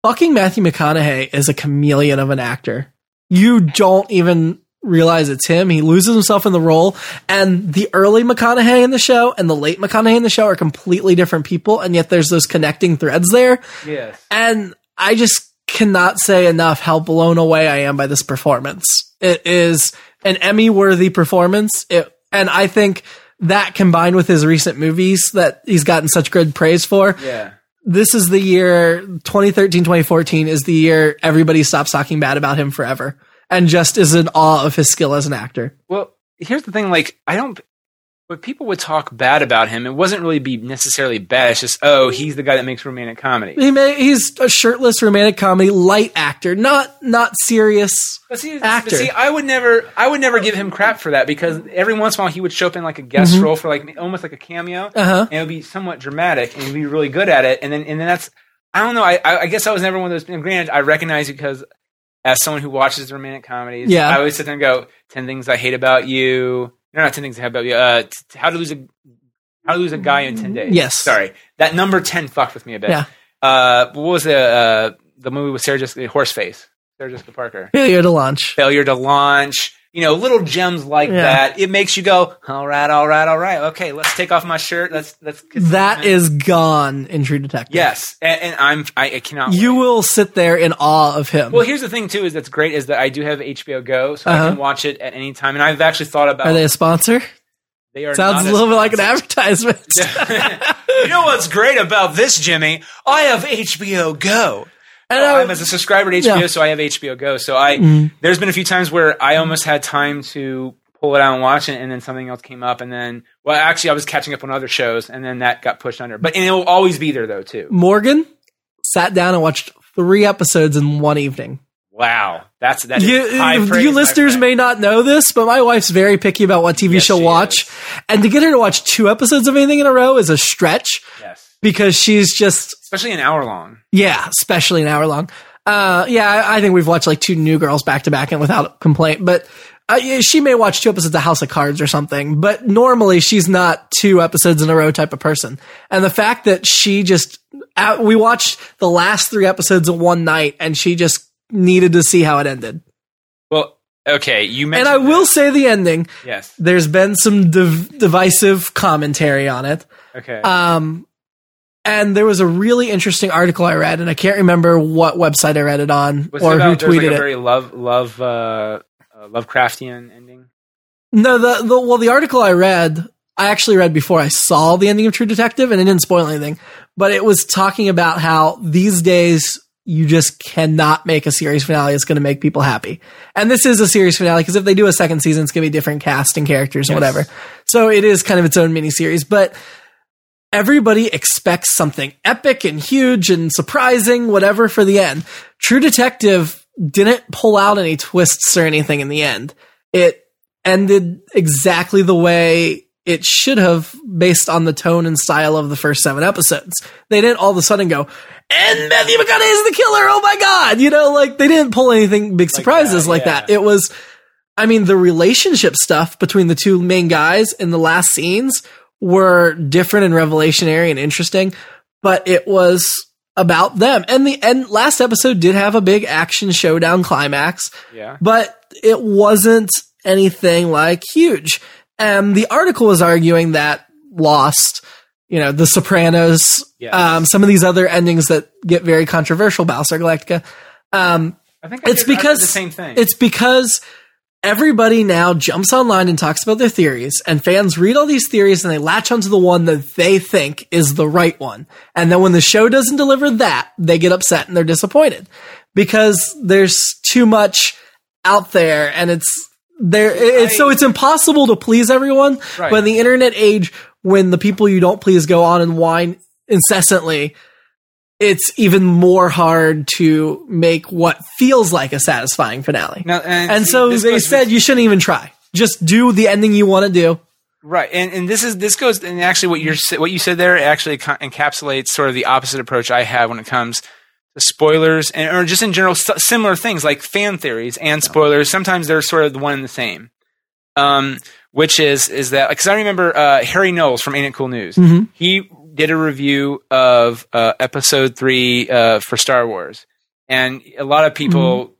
[SPEAKER 2] Fucking Matthew McConaughey is a chameleon of an actor. You don't even realize it's him. He loses himself in the role, and the early McConaughey in the show and the late McConaughey in the show are completely different people, and yet there's those connecting threads there.
[SPEAKER 1] Yes.
[SPEAKER 2] And I just cannot say enough how blown away I am by this performance. It is an Emmy worthy performance. It, and I think that combined with his recent movies that he's gotten such good praise for,
[SPEAKER 1] Yeah.
[SPEAKER 2] this is the year 2013, 2014 is the year everybody stops talking bad about him forever and just is in awe of his skill as an actor.
[SPEAKER 1] Well, here's the thing. Like, I don't. When people would talk bad about him, it wasn't really be necessarily bad. It's just, oh, he's the guy that makes romantic comedy.
[SPEAKER 2] He may, he's a shirtless romantic comedy light actor, not not serious.
[SPEAKER 1] But see,
[SPEAKER 2] Actor.
[SPEAKER 1] But see, I would never, I would never give him crap for that because every once in a while he would show up in like a guest role for like almost like a cameo,
[SPEAKER 2] Mm-hmm. Uh-huh.
[SPEAKER 1] and it would be somewhat dramatic, and he'd be really good at it. And then, and then that's, I don't know. I, I I guess I was never one of those. And granted, I recognize because as someone who watches romantic comedies,
[SPEAKER 2] Yeah.
[SPEAKER 1] I always sit there and go, 10 things I hate about you." No, not ten things I hate about you. Uh, t- t- how to lose a, how to lose a guy in ten days.
[SPEAKER 2] Yes.
[SPEAKER 1] sorry, that number ten fucked with me a bit.
[SPEAKER 2] Yeah.
[SPEAKER 1] Uh, what was the uh, the movie with Sarah Jessica Horseface? Sarah Jessica Parker
[SPEAKER 2] Failure to launch.
[SPEAKER 1] failure to launch, you know, little gems like
[SPEAKER 2] Yeah.
[SPEAKER 1] that. It makes you go, all right, all right, all right, okay, let's take off my shirt. Let's let's kiss
[SPEAKER 2] That
[SPEAKER 1] my-"
[SPEAKER 2] is gone in True Detective.
[SPEAKER 1] yes, and, and I'm I, I cannot.
[SPEAKER 2] You will sit there in awe of him.
[SPEAKER 1] well, here's the thing too is that's great is that I do have HBO Go, so I
[SPEAKER 2] Uh-huh.
[SPEAKER 1] can watch it at any time. And I've actually thought about
[SPEAKER 2] Are they a sponsor?
[SPEAKER 1] they are
[SPEAKER 2] Sounds
[SPEAKER 1] not
[SPEAKER 2] a little bit like an
[SPEAKER 1] sponsor.
[SPEAKER 2] advertisement.
[SPEAKER 1] you know what's great about this, Jimmy? I have HBO Go.
[SPEAKER 2] And, uh,
[SPEAKER 1] I'm as a subscriber to HBO,
[SPEAKER 2] yeah. Mm-hmm.
[SPEAKER 1] so I have HBO Go. So I there's been a few times where I almost had time to pull it out and watch it, and then something else came up, and then well, actually I was catching up on other shows, and then that got pushed under. But and it will always be there though
[SPEAKER 2] Mm-hmm.
[SPEAKER 1] too.
[SPEAKER 2] Morgan sat down and watched three episodes in one evening.
[SPEAKER 1] Wow, that's that. Is
[SPEAKER 2] You, uh,
[SPEAKER 1] high praise,
[SPEAKER 2] you
[SPEAKER 1] high
[SPEAKER 2] listeners
[SPEAKER 1] praise.
[SPEAKER 2] may not know this, but my wife's very picky about what TV
[SPEAKER 1] Yes,
[SPEAKER 2] she'll
[SPEAKER 1] she
[SPEAKER 2] watch.
[SPEAKER 1] is.
[SPEAKER 2] And to get her to watch two episodes of anything in a row is a stretch
[SPEAKER 1] yes,
[SPEAKER 2] because she's just,
[SPEAKER 1] especially an hour long.
[SPEAKER 2] yeah, especially an hour long. Uh, yeah, I, I think we've watched like two New Girls back to back and without complaint, but uh, yeah, she may watch two episodes of House of Cards or something, but normally she's not two episodes in a row type of person. And the fact that she just, uh, we watched the last three episodes in one night and she just needed to see how it ended.
[SPEAKER 1] Well, okay, you
[SPEAKER 2] And
[SPEAKER 1] mentioned
[SPEAKER 2] I will say the ending.
[SPEAKER 1] yes,
[SPEAKER 2] There's been some div- divisive commentary on it.
[SPEAKER 1] okay,
[SPEAKER 2] Um, and there was a really interesting article I read, and I can't remember what website I read it on
[SPEAKER 1] was
[SPEAKER 2] or
[SPEAKER 1] it about,
[SPEAKER 2] who
[SPEAKER 1] there's like
[SPEAKER 2] tweeted
[SPEAKER 1] a
[SPEAKER 2] it.
[SPEAKER 1] very love love uh, uh, Lovecraftian ending.
[SPEAKER 2] No, the, the well, the article I read, I actually read before I saw the ending of True Detective, and it didn't spoil anything. But it was talking about how these days you just cannot make a series finale that's going to make people happy. And this is a series finale because if they do a second season, it's going to be different cast and characters and whatever. So it is kind of its own mini series, but. Everybody expects something epic and huge and surprising, whatever, for the end. True Detective didn't pull out any twists or anything in the end. It ended exactly the way it should have based on the tone and style of the first seven episodes. They didn't all of a sudden go, and Matthew McConaughey is the killer. Oh my God. You know, like they didn't pull anything big surprises
[SPEAKER 1] that,
[SPEAKER 2] like
[SPEAKER 1] yeah.
[SPEAKER 2] that. It was, I mean, the relationship stuff between the two main guys in the last scenes were different and revelationary and interesting, but it was about them. And the and last episode did have a big action showdown climax,
[SPEAKER 1] Yeah.
[SPEAKER 2] but it wasn't anything like huge. And the article was arguing that Lost, you know, The Sopranos,
[SPEAKER 1] Yes.
[SPEAKER 2] um, some of these other endings that get very controversial, Battlestar Galactica, um,
[SPEAKER 1] I think
[SPEAKER 2] it's because
[SPEAKER 1] the same thing.
[SPEAKER 2] It's because everybody now jumps online and talks about their theories, and fans read all these theories and they latch onto the one that they think is the right one. And then when the show doesn't deliver that, they get upset and they're disappointed because there's too much out there, and it's there. It's, so it's impossible to please everyone.
[SPEAKER 1] Right.
[SPEAKER 2] But in the internet age, when the people you don't please go on and whine incessantly it's even more hard to make what feels like a satisfying finale.
[SPEAKER 1] Now, and,
[SPEAKER 2] and
[SPEAKER 1] see,
[SPEAKER 2] so
[SPEAKER 1] this
[SPEAKER 2] they
[SPEAKER 1] goes-
[SPEAKER 2] said you shouldn't even try. Just do the ending you want to do.
[SPEAKER 1] Right, and and this is this goes and actually what you're sa- what you said there actually co- encapsulates sort of the opposite approach I have when it comes to spoilers and or just in general s- similar things like fan theories and spoilers. Sometimes they're sort of the one and the same. Um, which is is that because I remember uh, Harry Knowles from Ain't It Cool News, he did a review of uh, Episode Three uh, for Star Wars, and a lot of people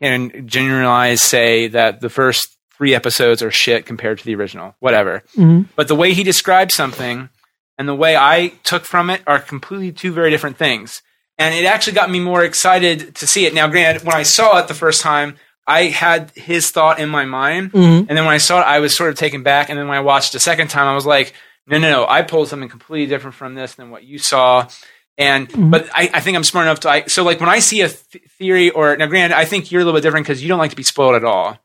[SPEAKER 1] can generalize say that the first three episodes are shit compared to the original, whatever. But the way he describes something and the way I took from it are completely two very different things. And it actually got me more excited to see it. Now, granted, when I saw it the first time, I had his thought in my mind. And then when I saw it, I was sort of taken back. And then when I watched it a second time, I was like, no, no, no, I pulled something completely different from this than what you saw. And, but I, I think I'm smart enough to, I, so like when I see a th- theory or, now granted, I think you're a little bit different because you don't like to be spoiled at all.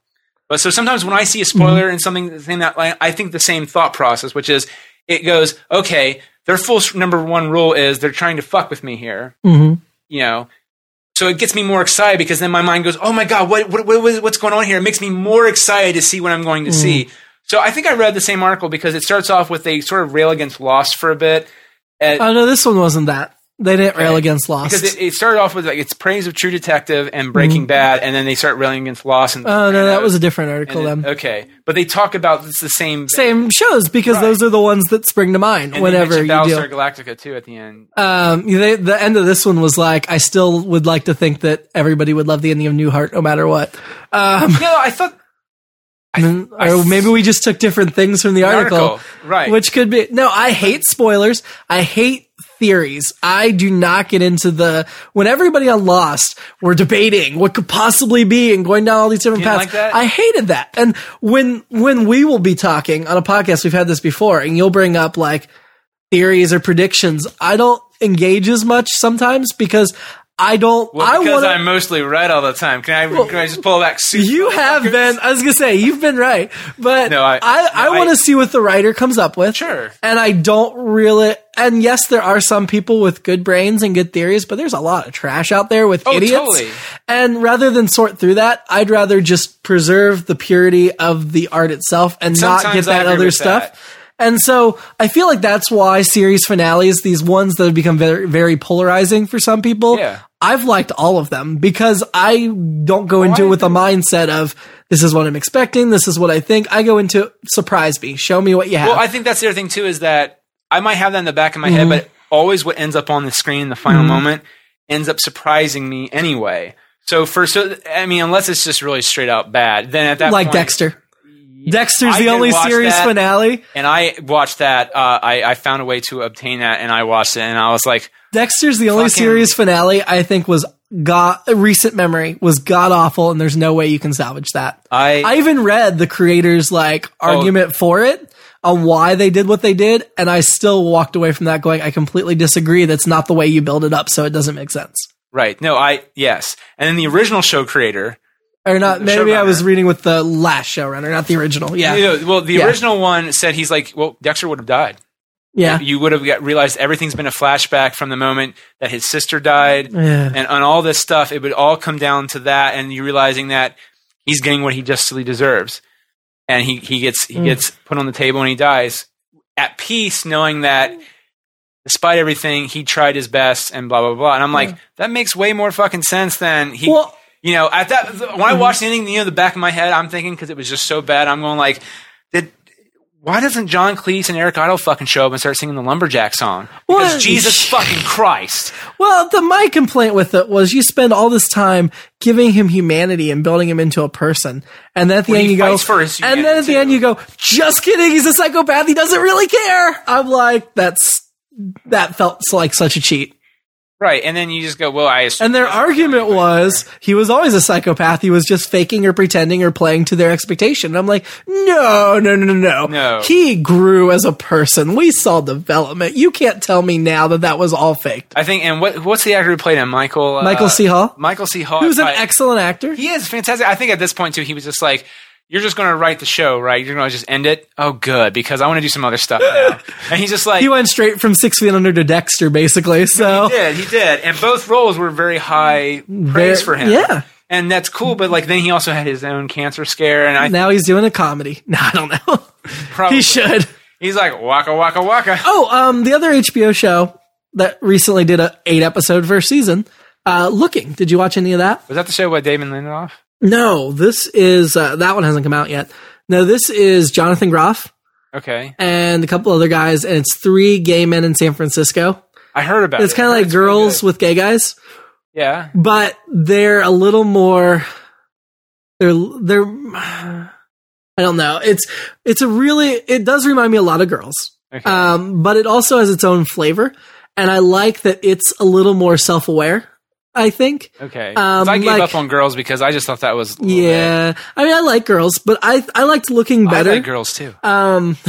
[SPEAKER 1] But so sometimes when I see a spoiler and something that's in that line, I think the same thought process, which is it goes, okay, their full s- number one rule is they're trying to fuck with me here,
[SPEAKER 2] Mhm.
[SPEAKER 1] you know. So it gets me more excited because then my mind goes, oh my god, what, what, what what- what's going on here? It makes me more excited to see what I'm going to see. So I think I read the same article because it starts off with they sort of rail against Lost for a bit. At,
[SPEAKER 2] Oh no, this one wasn't that. They didn't rail
[SPEAKER 1] Okay.
[SPEAKER 2] against Lost.
[SPEAKER 1] because it, it started off with like it's praise of True Detective and Breaking Bad, and then they start railing against Lost. And
[SPEAKER 2] Mm.
[SPEAKER 1] uh,
[SPEAKER 2] oh no, that was a different
[SPEAKER 1] and uh,
[SPEAKER 2] article
[SPEAKER 1] then-
[SPEAKER 2] then.
[SPEAKER 1] Okay, but they talk about it's the same
[SPEAKER 2] Same shows because
[SPEAKER 1] Right.
[SPEAKER 2] those are the ones that spring to mind
[SPEAKER 1] And they
[SPEAKER 2] whenever
[SPEAKER 1] mentioned
[SPEAKER 2] you
[SPEAKER 1] Battlestar
[SPEAKER 2] do.
[SPEAKER 1] Galactica too at the end.
[SPEAKER 2] Um, they, the end of this one was like, I still would like to think that everybody would love the ending of Newhart no matter what. Um,
[SPEAKER 1] no, I thought
[SPEAKER 2] and- or maybe we just took different things from the
[SPEAKER 1] the article,
[SPEAKER 2] article.
[SPEAKER 1] right?
[SPEAKER 2] Which could be no. I hate spoilers. I hate theories. I do not get into the when everybody on Lost were debating what could possibly be and going down all these different
[SPEAKER 1] You didn't
[SPEAKER 2] paths.
[SPEAKER 1] like that?
[SPEAKER 2] I hated that. And when when we will be talking on a podcast, we've had this before, and you'll bring up like theories or predictions. I don't engage as much sometimes because I don't.
[SPEAKER 1] well,
[SPEAKER 2] I
[SPEAKER 1] because
[SPEAKER 2] want to.
[SPEAKER 1] I'm mostly red all the time. Can I, can I just pull back? Super
[SPEAKER 2] You have been. I was gonna say you've been right, but
[SPEAKER 1] No,
[SPEAKER 2] I
[SPEAKER 1] I-
[SPEAKER 2] I,
[SPEAKER 1] no,
[SPEAKER 2] want
[SPEAKER 1] I-
[SPEAKER 2] to see what the writer comes up with.
[SPEAKER 1] Sure.
[SPEAKER 2] And I don't really. And yes, there are some people with good brains and good theories, but there's a lot of trash out there with
[SPEAKER 1] Oh,
[SPEAKER 2] idiots.
[SPEAKER 1] totally.
[SPEAKER 2] And rather than sort through that, I'd rather just preserve the purity of the art itself and not get
[SPEAKER 1] Sometimes I
[SPEAKER 2] that
[SPEAKER 1] agree
[SPEAKER 2] other
[SPEAKER 1] with
[SPEAKER 2] stuff.
[SPEAKER 1] that.
[SPEAKER 2] And so I feel like that's why series finales, these ones that have become very, very polarizing for some people,
[SPEAKER 1] Yeah.
[SPEAKER 2] I've liked all of them because I don't go into it with a mindset of this is what I'm expecting, this is what I think. I go into surprise me, show me what you have.
[SPEAKER 1] Well, I think that's the other thing too is that I might have that in the back of my
[SPEAKER 2] Mm-hmm.
[SPEAKER 1] head, but always what ends up on the screen in the final moment ends up surprising me anyway. So for so I mean, unless it's just really straight out bad, then at that
[SPEAKER 2] like
[SPEAKER 1] point,
[SPEAKER 2] Dexter. Dexter's
[SPEAKER 1] I
[SPEAKER 2] the
[SPEAKER 1] did
[SPEAKER 2] only
[SPEAKER 1] watch
[SPEAKER 2] series
[SPEAKER 1] that.
[SPEAKER 2] finale.
[SPEAKER 1] and I watched that. Uh, I I found a way to obtain that, and I watched it, and I was like,
[SPEAKER 2] Dexter's the only
[SPEAKER 1] Fucking-
[SPEAKER 2] series finale I think was god recent memory was god awful, and there's no way you can salvage that.
[SPEAKER 1] I Oh.
[SPEAKER 2] I even read the creator's like argument for it on why they did what they did, and I still walked away from that going, I completely disagree. That's not the way you build it up, so it doesn't make sense.
[SPEAKER 1] Right. No, I yes. And then the original show creator.
[SPEAKER 2] Or not?
[SPEAKER 1] The
[SPEAKER 2] Maybe I
[SPEAKER 1] showrunner.
[SPEAKER 2] was reading with the last showrunner, not the original. Yeah,
[SPEAKER 1] you know, well, the
[SPEAKER 2] Yeah.
[SPEAKER 1] original one said he's like, well, Dexter would have died.
[SPEAKER 2] yeah.
[SPEAKER 1] You would have got, realized everything's been a flashback from the moment that his sister died,
[SPEAKER 2] Yeah.
[SPEAKER 1] and on all this stuff, it would all come down to that, and you realizing that he's getting what he justly deserves, and he he gets he gets put on the table and he dies at peace, knowing that. Despite everything, he tried his best and blah blah blah. And I'm like, that makes way more fucking sense than he
[SPEAKER 2] Well,
[SPEAKER 1] You know, at that when I watched the ending, you know, the back of my head, I'm thinking because it was just so bad. I'm going like, did why doesn't John Cleese and Eric Idle fucking show up and start singing the lumberjack song? Because
[SPEAKER 2] Well,
[SPEAKER 1] Jesus fucking Christ!
[SPEAKER 2] Well, the my complaint with it was you spend all this time giving him humanity and building him into a person, and then at the
[SPEAKER 1] Well,
[SPEAKER 2] end
[SPEAKER 1] he
[SPEAKER 2] you go,
[SPEAKER 1] fights for his
[SPEAKER 2] and then at the
[SPEAKER 1] humanity,
[SPEAKER 2] end you go, just kidding, he's a psychopath, he doesn't really care. I'm like, that's that felt like such a cheat.
[SPEAKER 1] Right, and then you just go, well, I assume
[SPEAKER 2] And their argument was he was always a psychopath. He was just faking or pretending or playing to their expectation. And I'm like, no, no, no, no, no.
[SPEAKER 1] No.
[SPEAKER 2] He grew as a person. We saw development. You can't tell me now that that was all faked.
[SPEAKER 1] I think, and what what's the actor who played him? Michael uh,
[SPEAKER 2] Michael C. Hall?
[SPEAKER 1] Michael C. Hall.
[SPEAKER 2] Who's an
[SPEAKER 1] I-
[SPEAKER 2] excellent actor.
[SPEAKER 1] He is fantastic. I think at this point too, he was just like, "You're just going to write the show, right? You're going to just end it. Oh, good, because I want to do some other stuff now." and he's just like,
[SPEAKER 2] He went straight from Six Feet Under to Dexter, basically. So
[SPEAKER 1] He did. He did. And both roles were very high praise for him.
[SPEAKER 2] yeah.
[SPEAKER 1] And that's cool, but like then he also had his own cancer scare, and I
[SPEAKER 2] now he's doing a comedy. No, I don't know.
[SPEAKER 1] probably
[SPEAKER 2] he should.
[SPEAKER 1] he's like waka waka waka.
[SPEAKER 2] Oh, um, the other HBO show that recently did a eight episode first season. Uh, looking. Did you watch any of that?
[SPEAKER 1] Was that the show by Damon Lindelof?
[SPEAKER 2] No. This is uh, that one hasn't come out yet. No, this is Jonathan Groff
[SPEAKER 1] Okay,
[SPEAKER 2] and a couple other guys, and it's three gay men in San Francisco.
[SPEAKER 1] I heard about
[SPEAKER 2] It's
[SPEAKER 1] it.
[SPEAKER 2] kind of like girls with gay guys.
[SPEAKER 1] yeah.
[SPEAKER 2] but they're a little more they're they're i don't know it's it's a really it does remind me a lot of girls
[SPEAKER 1] Okay.
[SPEAKER 2] um but it also has its own flavor and i like that it's a little more self-aware i think
[SPEAKER 1] Okay.
[SPEAKER 2] um,
[SPEAKER 1] 'Cause I gave
[SPEAKER 2] like-
[SPEAKER 1] up on girls because I just thought that was a little bit-
[SPEAKER 2] yeah i mean i like girls but i i liked looking better
[SPEAKER 1] I like girls too.
[SPEAKER 2] um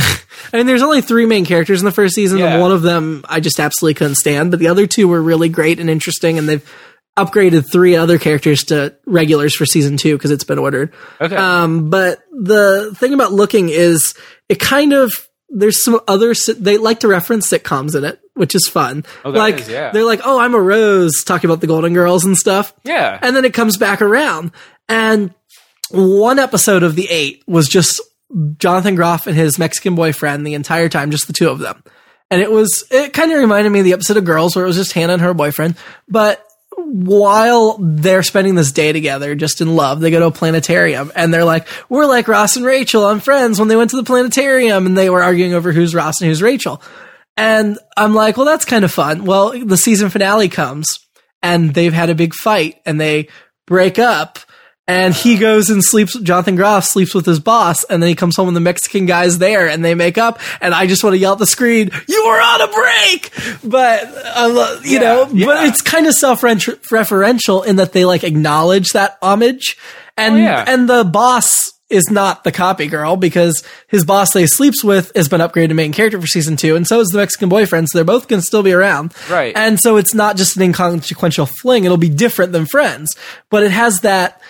[SPEAKER 2] I mean, there's only three main characters in the first season,
[SPEAKER 1] Yeah.
[SPEAKER 2] and one of them I just absolutely couldn't stand. But the other two were really great and interesting, and they've upgraded three other characters to regulars for season two because it's been ordered.
[SPEAKER 1] Okay.
[SPEAKER 2] Um, but the thing about looking is it kind of there's some other si- they like to reference sitcoms in it, which is fun.
[SPEAKER 1] Oh, that
[SPEAKER 2] like
[SPEAKER 1] is, yeah.
[SPEAKER 2] they're like, oh, I'm a rose, talking about the Golden Girls and stuff
[SPEAKER 1] yeah.
[SPEAKER 2] and then it comes back around. And one episode of the eight was just Jonathan Groff and his Mexican boyfriend the entire time, just the two of them. And it was, it kind of reminded me of the episode of Girls where it was just Hannah and her boyfriend. But while they're spending this day together, just in love, they go to a planetarium and they're like, we're like Ross and Rachel on Friends when they went to the planetarium and they were arguing over who's Ross and who's Rachel. And I'm like, well, that's kind of fun. Well, the season finale comes and they've had a big fight and they break up and he goes and sleeps jonathan groff sleeps with his boss and then he comes home and the mexican guy's there and they make up and i just want to yell at the screen you were on a break but I lo- you
[SPEAKER 1] Yeah,
[SPEAKER 2] know but
[SPEAKER 1] yeah.
[SPEAKER 2] it's kind of self-referential in that they like acknowledge that homage and
[SPEAKER 1] Oh, yeah.
[SPEAKER 2] and the boss is not the copy girl because his boss they sleeps with has been upgraded to main character for season two, and so is the Mexican boyfriend. So they're both going to still be around,
[SPEAKER 1] Right.
[SPEAKER 2] And so it's not just an inconsequential fling; it'll be different than Friends, but it has that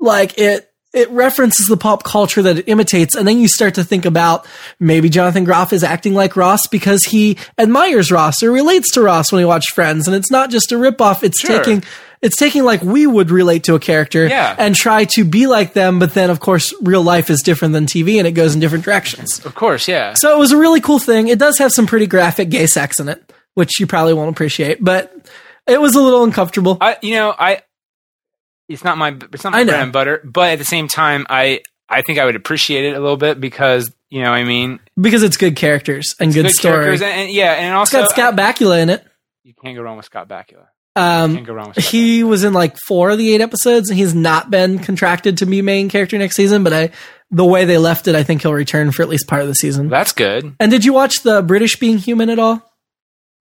[SPEAKER 2] like it it references the pop culture that it imitates and then you start to think about maybe jonathan groff is acting like ross because he admires ross or relates to ross when he watched friends and it's not just a ripoff it's
[SPEAKER 1] Sure.
[SPEAKER 2] taking it's taking like we would relate to a character
[SPEAKER 1] Yeah.
[SPEAKER 2] and try to be like them but then of course real life is different than tv and it goes in different directions
[SPEAKER 1] of course, yeah.
[SPEAKER 2] so it was a really cool thing. It does have some pretty graphic gay sex in it, which you probably won't appreciate, but it was a little uncomfortable.
[SPEAKER 1] I, you know, I, it's not my, it's not my
[SPEAKER 2] I know.
[SPEAKER 1] bread and butter, but at the same time, I, I think I would appreciate it a little bit because, you know, what I mean,
[SPEAKER 2] because it's good characters and good,
[SPEAKER 1] good
[SPEAKER 2] story.
[SPEAKER 1] characters, uh, and, and- yeah, and
[SPEAKER 2] It's
[SPEAKER 1] also
[SPEAKER 2] got Scott Bakula in it.
[SPEAKER 1] you can't go wrong with Scott Bakula.
[SPEAKER 2] Um,
[SPEAKER 1] Can't go wrong with Scott
[SPEAKER 2] he was in like four of the eight episodes, and he's not been contracted to be main character next season. But I, the way they left it, I think he'll return for at least part of the
[SPEAKER 1] Bakula.
[SPEAKER 2] season.
[SPEAKER 1] That's good.
[SPEAKER 2] And did you watch the British Being Human at all?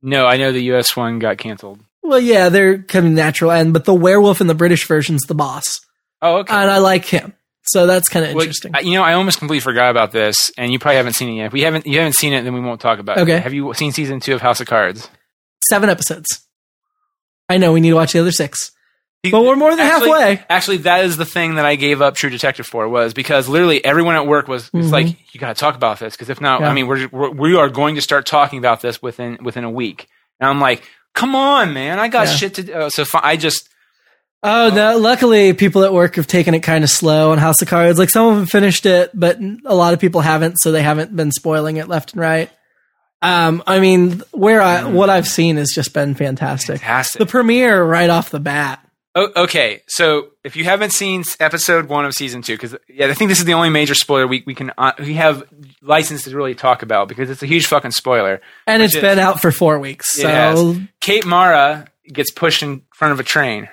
[SPEAKER 1] No, I know the U.S. one got canceled.
[SPEAKER 2] Well, yeah, they're coming natural end, but the werewolf in the British version's the boss,
[SPEAKER 1] Oh, okay.
[SPEAKER 2] and I like him, so that's kind of
[SPEAKER 1] Well,
[SPEAKER 2] Uh, interesting.
[SPEAKER 1] I- you know, I almost completely forgot about this, and you probably haven't seen it yet. If we haven't, you haven't seen it, then we won't talk about it.
[SPEAKER 2] Okay.
[SPEAKER 1] Have you seen season two of House of Cards?
[SPEAKER 2] Seven episodes. I know we need to watch the other six, but we're more than
[SPEAKER 1] Actually-
[SPEAKER 2] halfway.
[SPEAKER 1] Actually, that is the thing that I gave up True Detective for was because literally everyone at work was it's
[SPEAKER 2] Mhm.
[SPEAKER 1] like you got to talk about this because if not,
[SPEAKER 2] Yeah.
[SPEAKER 1] I mean we're, we're we are going to start talking about this within within a week. And I'm like, come on, man, I got
[SPEAKER 2] Yeah.
[SPEAKER 1] shit to do. Oh, so fi- I just
[SPEAKER 2] Oh no! Luckily, people at work have taken it kind of slow on House of Cards. Like some of them finished it, but a lot of people haven't, so they haven't been spoiling it left and right. Um, I mean, where I what I've seen has just been fantastic.
[SPEAKER 1] Hmm. fantastic.
[SPEAKER 2] The premiere right off the bat
[SPEAKER 1] O- Oh, okay, so if you haven't seen s- episode one of season two, because yeah, I think this is the only major spoiler we we can uh, we have license to really talk about because it's a huge fucking spoiler.
[SPEAKER 2] And it's
[SPEAKER 1] is-
[SPEAKER 2] been out for four weeks.
[SPEAKER 1] It
[SPEAKER 2] So
[SPEAKER 1] has. Kate Mara gets pushed in front of a train,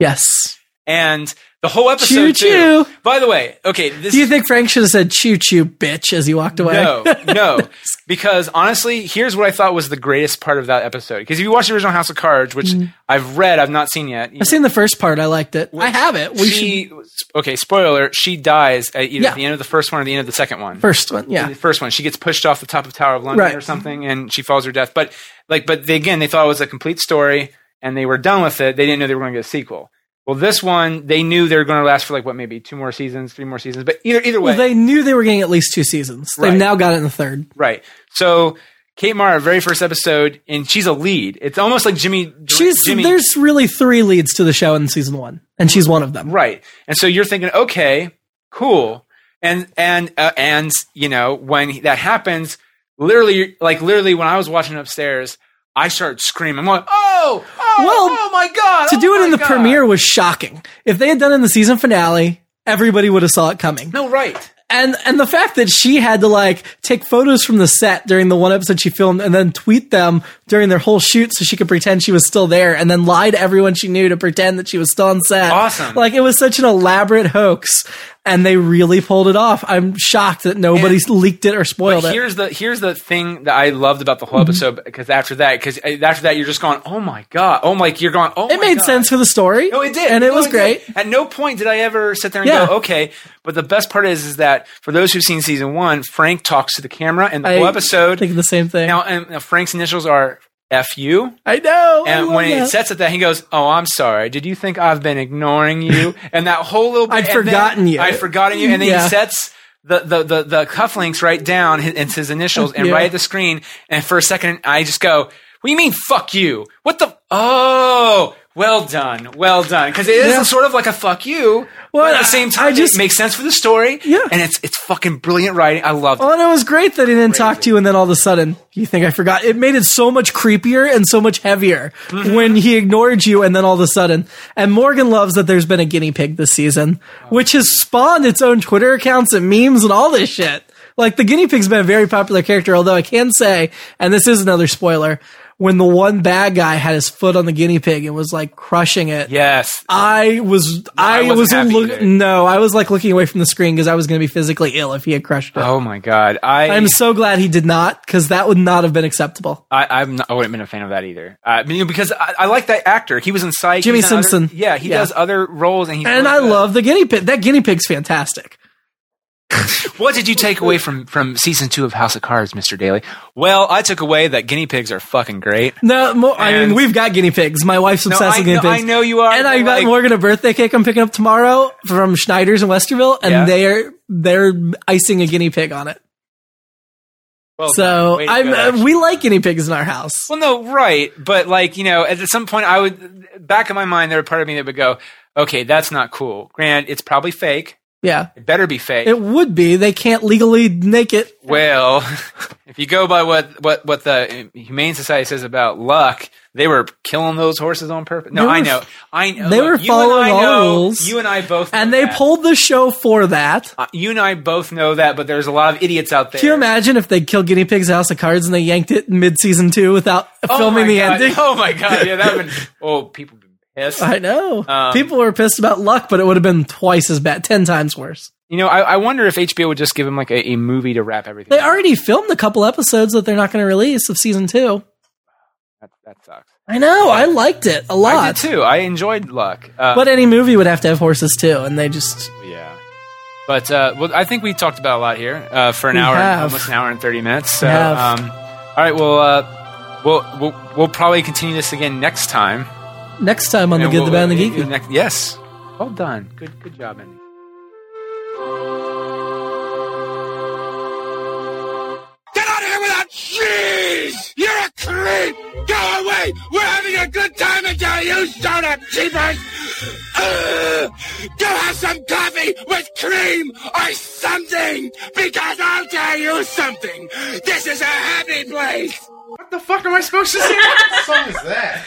[SPEAKER 2] yes.
[SPEAKER 1] and the whole episode.
[SPEAKER 2] Choo
[SPEAKER 1] too-
[SPEAKER 2] choo.
[SPEAKER 1] By the way, okay, this
[SPEAKER 2] Do you think Frank should have said "choo choo, bitch" as he walked away?
[SPEAKER 1] No, no. because honestly, here's what I thought was the greatest part of that episode. Because if you watch the original House of Cards, which I've read, I've not seen yet.
[SPEAKER 2] I've seen the first part. Mm. I liked it. I have it. We should
[SPEAKER 1] she, okay, spoiler, alert, she dies at either
[SPEAKER 2] Yeah.
[SPEAKER 1] the end of the first one or the end of the second one.
[SPEAKER 2] first one.
[SPEAKER 1] The
[SPEAKER 2] Yeah.
[SPEAKER 1] first one. She gets pushed off the top of Tower of London
[SPEAKER 2] Right.
[SPEAKER 1] or something and she falls to her death. But like but they, again, they thought it was a complete story and they were done with it. They didn't know they were going to get a sequel. Well, this one, they knew they were going to last for like what maybe two more seasons, three more seasons. But either either way,
[SPEAKER 2] Well, they knew they were getting at least two seasons. They've
[SPEAKER 1] Right.
[SPEAKER 2] now got it in the third.
[SPEAKER 1] Right. So Kate Mara, very first episode, and she's a lead. It's almost like Jimmy.
[SPEAKER 2] She's
[SPEAKER 1] Jimmy.
[SPEAKER 2] there's really three leads to the show in season one, and she's one of them.
[SPEAKER 1] right, and so you're thinking, okay, cool, and and uh, and you know when that happens, literally, like literally, when I was watching upstairs, I started screaming. I'm like, oh, oh,
[SPEAKER 2] Well,
[SPEAKER 1] oh my god!
[SPEAKER 2] To
[SPEAKER 1] oh
[SPEAKER 2] do it
[SPEAKER 1] my
[SPEAKER 2] in the
[SPEAKER 1] God."
[SPEAKER 2] premiere was shocking. If they had done it in the season finale, everybody would have saw it coming.
[SPEAKER 1] No, right.
[SPEAKER 2] And and the fact that she had to like take photos from the set during the one episode she filmed and then tweet them during their whole shoot so she could pretend she was still there and then lie to everyone she knew to pretend that she was still on set.
[SPEAKER 1] Awesome.
[SPEAKER 2] Like it was such an elaborate hoax and they really pulled it off. I'm shocked that nobody
[SPEAKER 1] And-
[SPEAKER 2] leaked it or spoiled it.
[SPEAKER 1] Here's the here's the thing that I loved about the whole
[SPEAKER 2] Mm-hmm.
[SPEAKER 1] episode because after that, because after that, you're just going, oh my god, oh my, you're going, oh,
[SPEAKER 2] It
[SPEAKER 1] my
[SPEAKER 2] made
[SPEAKER 1] God.
[SPEAKER 2] sense for the story.
[SPEAKER 1] No, it did,
[SPEAKER 2] and it
[SPEAKER 1] No,
[SPEAKER 2] was
[SPEAKER 1] did.
[SPEAKER 2] great.
[SPEAKER 1] At no point did I ever sit there and
[SPEAKER 2] Yeah.
[SPEAKER 1] go, "Okay." But the best part is, is that for those who've seen season one, Frank talks to the camera in the
[SPEAKER 2] I
[SPEAKER 1] whole episode.
[SPEAKER 2] Thinking the same thing.
[SPEAKER 1] now, and now Frank's initials are "Fu,"
[SPEAKER 2] I know. I
[SPEAKER 1] and
[SPEAKER 2] love
[SPEAKER 1] when
[SPEAKER 2] that.
[SPEAKER 1] it sets at that, he goes, "Oh, I'm sorry. Did you think I've been ignoring you?" and that whole little,
[SPEAKER 2] I'd
[SPEAKER 1] and then-
[SPEAKER 2] forgotten you.
[SPEAKER 1] I'd forgotten you, and then
[SPEAKER 2] Yeah.
[SPEAKER 1] he sets. The, the, the, the cufflinks right down, hi- it's his initials, and
[SPEAKER 2] Yeah.
[SPEAKER 1] right at the screen. And for a second, I just go, What do you mean, fuck you? What the? Oh, well done, well done. Because it is
[SPEAKER 2] Yeah.
[SPEAKER 1] sort of like a fuck you.
[SPEAKER 2] Well,
[SPEAKER 1] but at
[SPEAKER 2] I-
[SPEAKER 1] the same time,
[SPEAKER 2] I just-
[SPEAKER 1] it makes sense for the story.
[SPEAKER 2] Yeah. Oh.
[SPEAKER 1] And it's it's fucking brilliant writing. I love it.
[SPEAKER 2] Well, and it was great that he didn't talk to you, and then all of a sudden, you think I forgot. It made it so much creepier and so much heavier
[SPEAKER 1] Mm-hmm.
[SPEAKER 2] when he ignored you, and then all of a sudden. And Morgan loves that there's been a guinea pig this season, which has spawned its own Twitter accounts and memes and all this shit. Like the guinea pig's been a very popular character, although I can say, and this is another spoiler, when the one bad guy had his foot on the guinea pig and was like crushing it.
[SPEAKER 1] Yes.
[SPEAKER 2] I was, I,
[SPEAKER 1] I wasn't
[SPEAKER 2] was
[SPEAKER 1] happy
[SPEAKER 2] look,
[SPEAKER 1] either.
[SPEAKER 2] no, I was like looking away from the screen because I was going to be physically ill if he had crushed it.
[SPEAKER 1] Oh my god. I
[SPEAKER 2] I'm so glad he did not, because that would not have been acceptable.
[SPEAKER 1] I, I'm not, I wouldn't have been a fan of that either. Uh, I mean, because I, I like that actor. He was in Psych.
[SPEAKER 2] Jimmy
[SPEAKER 1] he's in other-
[SPEAKER 2] Simpson.
[SPEAKER 1] yeah, he
[SPEAKER 2] Yeah.
[SPEAKER 1] does other roles, and he's
[SPEAKER 2] And
[SPEAKER 1] really
[SPEAKER 2] I
[SPEAKER 1] good.
[SPEAKER 2] love the guinea pig. That guinea pig's fantastic.
[SPEAKER 1] What did you take away from from season two of House of Cards, Mister Daly? Well, I took away that guinea pigs are fucking great.
[SPEAKER 2] No, mo I
[SPEAKER 1] And-
[SPEAKER 2] mean we've got guinea pigs. My wife's
[SPEAKER 1] No,
[SPEAKER 2] obsessed
[SPEAKER 1] I,
[SPEAKER 2] with guinea
[SPEAKER 1] know, I
[SPEAKER 2] pigs.
[SPEAKER 1] know you are.
[SPEAKER 2] And
[SPEAKER 1] but
[SPEAKER 2] I got
[SPEAKER 1] like,
[SPEAKER 2] Morgan a birthday cake I'm picking up tomorrow from Schneider's in Westerville, and
[SPEAKER 1] Yeah.
[SPEAKER 2] they're they're icing a guinea pig on it.
[SPEAKER 1] Well,
[SPEAKER 2] So
[SPEAKER 1] Oh, way to
[SPEAKER 2] I'm
[SPEAKER 1] go,
[SPEAKER 2] uh,
[SPEAKER 1] actually.
[SPEAKER 2] we like guinea pigs in our house.
[SPEAKER 1] Well, no, right, but like you know, at some point, I would back in my mind, there would part of me that would go, "Okay, that's not cool." Grant, it's probably fake.
[SPEAKER 2] Yeah,
[SPEAKER 1] It better be fake.
[SPEAKER 2] it would be. They can't legally make it.
[SPEAKER 1] Well, if you go by what, what, what the Humane Society says about luck, they were killing those horses on purpose. No,
[SPEAKER 2] They were-
[SPEAKER 1] I know, I know.
[SPEAKER 2] they were
[SPEAKER 1] you and
[SPEAKER 2] following
[SPEAKER 1] I
[SPEAKER 2] all
[SPEAKER 1] know-
[SPEAKER 2] rules.
[SPEAKER 1] You and I both, know
[SPEAKER 2] And they
[SPEAKER 1] that.
[SPEAKER 2] pulled the show for that.
[SPEAKER 1] Uh, you and I both know that, but there's a lot of idiots out there.
[SPEAKER 2] Can you imagine if they killed guinea pigs in House of Cards and they yanked it mid season two without
[SPEAKER 1] Oh
[SPEAKER 2] filming
[SPEAKER 1] my
[SPEAKER 2] the
[SPEAKER 1] God.
[SPEAKER 2] ending?
[SPEAKER 1] Oh my god! Yeah, that would. Been, oh, people would be pissed.
[SPEAKER 2] I know.
[SPEAKER 1] Um,
[SPEAKER 2] People were pissed about luck, but it would have been twice as bad, ten times worse.
[SPEAKER 1] you know, I, I wonder if HBO would just give him like a, a movie to wrap everything.
[SPEAKER 2] They
[SPEAKER 1] up.
[SPEAKER 2] already filmed a couple episodes that they're not going to release of season two.
[SPEAKER 1] That, that sucks.
[SPEAKER 2] I know. I liked it a lot.
[SPEAKER 1] I did too. I enjoyed Luck. Uh,
[SPEAKER 2] But any movie would have to have horses too, and they just
[SPEAKER 1] Yeah. But uh, well, I think we talked about a lot here uh, for an
[SPEAKER 2] We
[SPEAKER 1] hour,
[SPEAKER 2] have.
[SPEAKER 1] almost an hour and thirty minutes. So,
[SPEAKER 2] We have.
[SPEAKER 1] um, all right, well, uh, we'll we'll we'll probably continue this again next time.
[SPEAKER 2] next time on the
[SPEAKER 1] And
[SPEAKER 2] Good,
[SPEAKER 1] we'll-
[SPEAKER 2] the Bad, and the
[SPEAKER 1] uh,
[SPEAKER 2] Geeky.
[SPEAKER 1] next- yes, well done. Good good job, Andy.
[SPEAKER 3] Get out of here with that cheese! You're a creep! Go away! We're having a good time until you show up, cheapers! Ugh! Go have some coffee with cream or something! Because I'll tell you something! This is a happy place!
[SPEAKER 4] What song is that?